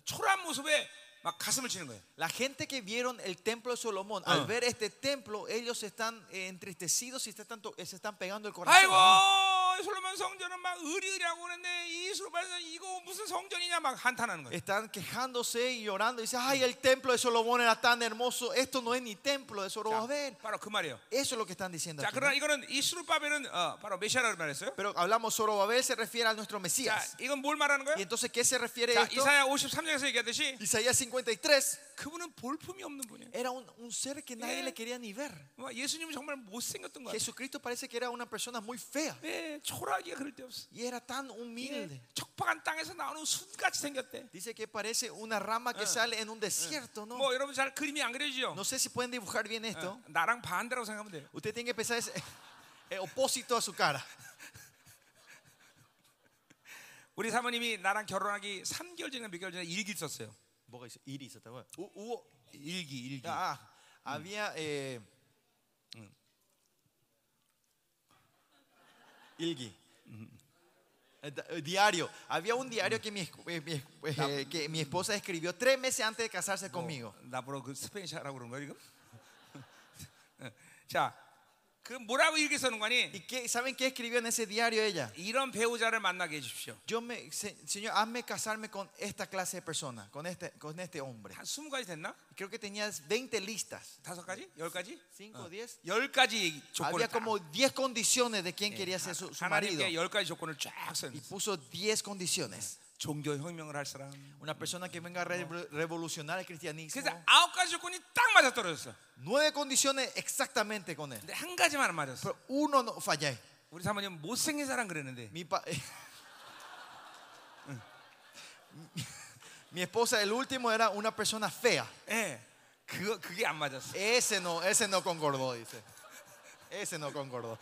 S1: 초라한 모습에 막 가슴을 치는 거예요.
S2: la gente que vieron el templo de Solomón,
S1: Ah.
S2: al ver este templo, ellos están eh, entristecidos y se están, to- se están pegando el corazón.
S1: 아이고
S2: ¿no?
S1: 솔로몬 성전은 막 의리라고 하는데 이 수르바벨 이거 무슨 성전이냐 막 한탄하는 거예요.
S2: Están quejándose y llorando. Y dicen, ay, el templo de Solomón era tan hermoso. Esto no es ni templo de Zorobabel.
S1: 자, 바로 그 말이에요.
S2: Eso es lo que están diciendo.
S1: 자
S2: aquí, ¿no?
S1: 그러나 이거는 이 수르바벨은 어, 바로 메시아라고 말했어요.
S2: Pero hablamos Zorobabel se refiere a nuestro
S1: 자
S2: Mesías.
S1: 이건 뭘 말하는
S2: Y
S1: 거예요?
S2: entonces, ¿qué se refiere
S1: 자
S2: esto?
S1: 이사야 53장에서 얘기하듯이
S2: Isaías 53
S1: 그분은 볼품이 없는 분이에요.
S2: era un, un ser que nadie
S1: Eh.
S2: le quería ni ver.
S1: 뭐 예수님은 정말 못생겼던 것 같아요.
S2: Jesucristo parece que era una persona muy fea
S1: 예, 초라하기가 그럴 데 없어.
S2: y era tan humilde.
S1: 예, 척박한 땅에서 나오는 순같이 생겼대.
S2: Dice que parece una rama que sale en un desierto, ¿no?
S1: 뭐 여러분 잘 그림이 안 그려지죠?
S2: No sé si pueden dibujar bien esto.
S1: 어, 나랑 반대라고 생각하면 돼요.
S2: Usted tiene que pensar es es opósito a su cara.
S1: 우리 사모님이 나랑 결혼하기 3개월 전인가 몇 개월 전에 일기 썼어요.
S2: Iris, Hubo,
S1: 일기, 일기.
S2: ah, había eh, Mm. Ilgi. Mm. Eh, da- eh, Diario. Había un diario que mi, es- eh, mi es- eh, que mi esposa escribió tres meses antes de casarse
S1: 어.
S2: conmigo.
S1: 나보러 그 스페인샤라고 그런 거야 지금? 어, 자, 그 뭐라고 일기 써는 거니?
S2: ¿Y qué, saben qué escribió en ese diario ella?
S1: 이런 배우자를 만나게 해주십시오.
S2: Yo me, se- señor, hazme casarme con esta clase de persona, con este, con este hombre.
S1: 한 20가지 됐나?
S2: Creo que tenías 20 listas.
S1: 다섯 가지? 열 가지?
S2: 5, 10.
S1: 10가지 조건을
S2: Había
S1: 다.
S2: como 10 condiciones de quién quería ser su, su marido.
S1: 하나님께 열 가지 조건을 쫙 써요.
S2: Y puso 10 condiciones.
S1: 종교 혁명을 할 사람.
S2: Una persona que venga a re- revolucionar el cristianismo.
S1: 그래서 아홉 가지 조건이 딱 맞아 떨어졌어.
S2: Nueve condiciones exactamente con él.
S1: 근데 한 가지만 안 맞았어.
S2: Pero uno no fallé.
S1: 우리 사모님 못생긴 사람 그랬는데
S2: Mi, pa- Mi esposa, el último, era una persona fea.
S1: 예 그거 그게 안 맞았어
S2: Ese no, ese no concordó, dice. Ese no concordó.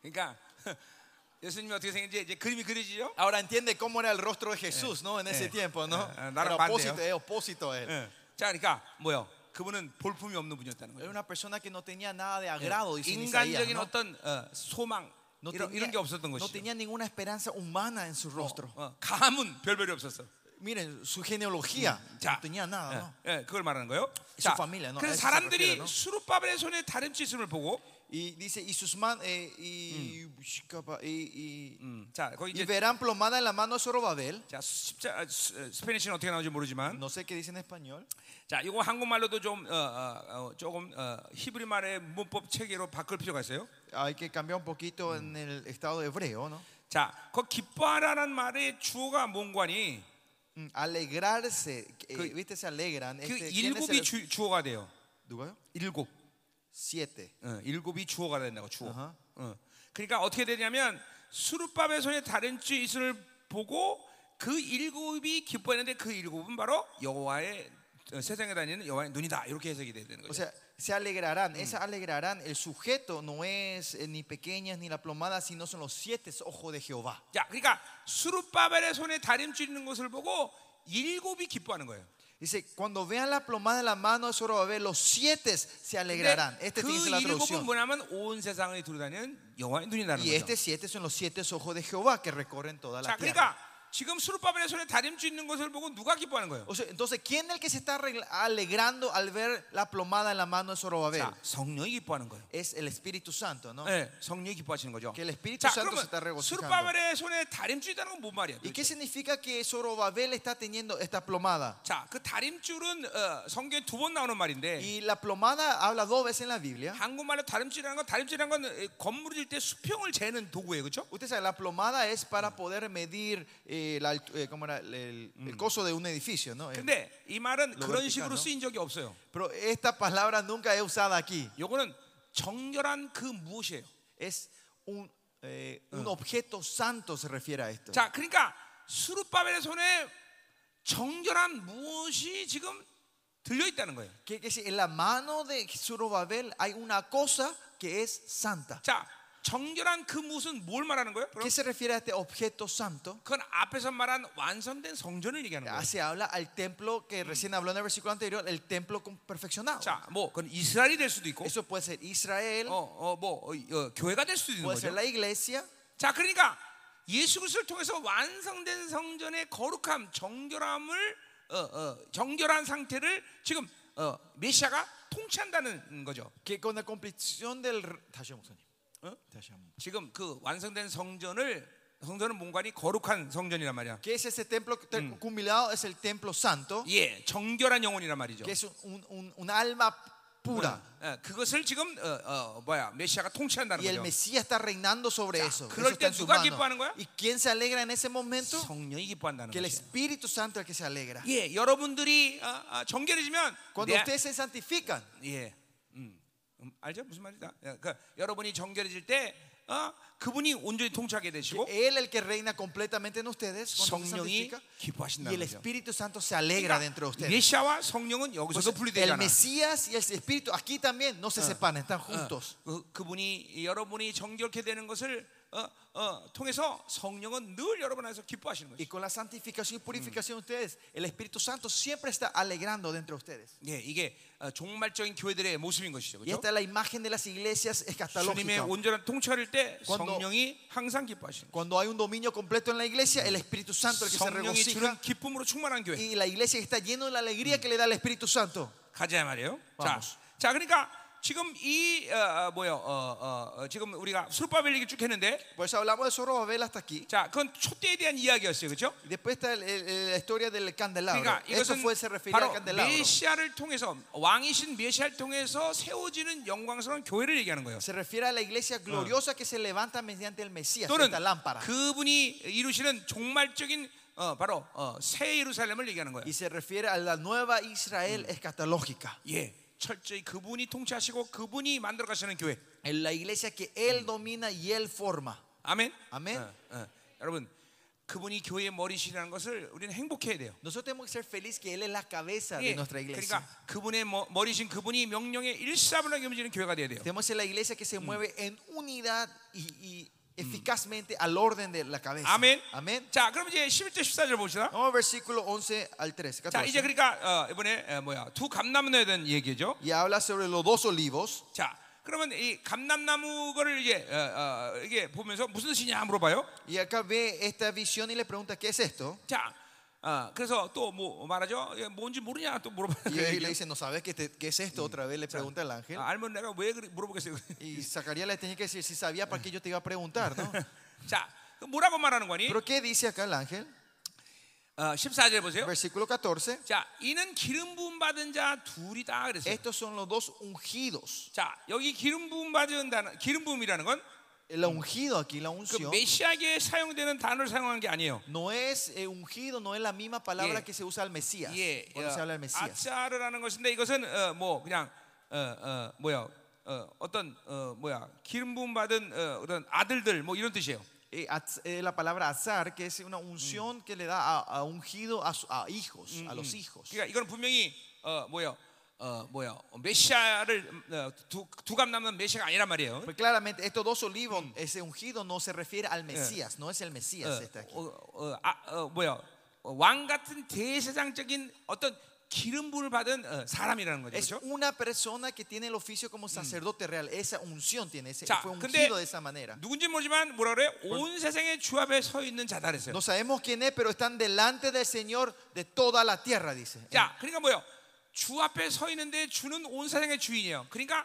S1: 그러니까 예수님이 어떻게 생긴지 이제 그림이 그려지죠.
S2: Ahora entiende cómo era el rostro de Jesús, ¿no? En ese
S1: eh,
S2: tiempo, ¿no?
S1: eh, eh, 나랑
S2: Era opósito,
S1: 반대예요.
S2: es opósito a él.
S1: 예. 자, 그러니까 뭐요? 그분은 볼품이 없는 분이었다는
S2: Era
S1: 거예요.
S2: una persona que no tenía nada de
S1: 예.
S2: agrado, dice en Isaías,
S1: 인간적인
S2: ¿no?
S1: 어떤 어, 소망
S2: No
S1: 이런,
S2: tenía-
S1: 이런 게 없었던
S2: no
S1: 것이죠.
S2: tenía ninguna esperanza humana en su rostro.
S1: 어, 감은 별별이 없었어.
S2: Miren, su genealogía
S1: 자,
S2: no tenía nada, ¿no?
S1: 예, 예, 그걸 말하는 거예요.
S2: Su
S1: 자,
S2: familia, no?
S1: 그래서
S2: A eso se refiere,
S1: 사람들이
S2: no?
S1: 수르바벨의 손에 다림치 있음을 보고,
S2: Y dice, y sus manos, y, shikapa- y- y-
S1: 음, 자, 거기
S2: y
S1: 이제
S2: verán plomada en la mano de Zorobabel.
S1: 자, 십자, 아, 스- 어, 스페니쉬는 어떻게 나오는지 모르지만,
S2: No sé qué dice en español.
S1: 자, 이거 한국말로도 좀 어, 어, 어, 조금 어, 히브리 말의 문법 체계로 바꿀 필요가 있어요.
S2: Hay que cambiar un poquito en el estado hebreo, ¿no?
S1: 자, 그 기뻐하라는 말의 주어가 뭔관이
S2: Mm, Alegrarse, eh,
S1: Que-
S2: viste, se alegran.
S1: 그
S2: Este, ¿quién es
S1: 일곱이
S2: el-
S1: 주, 주어가 돼요.
S2: ¿Dugayo?
S1: 일곱,
S2: Siete.
S1: 어, 일곱이 주어가 된다고 주어.
S2: 아하.
S1: 어. 그러니까 어떻게 되냐면 수르밥의 손에 다른지 이슬을 보고 그 일곱이 기뻐했는데 그 일곱은 바로 여호와의 어, 세상에 다니는 여호와의 눈이다 이렇게 해석이 돼야 되는
S2: O
S1: 거죠.
S2: sea, se
S1: Mm.
S2: alegrarán, esas alegrarán. El sujeto no es eh, ni pequeñas ni la plomada, sino son los siete ojos de Jehová.
S1: 자, 그러니까 수르바벨의 손에 다림줄 있는 것을 보고 일곱이 기뻐하는 거예요.
S2: Dice, cuando vean la plomada en la mano de Zorobabel, los siete se
S1: 근데
S2: alegrarán. Este
S1: 그
S2: dice la
S1: 일곱은
S2: traducción.
S1: 뭐냐면 온 세상을 두루다니는 여호와의 눈이라는
S2: Y
S1: 거죠.
S2: este siete son los siete ojos de Jehová que recorren toda
S1: 자,
S2: la tierra.
S1: 그러니까 지금 수르바벨의 손에 다림줄 있는 것을 보고 누가 기뻐하는 거예요?
S2: O sea, entonces, ¿quién es el que se está arregla- alegrando al ver la plomada en la mano de Zorobabel?
S1: 자, 성령이 기뻐하는 거예요.
S2: Es el Espíritu Santo, ¿no?
S1: 네, 성령이 기뻐하시는 거죠.
S2: Que el Espíritu
S1: 자,
S2: Santo se está
S1: 그러면
S2: regocijando.
S1: 수르바벨의 손에 다림줄 있다는 건 뭔 말이야?
S2: ¿Y
S1: 도대체?
S2: qué significa que Zorobabel está teniendo esta plomada?
S1: 자, 그 다림줄은 어, 성경에 두 번 나오는 말인데
S2: Y la plomada habla dos veces en la Biblia.
S1: 한국말로 다림줄이라는 건 다림줄이라는 건 에, 건물일 때 수평을 재는 도구예요, 그렇죠?
S2: Usted sabe, la plomada es para poder medir eh, la alt- eh, ¿cómo era? el, el- el coso de un edificio, ¿no? Eh,
S1: 근데 이 말은 그런
S2: vertical,
S1: 식으로
S2: no?
S1: 쓰인 적이 예. 없어요.
S2: Pero esta palabra nunca es usada aquí.
S1: 요거는 정결한 그 무엇이에요.
S2: Es un, eh, un objeto santo, se refiere a esto.
S1: 자, 그러니까 수르바벨의 손에 정결한 무엇이 지금 들려 있다는 거예요.
S2: Que, que si en la mano de Zorobabel hay una cosa que es santa.
S1: 자, 정결한 그 무엇은 뭘 말하는 거예요? 그럼
S2: ¿Qué se refiere a este objeto santo?
S1: 그건 앞에서 말한 완성된 성전을 얘기하는
S2: Ah,
S1: 거예요.
S2: Se habla al templo que recién habló en el versículo anterior, el templo con- perfeccionado.
S1: 자, 뭐 그건 이스라엘이 될 수도 있고,
S2: Eso puede ser Israel,
S1: Oh, 어어뭐 어, 어, 교회가 될 수도 있는
S2: puede
S1: 거죠.
S2: ser la iglesia.
S1: 자, 그러니까 예수 그리스도를 통해서 완성된 성전의 거룩함, 정결함을 어, 어, 정결한 상태를 지금 어, 메시아가 통치한다는 거죠.
S2: Que con la compleción del. 다시 한번 목사님.
S1: 어?
S2: 다시 한번.
S1: 지금 그 완성된 성전을 성전은 뭔가니 거룩한 성전이란 말이야.
S2: Que es ese templo que- acumulado, es el templo santo,
S1: 예, 정결한 영혼이란 말이죠.
S2: que es un, un- un- un alma pura.
S1: 어, 어, 그것을 지금 어, 어, 뭐야 메시아가 통치한다는
S2: Y el
S1: 거죠.
S2: Mesías está reinando sobre
S1: Ya,
S2: eso.
S1: 그럴
S2: Eso está
S1: 때
S2: en su
S1: 누가
S2: mano.
S1: 기뻐하는 거야?
S2: ¿Y quién se alegra en ese momento?
S1: 성령이 기뻐한다는
S2: Que el
S1: 거죠.
S2: Espíritu Santo es el que se alegra.
S1: 예, 여러분들이 아, 아, 정결해지면
S2: Cuando
S1: 내-
S2: ustedes se santifican,
S1: 예, 음, 음, 알죠 무슨 말이다. 예, 그, 여러분이 정결해질 때 어, 그분이 온전히 통치하게 되시고
S2: que Él es el que reina completamente en ustedes. Cuando se
S1: 성령이
S2: santifica, y
S1: 기뻐하신다는
S2: el
S1: 거죠.
S2: Espíritu Santo se alegra dentro
S1: 그러니까
S2: de ustedes. Pues
S1: 메시아와 성령은 여기서도 분리되지
S2: El
S1: 않아.
S2: Mesías y el Espíritu aquí también no se separan, están
S1: 어,
S2: juntos.
S1: 그, 그분이 여러분이 정결케 되는 것을 어, 어, 통해서 성령은 늘 여러분 안에서 기뻐하시는
S2: Y
S1: 거죠.
S2: con la santificación y purificación de ustedes, el Espíritu Santo siempre está alegrando dentro de ustedes.
S1: 예, 이게 어, 종말적인 교회들의 모습인 것이죠.
S2: Y
S1: 그렇죠?
S2: esta es la imagen de las iglesias
S1: 주님의
S2: escatológicas.
S1: 온전한 통찰일 때
S2: Cuando-
S1: 성령이 항상 기뻐하시는 거예요.
S2: Cuando hay un dominio completo en la iglesia, el Espíritu Santo es el que se
S1: 성령이 주는
S2: regocija.
S1: 기쁨으로 충만한 교회.
S2: Y la iglesia está llena de la alegría que le da el Espíritu Santo.
S1: 가자 말이에요. 자,
S2: Vamos.
S1: 자, 그러니까 지금 이 어, 어, 뭐요? 어, 어, 어, 지금 우리가 술밥을 얘기 쭉 했는데,
S2: Por eso hablamos de Zorobabel hasta aquí.
S1: 자, 그건 초대에 대한 이야기였어요, 그렇죠?
S2: Y después está el- el- el- la historia del candelabro.
S1: 그러니까
S2: Esto
S1: 이것은
S2: fue, se refiere al
S1: 바로
S2: candelabro.
S1: 메시아를 통해서 왕이신 메시아를 통해서 세워지는 영광스러운 교회를 얘기하는 거예요.
S2: Se refiere a la iglesia gloriosa que se levanta mediante el Mesías,
S1: 또는
S2: esta lámpara.
S1: 그분이 이루시는 종말적인 어, 바로 어, 새 예루살렘을 얘기하는 거예요.
S2: Y se refiere a la nueva Israel escatológica.
S1: 예, 철저히 그분이 통치하시고 그분이 만들어 가시는 교회.
S2: En la iglesia que Él domina y Él forma.
S1: 아멘.
S2: 아멘.
S1: 어, 어. 예, 여러분 그분이 교회의 머리시라는 것을 우리는 행복해야 돼요.
S2: Nosotros tenemos que ser felices que Él es la cabeza
S1: 예,
S2: de nuestra iglesia.
S1: 그러니까 그분의 머, 머리신 그분이 명령에 일사분하게 움직이는 교회가 돼야 돼요.
S2: Tenemos que ser la iglesia que se mueve en unidad y, y eficazmente al orden de la cabeza.
S1: 아멘.
S2: Amén.
S1: 자, 그럼 이제 11절 14절 봅시다.
S2: Vamos al versículo 11 al 13.
S1: 어, 자,
S2: 14.
S1: 이제 그러니까 어, 이번에 어, 뭐야? 두 감남나에 대한 얘기죠.
S2: Y habla sobre los dos olivos.
S1: 자, 그러면 이 감남나무 거를 이제 어, 어, 이게 보면서 무슨 뜻이냐 물어봐요.
S2: Y acá ve esta visión y le pregunta, ¿qué es esto?
S1: 자, 어, 그래서 또 뭐 말하죠? 예, 뭔지 모르냐 또 물어봐요. 그
S2: Y él le dice, ¿no sabes qué, te- qué es esto? Otra vez le pregunta el ángel.
S1: 아, 알면 내가 왜 그리- 물어보겠어요?
S2: Y Zacarías le tenía que decir, si sabía, ¿para qué yo te iba a preguntar? ¿no?
S1: 자, 그 뭐라고 말하는 거니?
S2: Pero ¿qué dice acá el ángel?
S1: 어, 14절 보세요.
S2: Versículo 14.
S1: 자, 이는 기름 부음 받은 자 둘이다 그랬어요.
S2: Estos son los dos ungidos.
S1: 자, 여기 기름 부음 받은 다 기름 부음이라는 건 그
S2: El ungido aquí, la unción,
S1: 메시아에게 사용되는 단어를 사용한 게 아니에요.
S2: no es eh, ungido, no es la misma palabra
S1: Yeah.
S2: que se usa al Mesías.
S1: 예,
S2: Cuando se habla del Mesías.
S1: 아짜르라는 것인데 이것은 어, 뭐 그냥 어, 어, 뭐야 어, 어떤 어, 뭐야 기름 부음 받은 어, 어떤 아들들 뭐 이런 뜻이에요.
S2: Eh, atz- eh, la palabra azar, que es una unción que le da a, a ungido a, su- a hijos, a los hijos.
S1: 그러니까 이건 분명히 어, 뭐야 어, 뭐야 메시아를 어, 두, 두감 남는 메시아가 아니란 말이에요.
S2: Pero Pues claramente, estos dos olivos, ese ungido no se refiere al Mesías, no es el Mesías este aquí.
S1: 어, 어, 아, 어, 뭐야 어, 왕 같은 대세상적인 어떤 기름 부음을 받은 어, 사람이라는 거죠.
S2: Es
S1: 그렇죠?
S2: una persona que tiene el oficio como sacerdote real. Esa unción tiene, ese,
S1: 자,
S2: fue
S1: 근데
S2: ungido de esa manera.
S1: 누군지 모르지만 뭐라 그래? 온 세상의 주 앞에 서 있는 자다 그랬어요.
S2: No sabemos quién es, pero están delante del Señor de toda la tierra, dice.
S1: 자, 그러니까 뭐요? 주 앞에 서 있는데 주는 온 세상의 주인이에요. 그러니까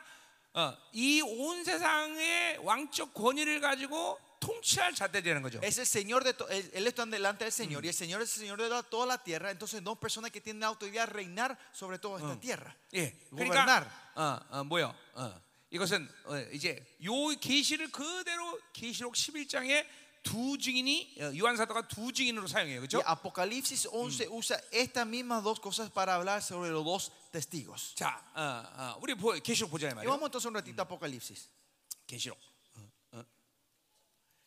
S1: 이 온 세상의 왕적 권위를 가지고 통치할 자들이라는 거죠.
S2: Es el Señor de to- él, él está delante del Señor y el Señor es el Señor de la- toda la tierra. Entonces, dos personas que tienen autoridad a reinar sobre toda esta tierra.
S1: 예,
S2: gobernar.
S1: 그러니까 어, 어, 뭐요? 어, 이것은 어, 이제 요 계시를 그대로 계시록 11장에 두 증인이 어, 요한 사도가 두 증인으로 사용해요,
S2: Y
S1: 그렇죠?
S2: Apocalipsis 11 usa estas mismas dos cosas para hablar sobre los dos testigos.
S1: 자, 어, 어, 우리 보- 계시록 보자 이
S2: Y
S1: 말이에요.
S2: vamos entonces un ratito a Apocalipsis.
S1: 계시록 어, 어.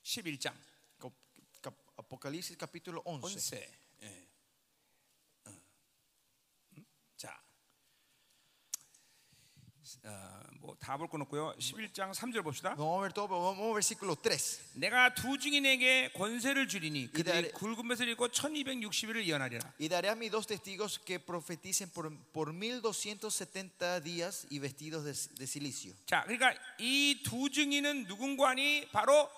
S1: 11장
S2: Cap- cap- Apocalipsis capítulo 11.
S1: 온세. 예. 어. 음? 자, 뭐 다 볼 거 없고요. 11장 3절 봅시다.
S2: Vamos a ver todo, pero vamos a versículo 3.
S1: 내가 두 증인에게 권세를 주리니 그들이
S2: 이달에-
S1: 굵은 뱃을 잃고 1260일을 예언하리라.
S2: Y daré a mis dos testigos que profeticen por, por 1270 días y vestidos de, de silicio.
S1: 자, 그러니까 이 두 증인은 누군가니 바로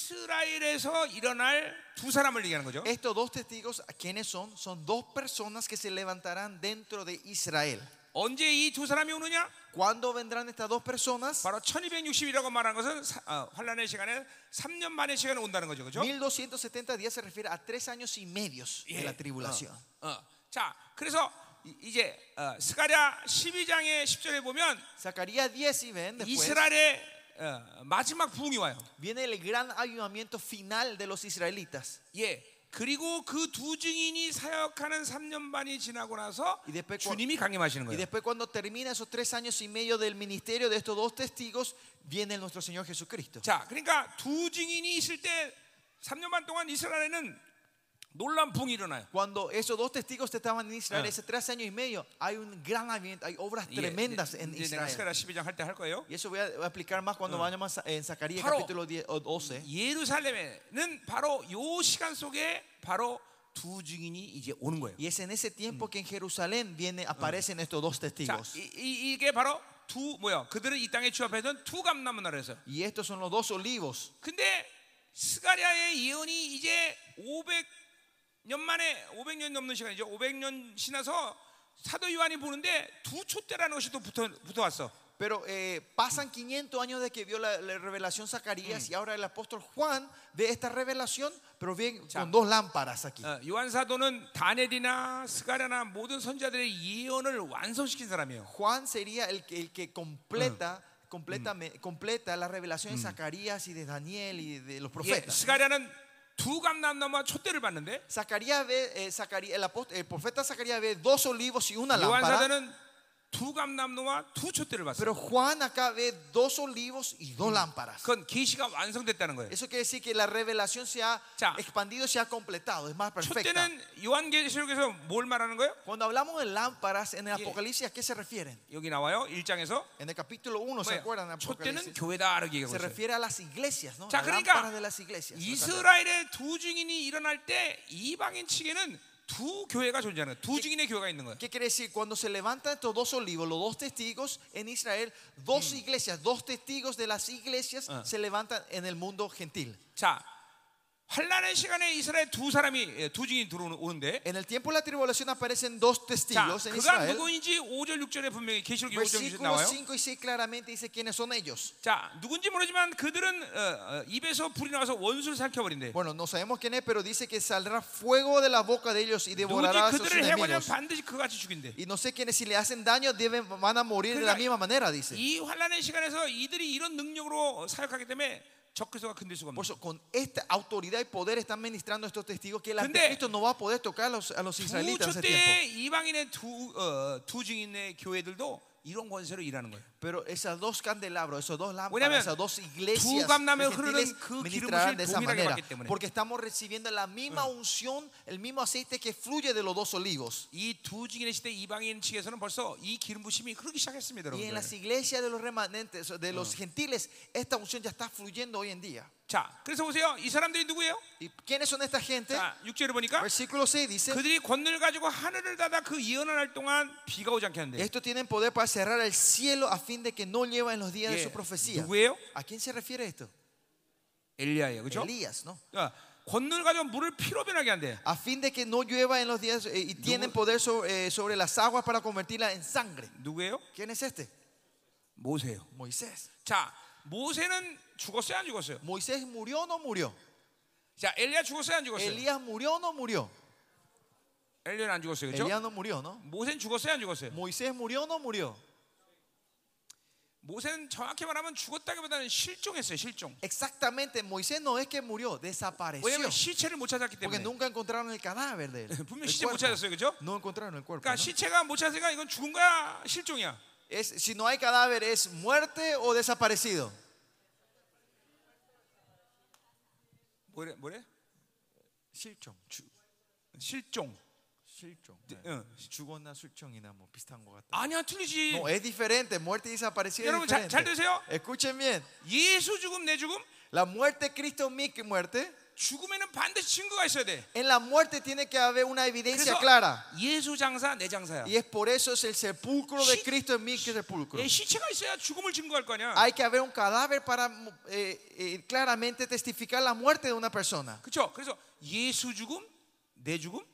S1: 이스라엘에서 일어날 두 사람을 얘기하는 거죠.
S2: Estos dos testigos, ¿quiénes son? Son dos personas que se levantarán dentro de Israel.
S1: 언제 이 두 사람이 오느냐?
S2: ¿Cuándo vendrán estas dos personas?
S1: 바로 1260이라고 말한 것은 사- 어, 환란의 시간에 3년 만의 시간에 온다는 거죠. 그죠?
S2: 1270 días se refiere a tres años y medios de la tribulación.
S1: 예. 어, 어. 자, 그래서 이- 이제 어, 스가랴 12장의 10절에 보면
S2: Zacarías 10 y ven después
S1: 이스라엘의 어, 마지막 부흥이 와요.
S2: viene el gran ayudamiento final de los israelitas.
S1: 예. 그리고 그 두 증인이 사역하는 3년 반이 지나고 나서
S2: 이 대표-
S1: 주님이 강림하시는
S2: Y
S1: 거예요.
S2: después cuando termina esos tres años y medio del ministerio de estos dos testigos, viene nuestro Señor Jesucristo.
S1: 자, 그러니까 두 증인이 있을 때 3년 반 동안 이스라엘에는 놀란 붕이 일어나요.
S2: Cuando esos dos testigos estaban en Israel,
S1: Ah. eh,
S2: hace tres años y medio, hay un gran avivamiento, hay obras
S1: 예,
S2: tremendas
S1: 이제-
S2: en
S1: 이제 내가 스가랴
S2: Israel.
S1: 12장 할 때 할 거예요.
S2: Y eso voy a voy a explicar más cuando vayamos a- en Zacarías
S1: Paro.
S2: capítulo 10 o 12.
S1: 예루살렘에는 바로 요 시간 속에 바로 두 증인이 이제 오는 거예요.
S2: Y es en ese tiempo que en Jerusalén viene, aparecen estos dos
S1: 자,
S2: testigos.
S1: 이, 이, 이게 바로 두 뭐야? 그들은 이 땅에 취업했던 두 감남은 나라에서.
S2: Y estos son los dos olivos.
S1: 근데 스가랴의 예언이 이제 500년 만에 500년 넘는 시간이죠. 500년 지나서 사도 요한이 보는데 두 촛대라는 것이 또 붙어 붙어 왔어.
S2: Pero eh, pasan 500 años de que vio la, la revelación Zacarías y ahora el apóstol Juan ve esta revelación, pero bien
S1: Cha. Ah.
S2: con dos lámparas aquí.
S1: 어, 요한 사도는 다니엘이나 스가랴나 모든 선자들의 예언을 완성시킨 사람이에요.
S2: Juan sería el que, el que completa, completa, completa la revelación de Zacarías y de Daniel y de los
S1: 예,
S2: profetas.
S1: 스가랴는 두 감남나무와 촛대를 봤는데
S2: Zacarías ve, eh, Zacarías- el, apóstol- el profeta Zacarías ve dos olivos y una
S1: 요한
S2: lámpara.
S1: 사도는 두 감남로와 두 촛대를 봤어요.
S2: Pero Juan acá ve dos olivos y dos lámparas.
S1: 그건 계시가 완성됐다는 거예요.
S2: Eso quiere decir que la revelación se ha
S1: 자.
S2: expandido, se ha completado, es más perfecta.
S1: 촛대는 요한계시록에서 뭘 말하는 거예요?
S2: Cuando hablamos de lámparas en el Apocalipsis, ¿a qué se refieren?
S1: 여기 나와요. 1장에서
S2: En el capítulo 1, ¿se acuerdan?
S1: 뭐
S2: En
S1: 촛대는
S2: Apocalipsis?
S1: 교회다 이렇게
S2: Se
S1: 얘기하고 있어요.
S2: refiere a las iglesias, ¿no?
S1: 자,
S2: Las lámparas
S1: 그러니까
S2: de las iglesias.
S1: 이스라엘의 두 증인이 일어날 때 이방인 측에는 두 교회가 존재하는 거예요. 두 증인의 교회가 있는 거예요.
S2: ¿Qué quiere decir? Cuando se levantan estos dos olivos, los dos testigos en Israel, dos iglesias, dos testigos de las iglesias se levantan en el mundo gentil.
S1: 자, 환란의 시간에 이스라엘 두 사람이 예, 두 증인 들어오는데
S2: En el tiempo de la tribulación aparecen dos
S1: 자,
S2: testigos en
S1: 그가
S2: Israel.
S1: 누구인지 5절 6절에 분명히 계시록 5절 6절
S2: Versículos
S1: 나와요.
S2: 5 y 6 claramente dice quiénes son ellos.
S1: 자, 누군지 모르지만 그들은 어, 어, 입에서 불이 나와서 원수를 삼켜버린대.
S2: Bueno, no sabemos quién es, pero dice que saldrá fuego de la boca de ellos y devorará a
S1: 누군지
S2: sus
S1: 그들을 해버리면
S2: enemigos.
S1: 반드시 그같이 죽인대.
S2: Y no sé quiénes, si le hacen daño, deben, van a morir de la
S1: 그러니까
S2: misma manera, dice.
S1: 이 환란의 시간에서 이들이 이런 능력으로 사역하기 때문에 적그리스도가 건들 수가 없는.
S2: Por eso, con esta autoridad y poder están ministrando estos testigos que el
S1: 근데
S2: anticristo no va a poder tocar a los, a los
S1: 거예요.
S2: israelitas en
S1: 두
S2: ese tiempo.
S1: 때 이방인의 두, 어, 두 증인의 교회들도 이런 권세로 일하는 거예요.
S2: Pero esas dos candelabros, esos dos
S1: 왜냐면
S2: lámparas, esas dos
S1: 두
S2: iglesias
S1: 감남에
S2: los gentiles
S1: 흐르는 그 기름부심을
S2: ministrarán de esa
S1: 동일하게
S2: manera.
S1: 받기 때문에.
S2: Porque estamos recibiendo la misma unción, el mismo aceite que fluye de los dos olivos.
S1: 이 두 증인의 시대 이방인 측에서는 벌써 이 기름 부심이 흐르기 시작했습니다,
S2: Y en
S1: 여러분들.
S2: las iglesias de los remanentes, de los gentiles, esta unción ya está fluyendo hoy en día.
S1: 자, 그래서 보세요. 이 사람들이 누구예요?
S2: ¿Y quiénes son esta gente?
S1: 자, 6절을 보니까
S2: Versículo 6 dice,
S1: 그들이 권능을 가지고 하늘을 닫아 그 예언을 할 동안 비가 오지 않게 한대.
S2: Estos tienen poder para cerrar el cielo a fin de que no llueva en los días de
S1: 예,
S2: su profecía.
S1: 누구예요?
S2: ¿A quién se refiere esto?
S1: 엘리야예요. 그렇죠?
S2: Elías, ¿no?
S1: 그러니까 권능을 가지고 물을 피로 변하게 한대.
S2: A fin de que no llueva en los días eh, y tienen poder sobre, eh, sobre las aguas para convertirlas en sangre.
S1: 누구예요?
S2: ¿Quién es este?
S1: 모세요.
S2: Moisés.
S1: 자, 모세는 죽었어요, 안 죽었어요?
S2: Moisés murió o no murió.
S1: 자, 엘리야 죽었어요, 안 죽었어요?
S2: Elías murió o no murió.
S1: 엘리야는 안 죽었어요, 그렇죠?
S2: Elías no murió, ¿no?
S1: 모세는 죽었어요, 안 죽었어요?
S2: Moisés murió o no murió.
S1: 모세는 정확히 말하면 죽었다기보다는 실종했어요, 실종.
S2: Exactamente, Moisés no es que murió, desapareció.
S1: 왜냐면 시체를 못 찾았기
S2: Porque
S1: 때문에.
S2: nunca encontraron el cadáver de él. el
S1: 분명 시체 못
S2: cuerpo.
S1: 찾았어요, 그렇죠?
S2: No encontraron el cuerpo.
S1: 그러니까
S2: ¿no?
S1: 시체가 못 찾으니까 이건 죽은 거야, 실종이야.
S2: Es, si no hay cadáver, ¿es muerte o desaparecido?
S1: 뭐래, 뭐래?
S2: 실종. 주,
S1: 실종.
S2: 실종.
S1: 응.
S2: 죽었나 술종이나 뭐 비슷한 것 같다.
S1: 아니야, 틀리지.
S2: No, es diferente. Muerte y desaparecido es
S1: 여러분 잘, 잘
S2: diferente.
S1: 들으세요.
S2: Escuchen bien.
S1: 예수 죽음, 내 죽음,
S2: La muerte Cristo mi muerte.
S1: 죽음에는 반드시 증거가 있어야 돼.
S2: En la muerte tiene que haber una evidencia
S1: 그래서
S2: clara.
S1: 예수 장사, 내 장사야.
S2: Y es por eso es el sepulcro de
S1: Sí.
S2: Cristo en mi sepulcro.
S1: 예, 시체가 있어야 죽음을 증거할 거 아니야.
S2: Hay que haber un cadáver para eh, eh, claramente testificar la muerte de una persona.
S1: 그렇죠. 그래서 예수 죽음, 내 죽음,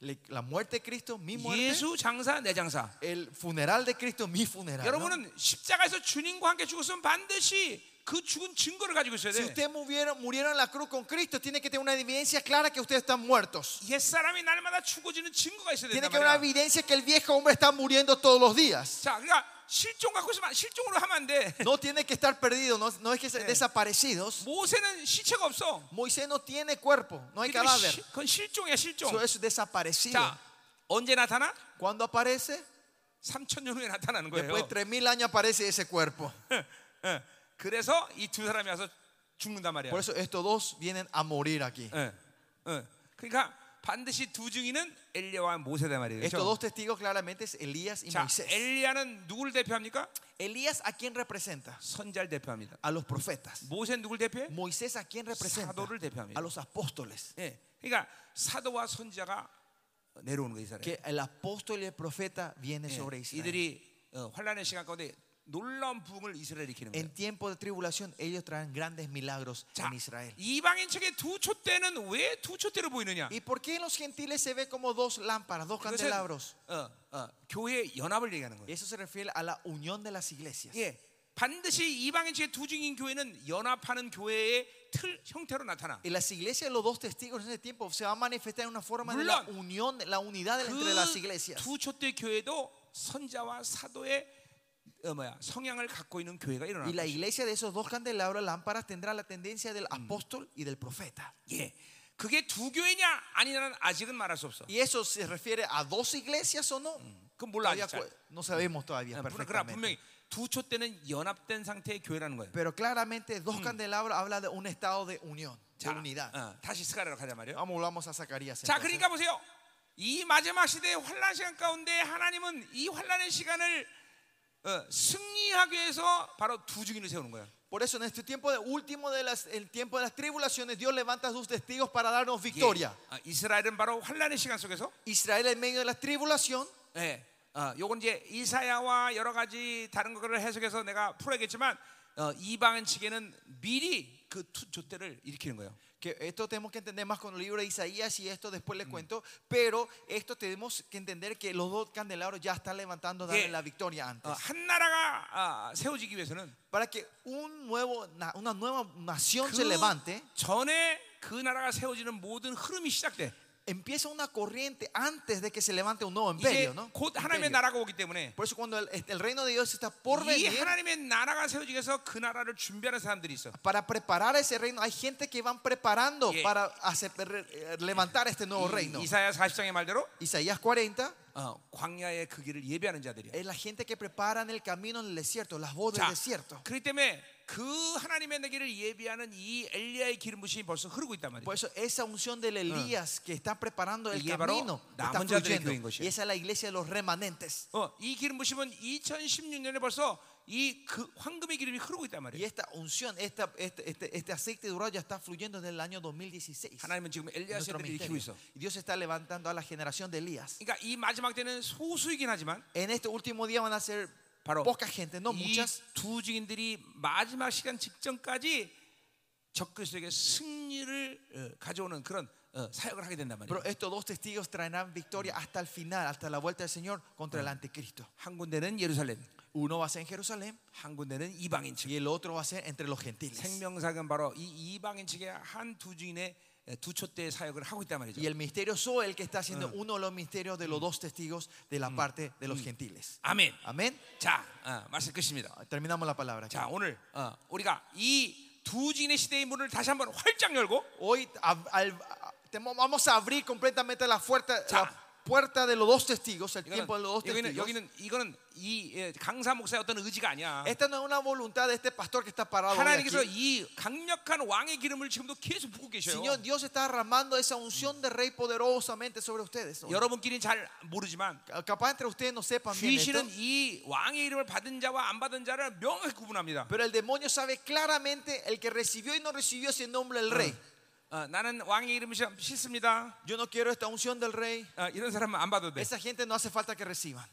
S2: Le- La muerte de Cristo, mi muerte.
S1: 예수 장사, 내 장사.
S2: El funeral de Cristo, mi funeral. ¿no?
S1: 여러분은 십자가에서 주님과 함께 죽었으면 반드시 그 죽은 증거를 가지고 있어야
S2: Si
S1: 돼.
S2: ustedes murieron, murieron en la cruz con Cristo, tiene que tener una evidencia clara que ustedes están muertos.
S1: 옛 사람이 날마다 죽어지는 증거가 있어야
S2: Tiene
S1: 된다
S2: que haber una
S1: 말이야.
S2: evidencia que el viejo hombre está muriendo todos los días.
S1: 자, 그러니까 실종 갖고 있으면 안- 실종으로 하면 안 돼.
S2: No tiene que estar perdido, no, no es que sean desaparecidos.
S1: 모세는 시체가 없어.
S2: Moisés no tiene cuerpo, no hay
S1: 그들이 시-
S2: cadáver.
S1: 그건 실종이야,
S2: Eso
S1: 실종.
S2: es desaparecido.
S1: 자, 언제 나타나?
S2: Cuando aparece,
S1: 3천 년 후에 나타나는 거예요.
S2: después de 3000 años aparece ese cuerpo.
S1: 예. 그래서 이 두 사람이 와서 죽는단 말이야.
S2: Por eso estos dos vienen a morir aquí.
S1: 예. 예. 그러니까 반드시 두 증인은 엘리야와 모세다 말이에요.
S2: Estos
S1: 그렇죠?
S2: dos testigos claramente es Elías y
S1: 자,
S2: Moisés.
S1: 엘리야는 누구를 대표합니까?
S2: Elías a quién representa?
S1: 선자를 대표합니다.
S2: A los profetas.
S1: 모세는 누굴 대표해?
S2: Moisés a quién representa?
S1: 사도를 대표합니다.
S2: A los apóstoles.
S1: 예. 그러니까 사도와 선자가 내려오는 거예요, 이스라엘.
S2: que el apóstol y el profeta viene sobre
S1: 예.
S2: Israel.
S1: 이들이 어, 환란의 시간 가운데 놀라운 부흥을 이스라엘에 일으키는 거예요.
S2: En tiempo de tribulación ellos traen grandes milagros
S1: 자,
S2: en Israel.
S1: 이방인 측의 두 촛대는 왜 두 촛대로 보이느냐?
S2: ¿Y por qué en los gentiles se ve como dos lámparas, dos
S1: 그것은
S2: candelabros?
S1: 어, 어, 교회의 연합을 얘기하는 거예요.
S2: Eso se refiere a la unión de las iglesias.
S1: 예. 반드시 이방인 측의 두 증인 교회는 연합하는 교회의 틀 형태로 나타나.
S2: Y las iglesias de los dos testigos en ese tiempo se va a manifestar en una forma de la
S1: 물론,
S2: unión, la unidad de la- entre las iglesias.
S1: 그두 촛대 교회도 선자와 사도의 어, 뭐야 성향을 갖고 있는 교회가 일어나.
S2: Y la iglesia de esos dos candelabros, lámparas, tendrá la tendencia del apóstol y del profeta.
S1: 예. 그게 두 교회냐 아니냐는 아직은 말할 수 없어.
S2: ¿Y eso se refiere a dos iglesias o no?
S1: 그건 몰라
S2: Todavía
S1: 아직 잘.
S2: cu- no sabemos todavía
S1: 어, 그러나 그러나
S2: perfectamente.
S1: 분명히 두 초 때는 연합된 상태의 교회라는 거예요.
S2: Pero claramente dos candelabros habla de un estado de unión, de
S1: 자,
S2: unidad.
S1: 어, 다시 스가랴로 가자 말이에요.
S2: Vamos, volvamos a Zacarías.
S1: 자,
S2: entonces.
S1: 그러니까 보세요. 이 마지막 시대의 환란 시간 가운데 하나님은 이 환란의 시간을 어, 승리하기 위해서 바로 두 증인을 세우는 예. 거야.
S2: Por eso en este tiempo de- último de las, el tiempo de las tribulaciones, Dios levanta a sus testigos para darnos victoria.
S1: 예. 아, 이스라엘은 바로 환란의 시간 속에서
S2: Israel en medio de la tribulación,
S1: 예. 어, 요건 이제 이사야와 여러 가지 다른 것을 해석해서 내가 풀어야겠지만 어, 이방인 측에는 미리 그 투, 조때를 일으키는 거예요.
S2: que esto tenemos que entender más con el libro de Isaías y esto después les cuento, pero esto tenemos que entender que los dos candelabros ya están levantando darle
S1: Yeah.
S2: la victoria
S1: 어,
S2: antes.
S1: 한 나라가 아, 세워지기 위해서는
S2: Para que un nuevo, na- una nueva nación se
S1: 그
S2: levante,
S1: 전에 그 나라가 세워지는 모든 흐름이 시작돼.
S2: empieza una corriente antes de que se levante un nuevo
S1: 이제
S2: imperio. ¿no?
S1: 곧
S2: Imperio.
S1: 하나님의 나라가 오기 때문에
S2: Por eso cuando el, este, el reino de Dios está por
S1: 이
S2: venir,
S1: 하나님의 나라가 세워지기 위해서 그 나라를 준비하는 사람들이 있어.
S2: para preparar ese reino, hay gente que van preparando
S1: Yeah.
S2: para hacer- re- eh, levantar este nuevo reino.
S1: 이, 이사야 40장의 말대로
S2: Isaías 40
S1: 어, 광야의 그 길을 예배하는 자들이야.
S2: es la gente que preparan el camino en el desierto, las voz del
S1: 자,
S2: desierto.
S1: 그렇기 때문에 그 하나님의 내기를 예비하는 이 엘리야의 기름 부심이 벌써 흐르고 있단 말이에요.
S2: Por eso esa unción del Elías que está preparando el
S1: 이게 바로
S2: camino está
S1: 남은 자들의
S2: fluyendo.
S1: 교회인 것이에요.
S2: Y esa es la iglesia de los remanentes.
S1: 어, 이 기름 부심은 2016년에 벌써 이 그 황금의 기름이 흐르고 있단
S2: Y
S1: 말이에요.
S2: esta unción, esta- este, este- este aceite de ya está fluyendo desde el año 2016.
S1: 하나님은 지금 엘리야
S2: Nuestro
S1: 세대를 일으키고
S2: ministerio.
S1: 있어.
S2: Y Dios está levantando a la generación de Elías.
S1: 그러니까 이 마지막 때는 소수이긴 하지만
S2: En este último día van a ser
S1: 바로
S2: poca gente, no muchas.
S1: 이두 증인들이 마지막 시간 직전까지 적그리스도에게 승리를 어, 가져오는 그런 어, 사역을 하게 된단 말이에요.
S2: Pero estos dos testigos traerán victoria hasta el final, hasta la vuelta del Señor contra el anticristo.
S1: 한 군데는 예루살렘,
S2: Uno va a ser en Jerusalén
S1: 한 군데는 이방인 측.
S2: y el otro va a ser entre los gentiles.
S1: 생명사역은 바로 이 이방인 측의 한 두 주인의 어, 두 초대 사역을 하고 있단 말이죠.
S2: Y el misterio Zoe, el que está haciendo uno de los misterios de los dos testigos de la parte de los gentiles.
S1: 아멘.
S2: Amén.
S1: 자, 어, 말씀 끝입니다.
S2: Terminamos la palabra. aquí.
S1: 자, 오늘 어, 우리가 이 두 주인의 시대의 문을 다시 한번 활짝 열고
S2: Hoy ab- al- a- temo- vamos a abrir completamente la puerta,
S1: Cha.
S2: la puerta de los dos testigos, el
S1: 이거는,
S2: tiempo de los dos
S1: 여기는,
S2: testigos.
S1: 여기는 이거는 이 예, 강사 목사의 어떤 의지가 아니야.
S2: Esta no es una voluntad de este pastor que está parado. hoy aquí.
S1: 하나님께서 이 강력한 왕의 기름을 지금도 계속 붓고 계셔요.
S2: Señor, Dios está derramando esa unción de rey poderosamente sobre ustedes. hoy.
S1: 여러분끼리는 잘 모르지만
S2: Capaz entre ustedes no sepan bien esto,
S1: 귀신은 이 왕의 이름을 받은 자와 안 받은 자를 명확히 구분합니다.
S2: pero el demonio sabe claramente el que recibió y no recibió ese nombre
S1: Ah.
S2: del rey.
S1: 어, 나는 왕의 이름을 시- 씻습니다.
S2: Yo no quiero esta unción del rey.
S1: 어, 이런 사람은 안 받아도 돼.
S2: Esa gente no hace falta que reciban.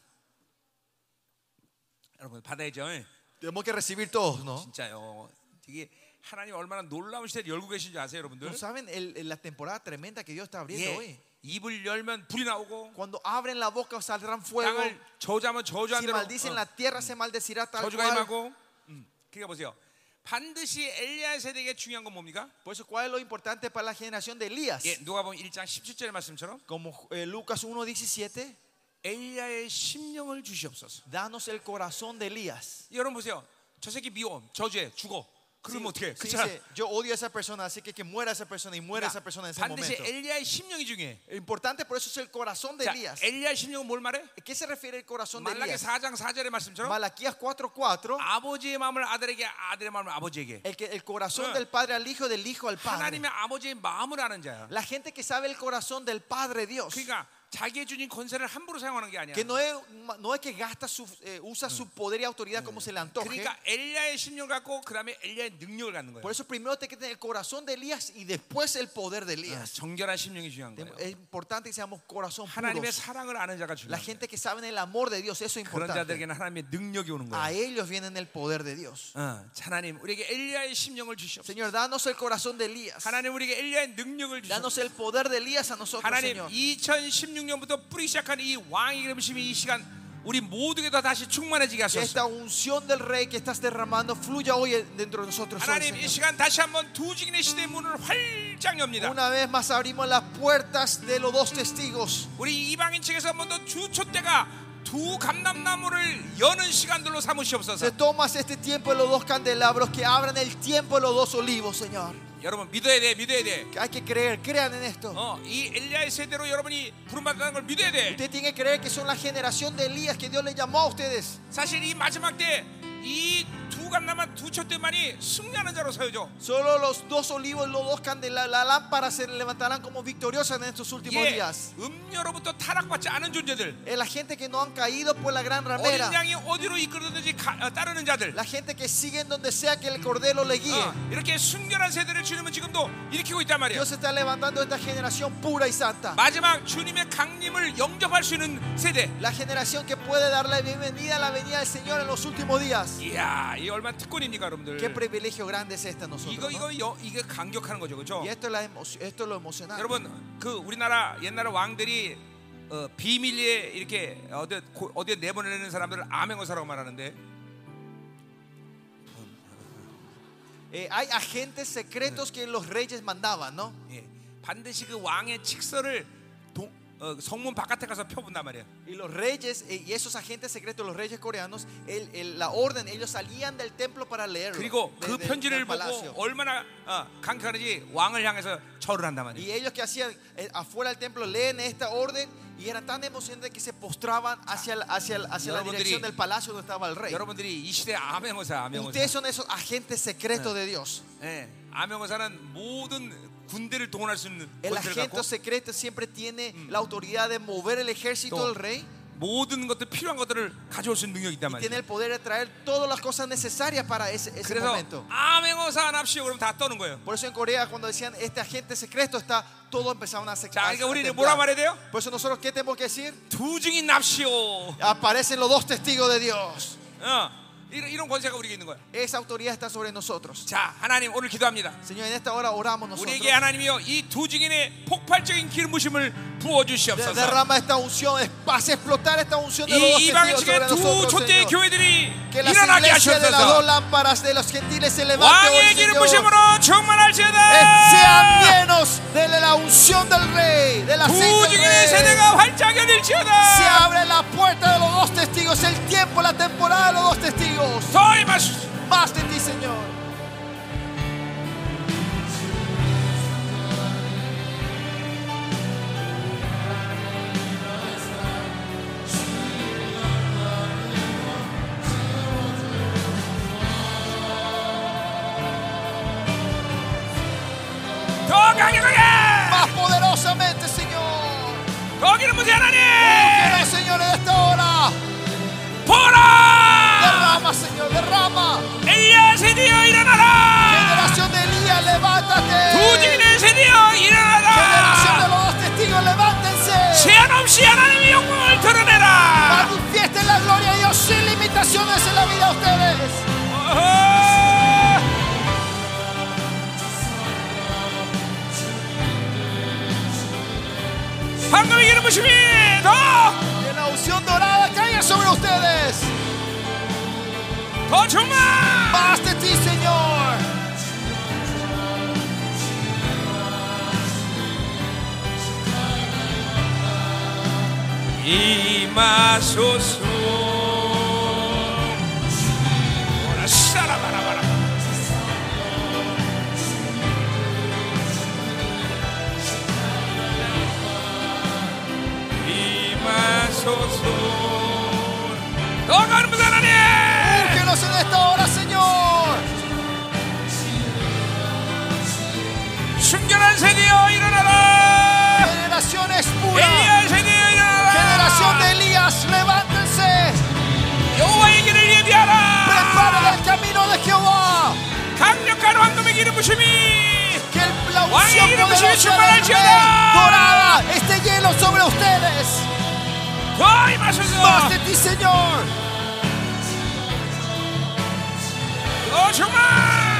S1: 여러분 받아야죠. 예.
S2: Tenemos que recibir todos, ¿no?
S1: 진짜요. 되게 하나님 얼마나 놀라운 시대를 열고 계신지 아세요, 여러분들?
S2: ¿No saben el- el- la temporada tremenda que Dios está abriendo
S1: 예.
S2: hoy?
S1: 입을 열면 불이 나오고
S2: Cuando abren la boca saldrán fuego.
S1: 땅을 저주하면 저주한
S2: Si
S1: 대로
S2: maldicen la
S1: 어,
S2: tierra se maldecirá tal
S1: 저주가
S2: cual.
S1: 임하고. 음. 그러니까 보세요. 반드시 엘리야 세대에게 중요한 건 뭡니까?
S2: Por eso, ¿cuál es lo importante para la generación de Elías?
S1: 예, 누가복음 1장 17절의 말씀처럼
S2: Como eh, Lucas 1.17,
S1: 엘리야의 심령을 주시옵소서.
S2: danos el corazón de Elías.
S1: 여러분 보세요. 저 새끼 미워, 저주해, 죽어. 그러면 어떻게?
S2: Sí,
S1: 그렇잖아.
S2: dice, yo odio a esa persona, así que que muera esa persona y muera esa persona en ese
S1: 반드시
S2: momento.
S1: 엘리야의 심령이 중요해.
S2: Importante por eso es el corazón de
S1: 자,
S2: Elías.
S1: 엘리야의 심령은 뭘 말해?
S2: ¿Qué se refiere el corazón de
S1: 말라기
S2: Elías?
S1: 4장 4절의 말씀처럼
S2: Malaquías
S1: Ah.
S2: 4.4,
S1: 아버지의 마음을 아들에게 아들의 마음을 아버지에게
S2: el, que, el corazón
S1: Ah.
S2: del padre al hijo, del hijo al padre.
S1: 하나님의 아버지의 마음을 아는 자야
S2: La gente que sabe el corazón del Padre Dios,
S1: 그러니까 자기의 주님 권세를 함부로 사용하는 게 아니야
S2: que no es, no es que gasta su, eh, usa su poder y autoridad como se le antoje.
S1: 그러니까 엘리야의 심령을 갖고 그 다음에 엘리야의 능력을 갖는 거야
S2: Por eso primero te que tener el corazón de Elías y después el poder de
S1: 어,
S2: Elías.
S1: 정결한 심령이 중요한 거예요
S2: Es importante que seamos corazón
S1: 하나님의
S2: puros.
S1: 사랑을 뭐 아는 자가 중요한
S2: La
S1: 거예요
S2: gente que sabe el amor de Dios, eso es
S1: 그런
S2: importante.
S1: 자들에게는 하나님의 능력이 오는
S2: A
S1: 거예요
S2: ellos viene el poder de Dios.
S1: 어, 자, 하나님 우리에게 엘리야의 심령을 주시옵소서
S2: Señor, danos el corazón de Elías.
S1: 하나님 우리에게 엘리야의 능력을 주시옵소서
S2: Danos el poder de Elías a nosotros,
S1: 하나님
S2: Señor.
S1: 2016년부터 뿌리 시작한 이 왕의 이름심이 이 시간 우리 모두에게 다 다시 충만해지게
S2: Que
S1: 하소서
S2: esta unción del Rey que estás derramando fluya hoy dentro de nosotros. hoy,
S1: 하나님 이
S2: Señor.
S1: 시간 다시 한번 두 증인의 시대 문을 활짝 엽니다.
S2: Una vez más abrimos las puertas de los dos testigos.
S1: 우리 이방인 측에서 한번더 주초 때가 두 감람나무를 여는 시간들로 삼으시옵소서.
S2: Se tomas este tiempo de los dos candelabros que abran el tiempo de los dos olivos, Señor.
S1: 여러분 믿어야 돼, 믿어야 돼.
S2: Que Hay que creer, crean en esto.
S1: 어, 이 엘리야의 세대로 여러분이 부름받았다는 걸 믿어야 돼.
S2: Usted tiene que creer que son la generación de Elías que Dios le llamó a ustedes.
S1: 사실 이 마지막 때 이 두 감람한 두 촛대만이 승리하는 자로 세워져.
S2: Solo los dos olivos, los dos candelabros, la lámpara se levantarán como victoriosas en estos últimos
S1: 예,
S2: días.
S1: 음료로부터 타락받지 않은 존재들.
S2: Es la gente que no han caído por la gran
S1: 어린
S2: ramera.
S1: 양이 어디로 이끌든지 가- 어, 따르는 자들.
S2: La gente que sigue en donde sea que el cordero le guíe.
S1: 어, 이렇게 순결한 세대를 주님은 지금도 일으키고 있단 말이에요.
S2: Dios está levantando esta generación pura y santa.
S1: 마지막 주님의 강림을 영접할 수 있는 세대.
S2: La generación que puede darle bienvenida a la venida del Señor en los últimos días.
S1: 이야, 이 얼마나 특권입니까,
S2: Qué
S1: 여러분들.
S2: privilegio grande es esta
S1: 이거
S2: nosotros. ¿no?
S1: 이거 여- 이게 강격하는 거죠, 그렇죠?
S2: Y esto es, la emo- esto es lo emocionante.
S1: 여러분, 그 우리나라 옛날에 왕들이 어, 비밀리에 이렇게 어디 고- 어디에 내보내는 사람들을 암행어사라고 말하는데
S2: Eh, hay agentes secretos que los reyes mandaban, ¿no?
S1: 예, 반드시 그 왕의 칙서를 동- 어, 성문 바깥에 가서 펴본단 말이야.
S2: Y los reyes eh, y esos agentes secretos, los reyes coreanos, el- el- la orden, ellos salían del templo para leerlo.
S1: 그리고
S2: de-
S1: 그
S2: de-
S1: 편지를
S2: del
S1: 보고
S2: palacio.
S1: 얼마나 어, 강력한지 왕을 향해서 절을 한단 말이야.
S2: Y ellos que hacían eh, afuera del templo leen esta orden y era tan emocionante que se postraban hacia, el- hacia, el- hacia la
S1: 여러분들이-
S2: dirección del palacio donde estaba el rey.
S1: 여러분들이 이 시대 암행어사, 암행어사.
S2: Ustedes son esos agentes secretos de Dios.
S1: 예, 암행어사는 모든 군대를 동원할 수 있는
S2: El
S1: 권세를 갖고
S2: agente secreto siempre tiene la autoridad de mover el ejército
S1: 또-
S2: del rey
S1: 모든 것들 필요한 것들을 가져올 수 있는 능력이 있단
S2: y
S1: 말이에요.
S2: tiene el poder de traer todas las cosas necesarias para ese, ese
S1: 그래서
S2: momento.
S1: 암행어사 안 합시오. 그럼 다 떠는 거예요.
S2: Por eso en Corea cuando decían este agente secreto está, todo empezaban a
S1: 자,
S2: secretar.
S1: 그러니까 우리는 뭐라 말해야 돼요?
S2: Por eso nosotros qué tenemos que decir?
S1: 두 증인 납시오.
S2: Aparecen los dos testigos de Dios.
S1: 어, 이런, 이런 권세가 우리에게 있는 거예요.
S2: Esa autoridad está sobre nosotros.
S1: 자, 하나님 오늘 기도합니다.
S2: Señor, en esta hora oramos nosotros.
S1: 우리에게 하나님이여 이 두 증인의 폭발적인 기름부심을 부어
S2: De-
S1: 주시옵소서.
S2: Derrama esta unción, es- hace explotar esta unción de los dos
S1: 이 이방
S2: testigos
S1: 측의
S2: sobre
S1: 두
S2: nosotros,
S1: 촛대의
S2: Señor.
S1: 교회들이
S2: Que las
S1: 일어나게
S2: iglesias de las
S1: 하시옵소서.
S2: dos lámparas de los gentiles se levanten hoy,
S1: 왕의
S2: Señor.
S1: 기름부심으로
S2: Eh,
S1: 충만할지어다.
S2: Sean llenos de la unción del Rey, del
S1: 두
S2: aceite
S1: 증인의
S2: del Rey.
S1: 세대가 활짝
S2: Se
S1: 열릴지어다.
S2: abre la puerta de los dos testigos, el tiempo, la temporada de los dos testigos.
S1: 더 임하소서.
S2: Más de ti, Señor.
S1: 더 강력하게 아.
S2: Más poderosamente, Señor.
S1: 더 기름 부세
S2: Pero,
S1: 하나님
S2: Señor, en esta hora,
S1: 보라
S2: derrama, Señor, derrama.
S1: 엘리야 세대여 일어나라
S2: Generación de Elías, levántate.
S1: 두진의 세대여
S2: Generación de
S1: 일어나라
S2: los dos testigos, levántense.
S1: 제한 없이 하나님의 영광을 드러내라
S2: Manifiesten la gloria de Dios sin limitaciones en la vida de ustedes.
S1: 어허. 방금의 기름 부심이 더더
S2: Que la unción dorada caiga sobre ustedes.
S1: 충만
S2: Más de ti, Señor.
S1: 이마소소 오라 샤라바라바라 이마소소 더 가는 분 하나님
S2: Úrgenos en esta hora, Señor.
S1: 순결한 세대여 일어나라
S2: Generaciones puras.
S1: 엘리야 세대여
S2: Generación de
S1: 일어나라
S2: Elías, levántense.
S1: 여호와의 길을
S2: Preparen
S1: 예비하라
S2: el camino de Jehová.
S1: 강력한 황금의 기름 부심이
S2: Que el, la
S1: Guay,
S2: unción
S1: iremos
S2: poderosa
S1: a chupar
S2: del
S1: al
S2: Rey
S1: cielo.
S2: dorada esté lleno sobre ustedes.
S1: 더이 마셔서
S2: Más de ti, Señor.
S1: 어 정말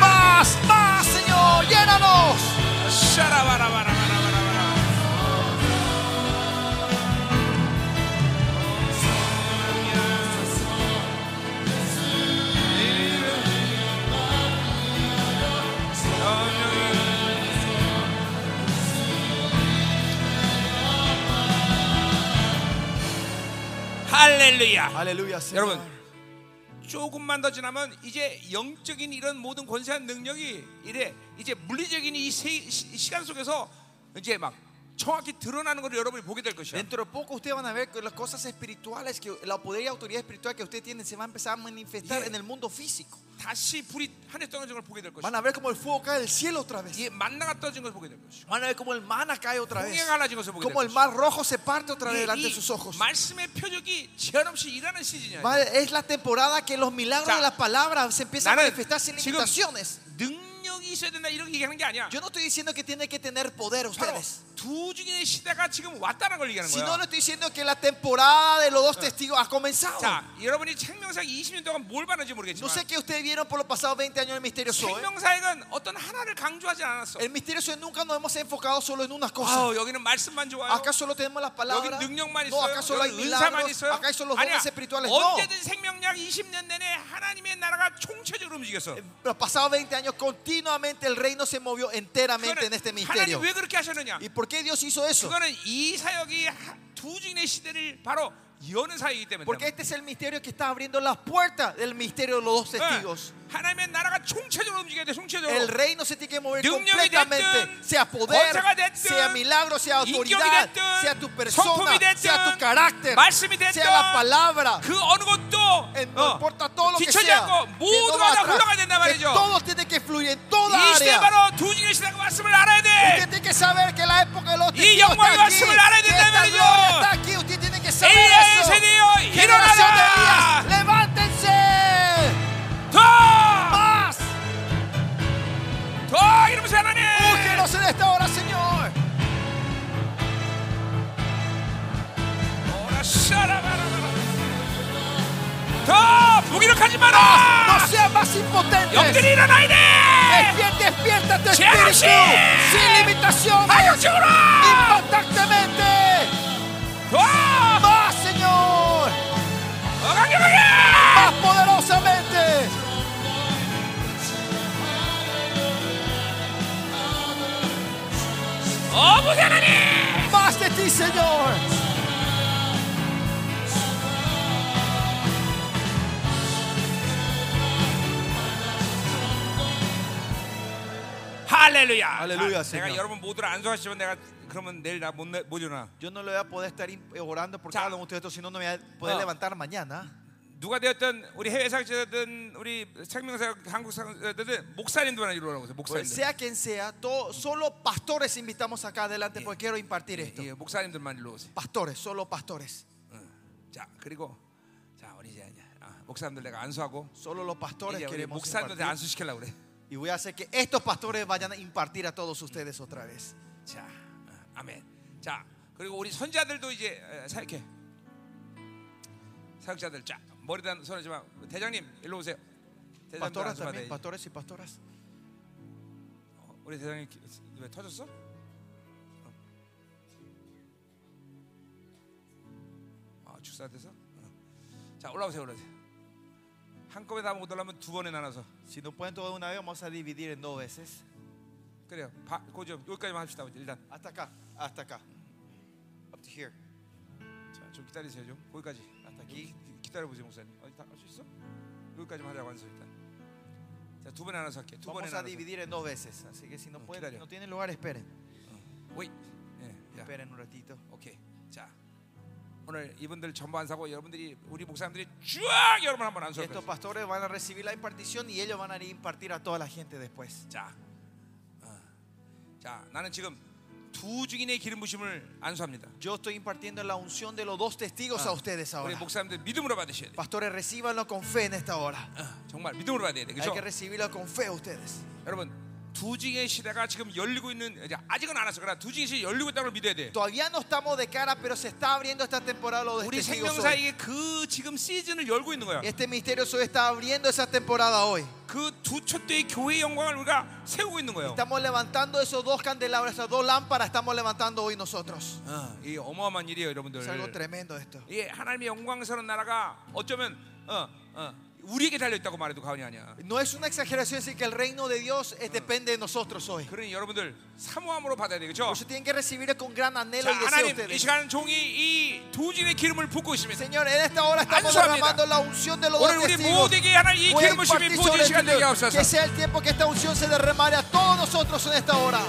S2: Más, más, Señor. Llénanos.
S1: 샤라바라바라바라바라 할렐루야.
S2: Aleluya, Señor.
S1: 여러분 조금만 더 지나면 이제 영적인 이런 모든 권세한 능력이 이래 이제 물리적인 이 세- 시- 시간 속에서 이제 막 정확히 드러나는 걸 여러분이 보게 될 것이야.
S2: Dentro de poco ustedes van a ver que las cosas espirituales, que la poder y autoridad espiritual que ustedes tienen se va a empezar a manifestar
S1: Yeah.
S2: en el mundo físico.
S1: 다시 불이 하늘 떨어진 걸 보게 될 것이야.
S2: Van a ver como el fuego cae del cielo otra vez.
S1: 이 만나가 떨어진 걸 보게 될 것이야.
S2: Van a ver como el mana cae otra vez.
S1: Como el
S2: Como el mar rojo se parte otra vez delante de sus ojos.
S1: 말씀의 표적이 제한 없이 일하는 시즌이야.
S2: Va- Es la temporada que los milagros
S1: 자,
S2: de las palabras se empiezan a
S1: 나는
S2: manifestar sin
S1: 지금-
S2: limitaciones.
S1: 능력이 있어야 된다 이렇게 얘기하는 게 아니야.
S2: Yo no estoy diciendo que tienen que tener poder
S1: 바로
S2: ustedes,
S1: 두 증인의 시대가 지금 왔다는 걸 얘기하는
S2: sino no
S1: 거야.
S2: estoy diciendo que la temporada de los dos testigos ha comenzado.
S1: 자, 여러분이 생명상 20년 동안 뭘 봤는지
S2: No sé
S1: 모르겠지만
S2: qué ustedes vieron por los pasados 20 años del misterio Zoe.
S1: 생명사역은 어떤 하나를 강조하지 않았어.
S2: El misterio Zoe nunca nos hemos enfocado solo en una cosa.
S1: 아우, 여기는 말씀만 좋아요.
S2: Acá solo tenemos las
S1: 여기
S2: palabras.
S1: 능력만
S2: No,
S1: 있어요.
S2: acá solo hay
S1: 여기 은사만
S2: milagros.
S1: 있어요.
S2: Acá solo los
S1: 아니야.
S2: dones espirituales. No.
S1: 언제든 생명력 20년 내내 하나님의 나라가 총체적으로 움직였어.
S2: Los pasados 20 años continuamente el reino se movió enteramente en este
S1: 그거는 하나님
S2: misterio.
S1: 왜 그렇게 하셨느냐?
S2: ¿Y por qué Dios hizo eso?
S1: 그거는 이 사역이 하- 두 증인의 시대를 바로 여는 사역이기 때문에.
S2: Porque este es el misterio que está abriendo las puertas del misterio de
S1: Eh,
S2: los dos testigos.
S1: 예. 하나님의 나라가 총체적으로 움직여야 돼. 총체적으로.
S2: El reino se tiene que mover
S1: 능력이
S2: completamente,
S1: 됐든,
S2: sea poder,
S1: 권세가 됐든,
S2: sea milagro, sea
S1: 인격이
S2: autoridad,
S1: 됐든,
S2: sea tu
S1: 성품이
S2: persona,
S1: 됐든,
S2: sea tu carácter,
S1: 말씀이 됐든,
S2: sea la palabra.
S1: 그 어느 것도 어,
S2: Eh, No importa todo lo que
S1: 뒤처지
S2: sea,
S1: 않고
S2: que no
S1: 모두가
S2: va
S1: 다
S2: atrás,
S1: 흘러가야 된단
S2: que
S1: 말이죠.
S2: todo tiene que fluir en toda
S1: 이 시대
S2: área.
S1: 바로 두 증인의 시대가 왔음을 알아야
S2: Usted
S1: 돼.
S2: tiene que saber que la época de los
S1: Y
S2: testigos
S1: 영광의
S2: está aquí.
S1: 말씀을 알아야
S2: que
S1: 된다는
S2: esta
S1: 거죠.
S2: gloria está aquí. Usted tiene que saber
S1: AI
S2: eso.
S1: 세대여,
S2: Generación de
S1: 일어나라.
S2: Elías, levántense.
S1: 더!
S2: Más.
S1: 더 이러면서 하나님.
S2: Búsquenos en esta hora, Señor.
S1: 오라, 샤라바라바라. 더 무기력하지 마라.
S2: No sean más impotentes.
S1: 영들이 일어나야 돼.
S2: Despierta, despierta tu
S1: Sí,
S2: espíritu.
S1: sí.
S2: Sin limitaciones.
S1: 파격적으로.
S2: Impactantemente.
S1: 더
S2: Más, Señor.
S1: 더 강력하게.
S2: Más poderosamente.
S1: 어, 무하나님
S2: Más de ti, Señor.
S1: 할렐루야.
S2: 할렐루야,
S1: 내가
S2: 세상에.
S1: 여러분 모두를 안수하시면 내가 그러면 내일 나 못못 일어나.
S2: Yo no le voy a poder estar im- eh, orando por
S1: Cha.
S2: cada uno de ustedes, esto, si no, no me voy a poder
S1: Ah.
S2: levantar mañana.
S1: 누가 되었든 우리 해외 사역자든 우리 생명사 한국 사역자든 목사님들만 일어나고 있어요. 목사님들.
S2: Pues Sea quien sea, to- solo pastores invitamos acá adelante porque quiero impartir esto.
S1: 예, 목사님들만 일로 오세요.
S2: Pastores, solo pastores.
S1: 응. 자 그리고 자 우리 이제 이제, 아, 목사님들 내가 안수하고
S2: Solo los pastores
S1: 이제 우리
S2: queremos
S1: 목사님들
S2: impartir.
S1: 안수시키려고 그래.
S2: Y voy a hacer que estos pastores vayan a impartir a todos ustedes otra vez.
S1: 자 어, 아멘. 자 그리고 우리 선자들도 이제 에, 사역해. 사역자들 자 머리단 손하지만 그 대장님 일로 오세요. 대장님도
S2: Pastoras
S1: 안수받아야지. 어,
S2: también, pastores y pastoras.
S1: 우리 대장님 기- 왜 터졌어? 아 축사돼서? 어. 자 올라오세요 올라오세요. 한꺼번에 다 못 올라면 두 번에 나눠서
S2: Si no pueden todo de una vez, vamos a dividir en dos veces.
S1: 그래요. 바, 고좀 여기까지만 합시다 먼저 일단.
S2: Hasta acá, hasta acá. Up to here.
S1: 자, 좀 기다리세요 좀. 거기까지. 아,
S2: Hasta
S1: 여기
S2: aquí.
S1: 기다려 보세요 목사님. 어디 다할수 있어? 여기까지만 하자고 하세요 일단. 자두 번에 나눠서 할게. 두 번에
S2: Vamos a
S1: 나눠서.
S2: dividir en dos veces. Así que si no
S1: Ok,
S2: pueden,
S1: dale.
S2: no tienen lugar, esperen.
S1: 오이. 예. 자,
S2: Esperen un ratito.
S1: 오케이. 자. 오늘 이분들 전부 안 사고 여러분들이 우리 목사님들이 쭉 여러분 한번 안수.
S2: Estos pastores van a recibir la impartición y ellos van a impartir a toda la gente después.
S1: 자, 어. 자, 나는 지금 두 증인의 기름 부심을 안수합니다.
S2: Yo estoy impartiendo la unción de los dos testigos a ustedes
S1: 우리
S2: ahora.
S1: 목사님들 믿음으로 받으셔야 돼.
S2: Pastores, recíbanlo con fe en esta hora.
S1: 어, 정말 믿음으로 받아야 돼,
S2: Hay
S1: 그렇죠?
S2: que recibirlo con fe ustedes.
S1: 여러분, 두 증인의 시대가 지금 열리고 있는 이제 아직은 안 왔어. 그러나 두 증인의 시대 열리고 있다는 걸 믿어야 돼.
S2: Todavía no estamos de cara, pero se está abriendo esta temporada los dos
S1: 우리
S2: testigos hoy.
S1: 생명사에게 그 지금 시즌을 열고 있는 거야.
S2: Este misterio hoy está abriendo esa temporada hoy.
S1: 그 두 촛대의 교회의 영광을 우리가 세우고 있는 거예요.
S2: Estamos levantando esos dos candelabros, esas dos lámparas estamos levantando hoy nosotros.
S1: 어, 이 어마어마한 일이에요, 예,
S2: Es algo
S1: 여러분들.
S2: tremendo esto.
S1: 예, 하나님의 영광스러운 나라가 어쩌면 어, 어, 우리에게 달려 있다고 말해도 과언이 아니야.
S2: No es una exageración decir que el reino de Dios es- depende de nosotros hoy.
S1: 그러니 여러분들 사모함으로 받아야 되겠죠.
S2: Por eso tienen que recibir con gran anhelo
S1: 자,
S2: y deseo
S1: 하나님 이
S2: ustedes.
S1: 시간 종이 이 두 진의 기름을 붓고 있습니다.
S2: Señor, en esta hora estamos
S1: Ansuamida.
S2: derramando la unción de los
S1: 오늘
S2: dos
S1: 우리
S2: testigos.
S1: 모두에게 하나님 이
S2: Hoy
S1: 기름 부심이
S2: impartí
S1: 부어지는
S2: sobre
S1: 시간 되게
S2: tu Dios.
S1: 하옵소서.
S2: Que sea el tiempo que esta unción se derrame a todos nosotros en esta hora.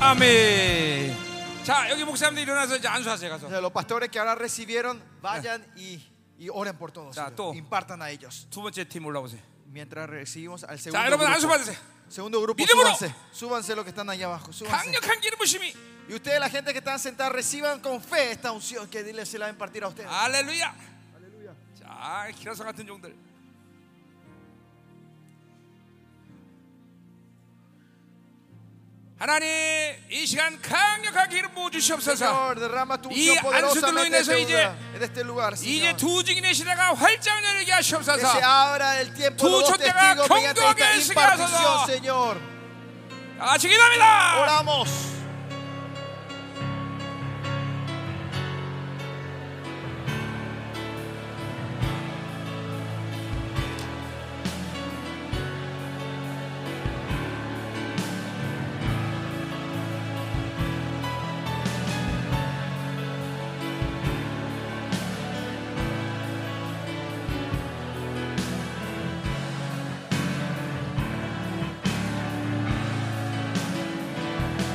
S1: 아멘. 자 여기 목사님들 일어나서 이제 안수하세요 가서.
S2: O sea, los pastores que ahora recibieron, vayan y, y oren por todos.
S1: Ya,
S2: Señor.
S1: tú.
S2: Impartan a ellos.
S1: 두 번째 팀 올라오세요.
S2: Mientras recibimos al
S1: 자
S2: segundo
S1: 여러분 안수
S2: grupo.
S1: 받으세요.
S2: Segundo grupo,
S1: 믿음으로.
S2: súbanse. Súbanse los que están allá abajo. Súbanse.
S1: 강력한 기름 부심이.
S2: Y ustedes, la gente que están sentada, reciban con fe esta unción que Dios se la va a impartir a
S1: Ah,
S2: ustedes.
S1: 할렐루야. 자 기라성 같은 종들. 하나님 이 시간 강력한 기름 부어 주시옵소서.
S2: Señor, derrama tu
S1: Y
S2: unción
S1: ansio들로
S2: poderosamente
S1: 인해서
S2: en este
S1: 이제
S2: lugar, en este lugar,
S1: 이제
S2: Señor.
S1: 두 증인의 시대가 활짝 열리게
S2: Que se
S1: 하시옵소서.
S2: abra el tiempo de
S1: Tu
S2: los
S1: chotega
S2: testigos mediante
S1: congoge
S2: esta impartición,
S1: enseñaso서.
S2: Señor.
S1: 같이 기도합니다.
S2: Oramos.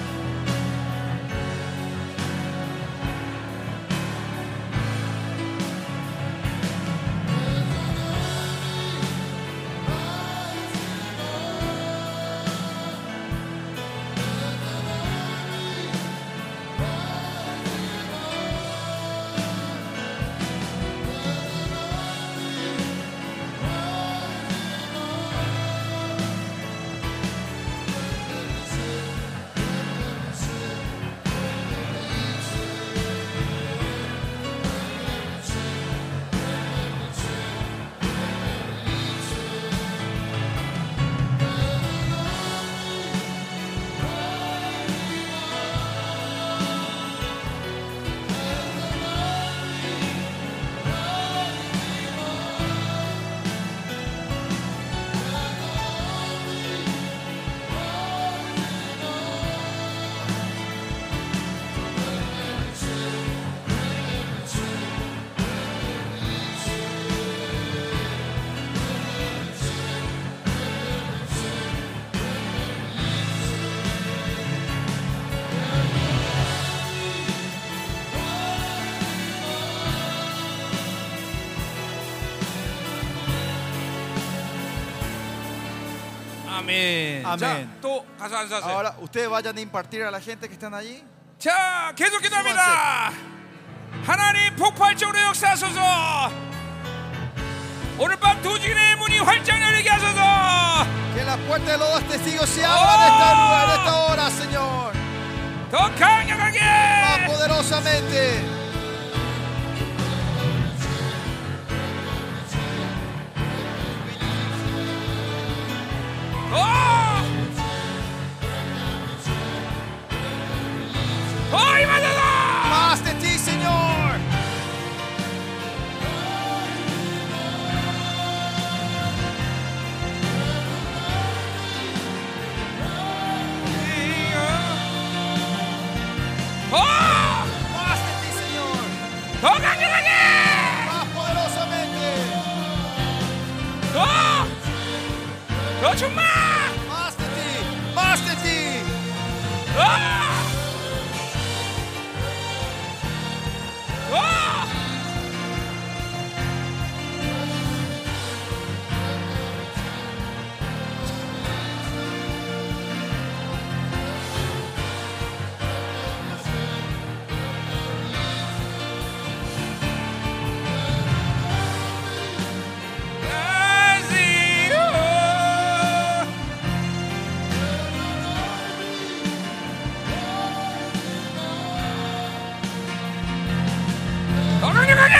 S1: 이 아멘. 자,
S2: 아멘.
S1: 또 가서 앉으세요.
S2: Ahora ustedes vayan a impartir a la gente que están allí.
S1: 자, 계속 기도합니다. 하나님 폭발적으로 역사하소서. 오늘 밤 도중의 문이 활짝 열리게 하소서.
S2: Que la puerta de los dos testigos se abra en esta, hora- en esta hora, Señor.
S1: 더 강력하게.
S2: Más poderosamente.
S1: 더. 더 임하소서.
S2: Más de ti, Señor.
S1: 더.
S2: Más de ti, Señor.
S1: 더 강력하게.
S2: Más poderosamente.
S1: 더. 더 충만.
S2: Más de ti. Más de ti.
S1: 더. 더. 강력하게!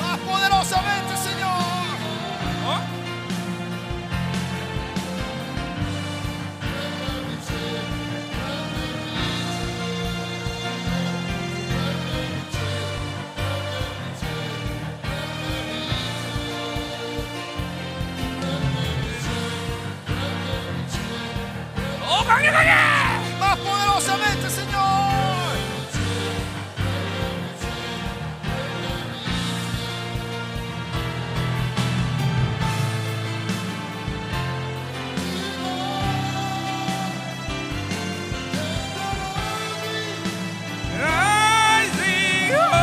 S2: Más poderosamente, Señor.
S1: 어? 어, 강력하게!
S2: Más poderosamente, Señor.
S1: Rising up.
S3: Rising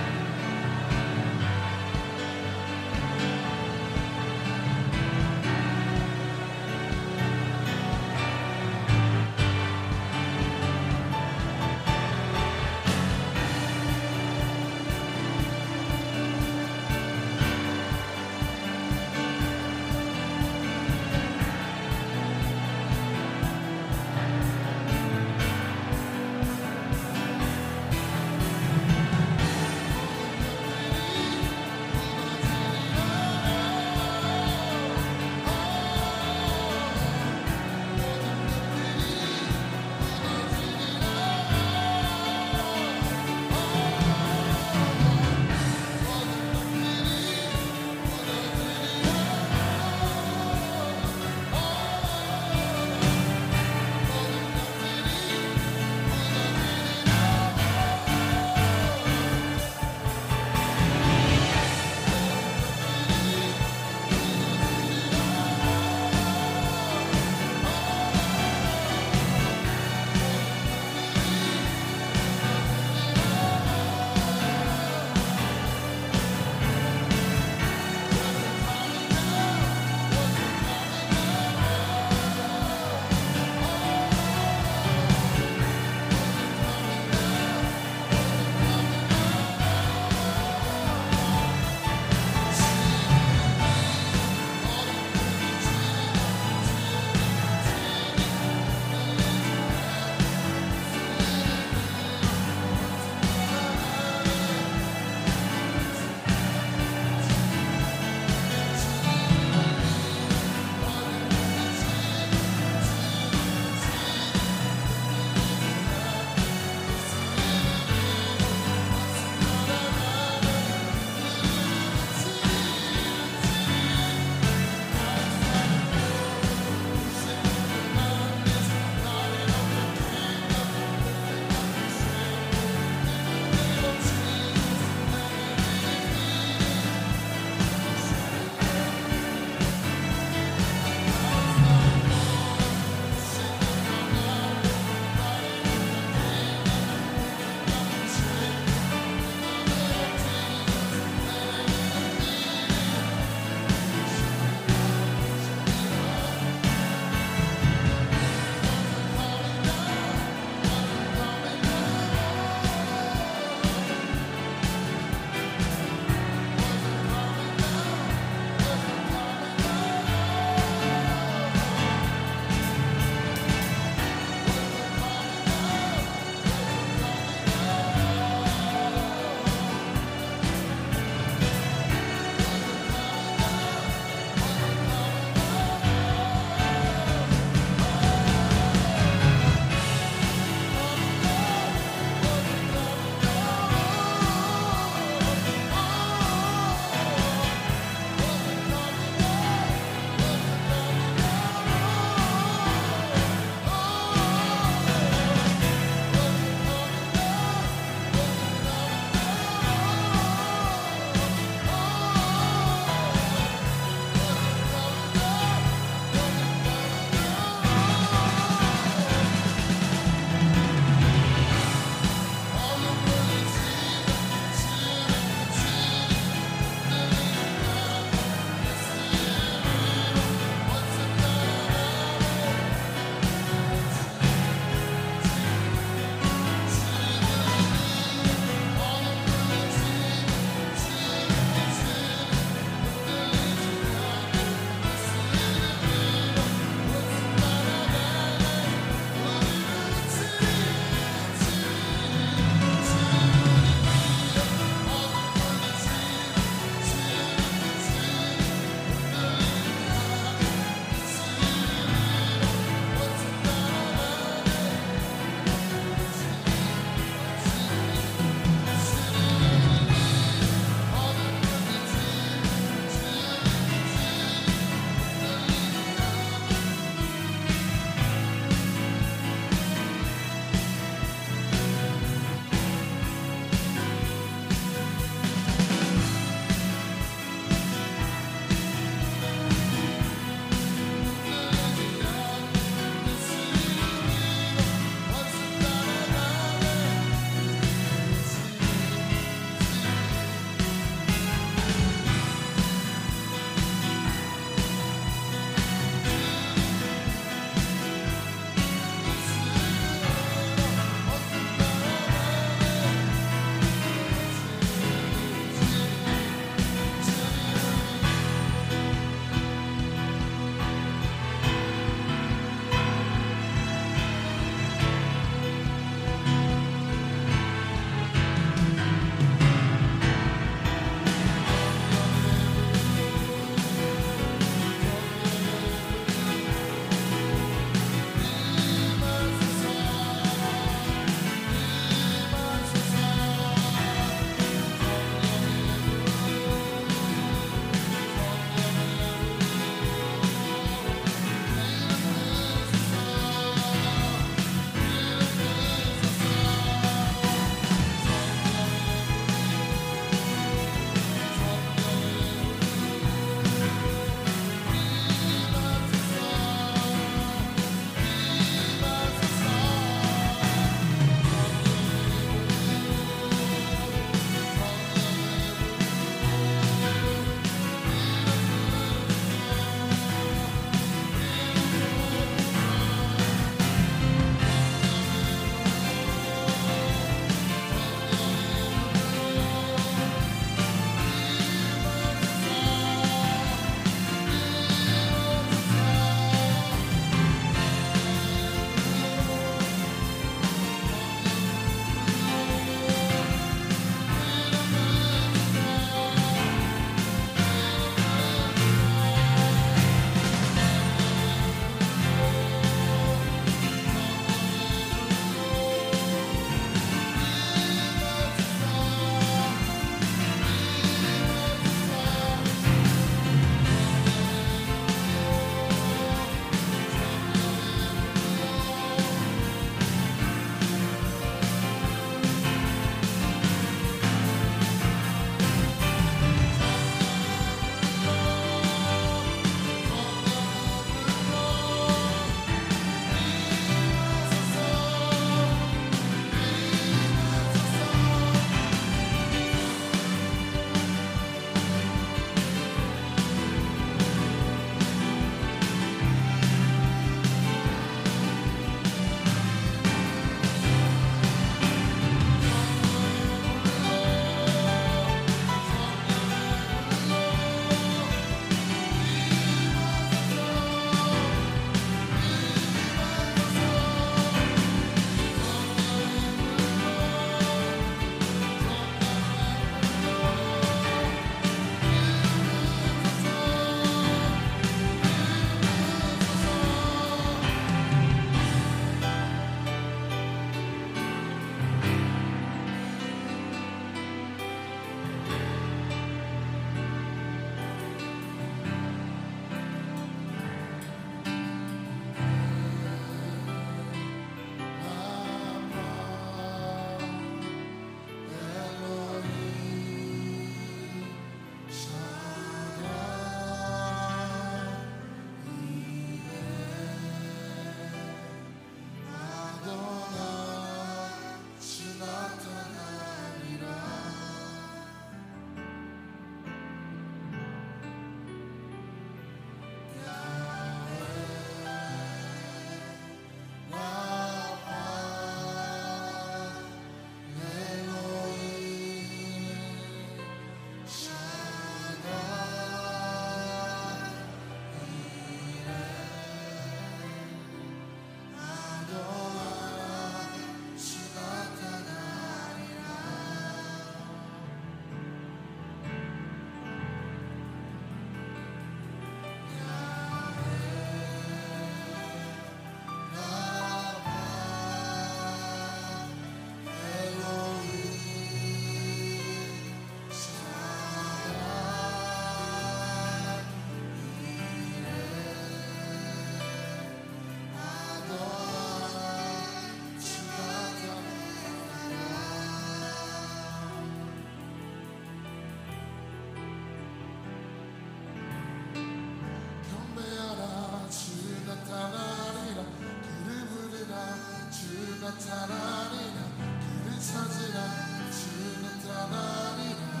S3: 나타나리라 길을 찾으라 주는 떠나리라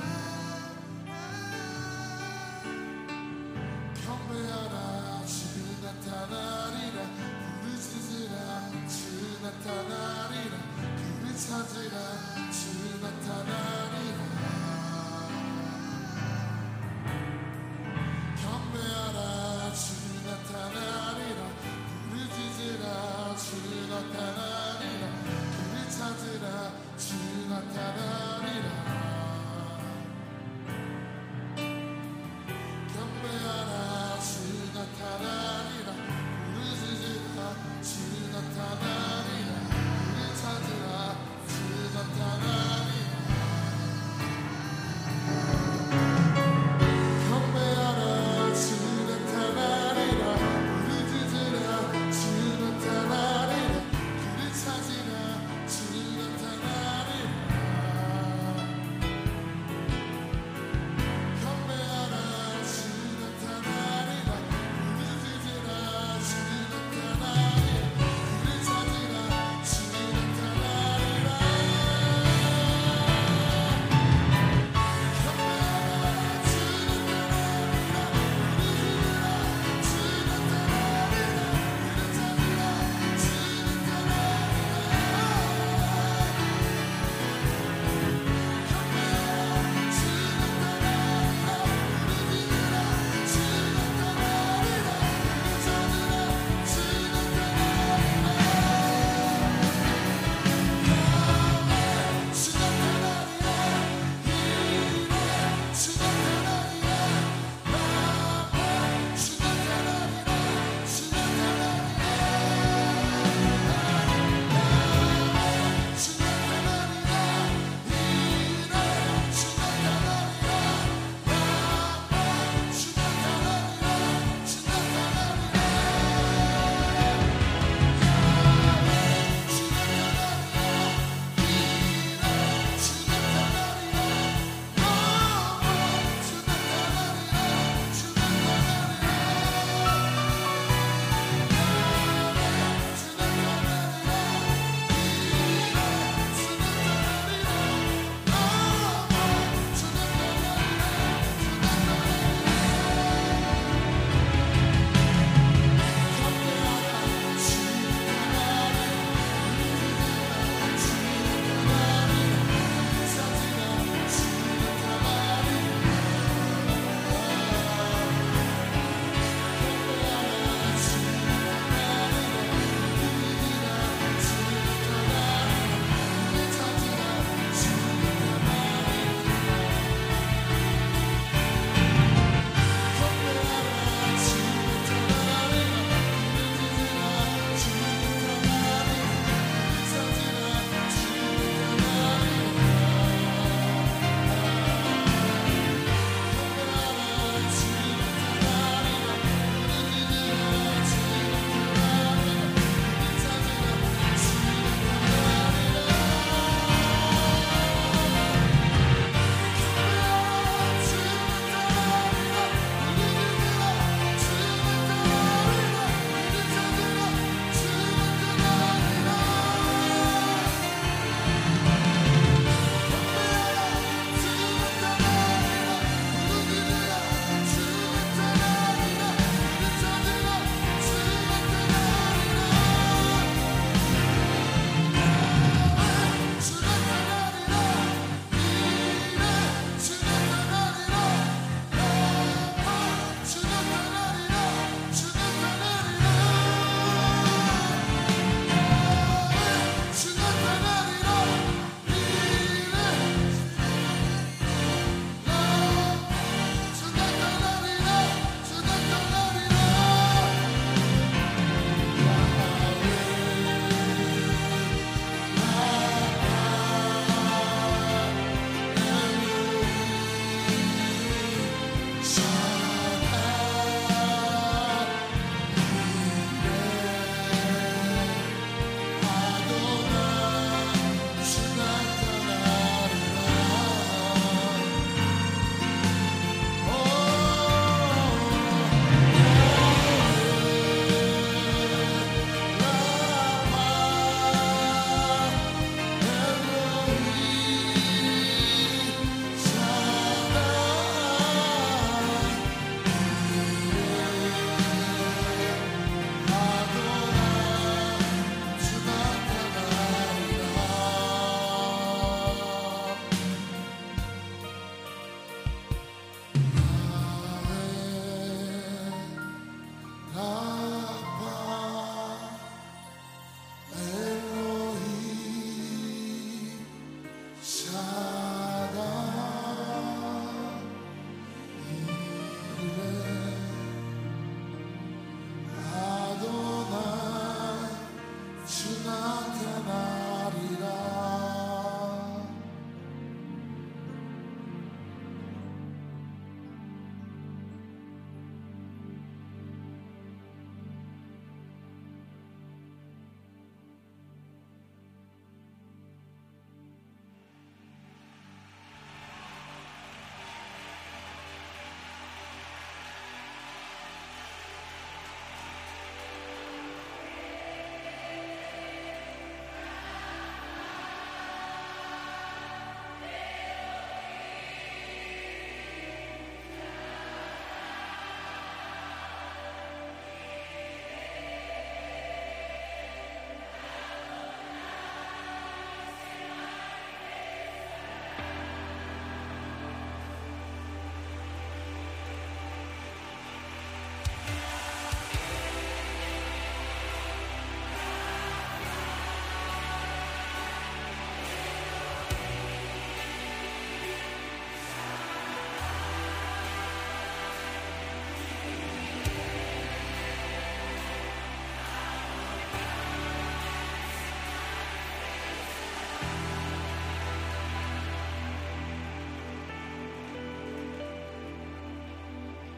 S3: 경배하라 주 나타나리라 부르짖으라 주 나타나리라 길을 찾으라 주 나타나리라 경배하라 주 나타나리라 부르짖으라 주 나타나리라 길을 찾으라 주 나타나리라 경배하라 주 나타나리라 부르짖으라 주 나타나리라 우리 찾으라 주 나타나리라 아,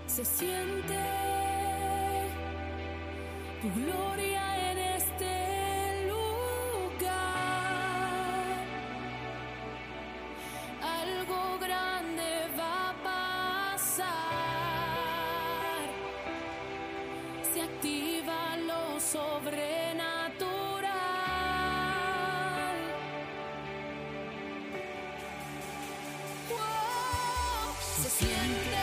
S4: se siente tu gloria en este lugar. Algo grande va a pasar. Se activa lo sobrenatural. Se siente este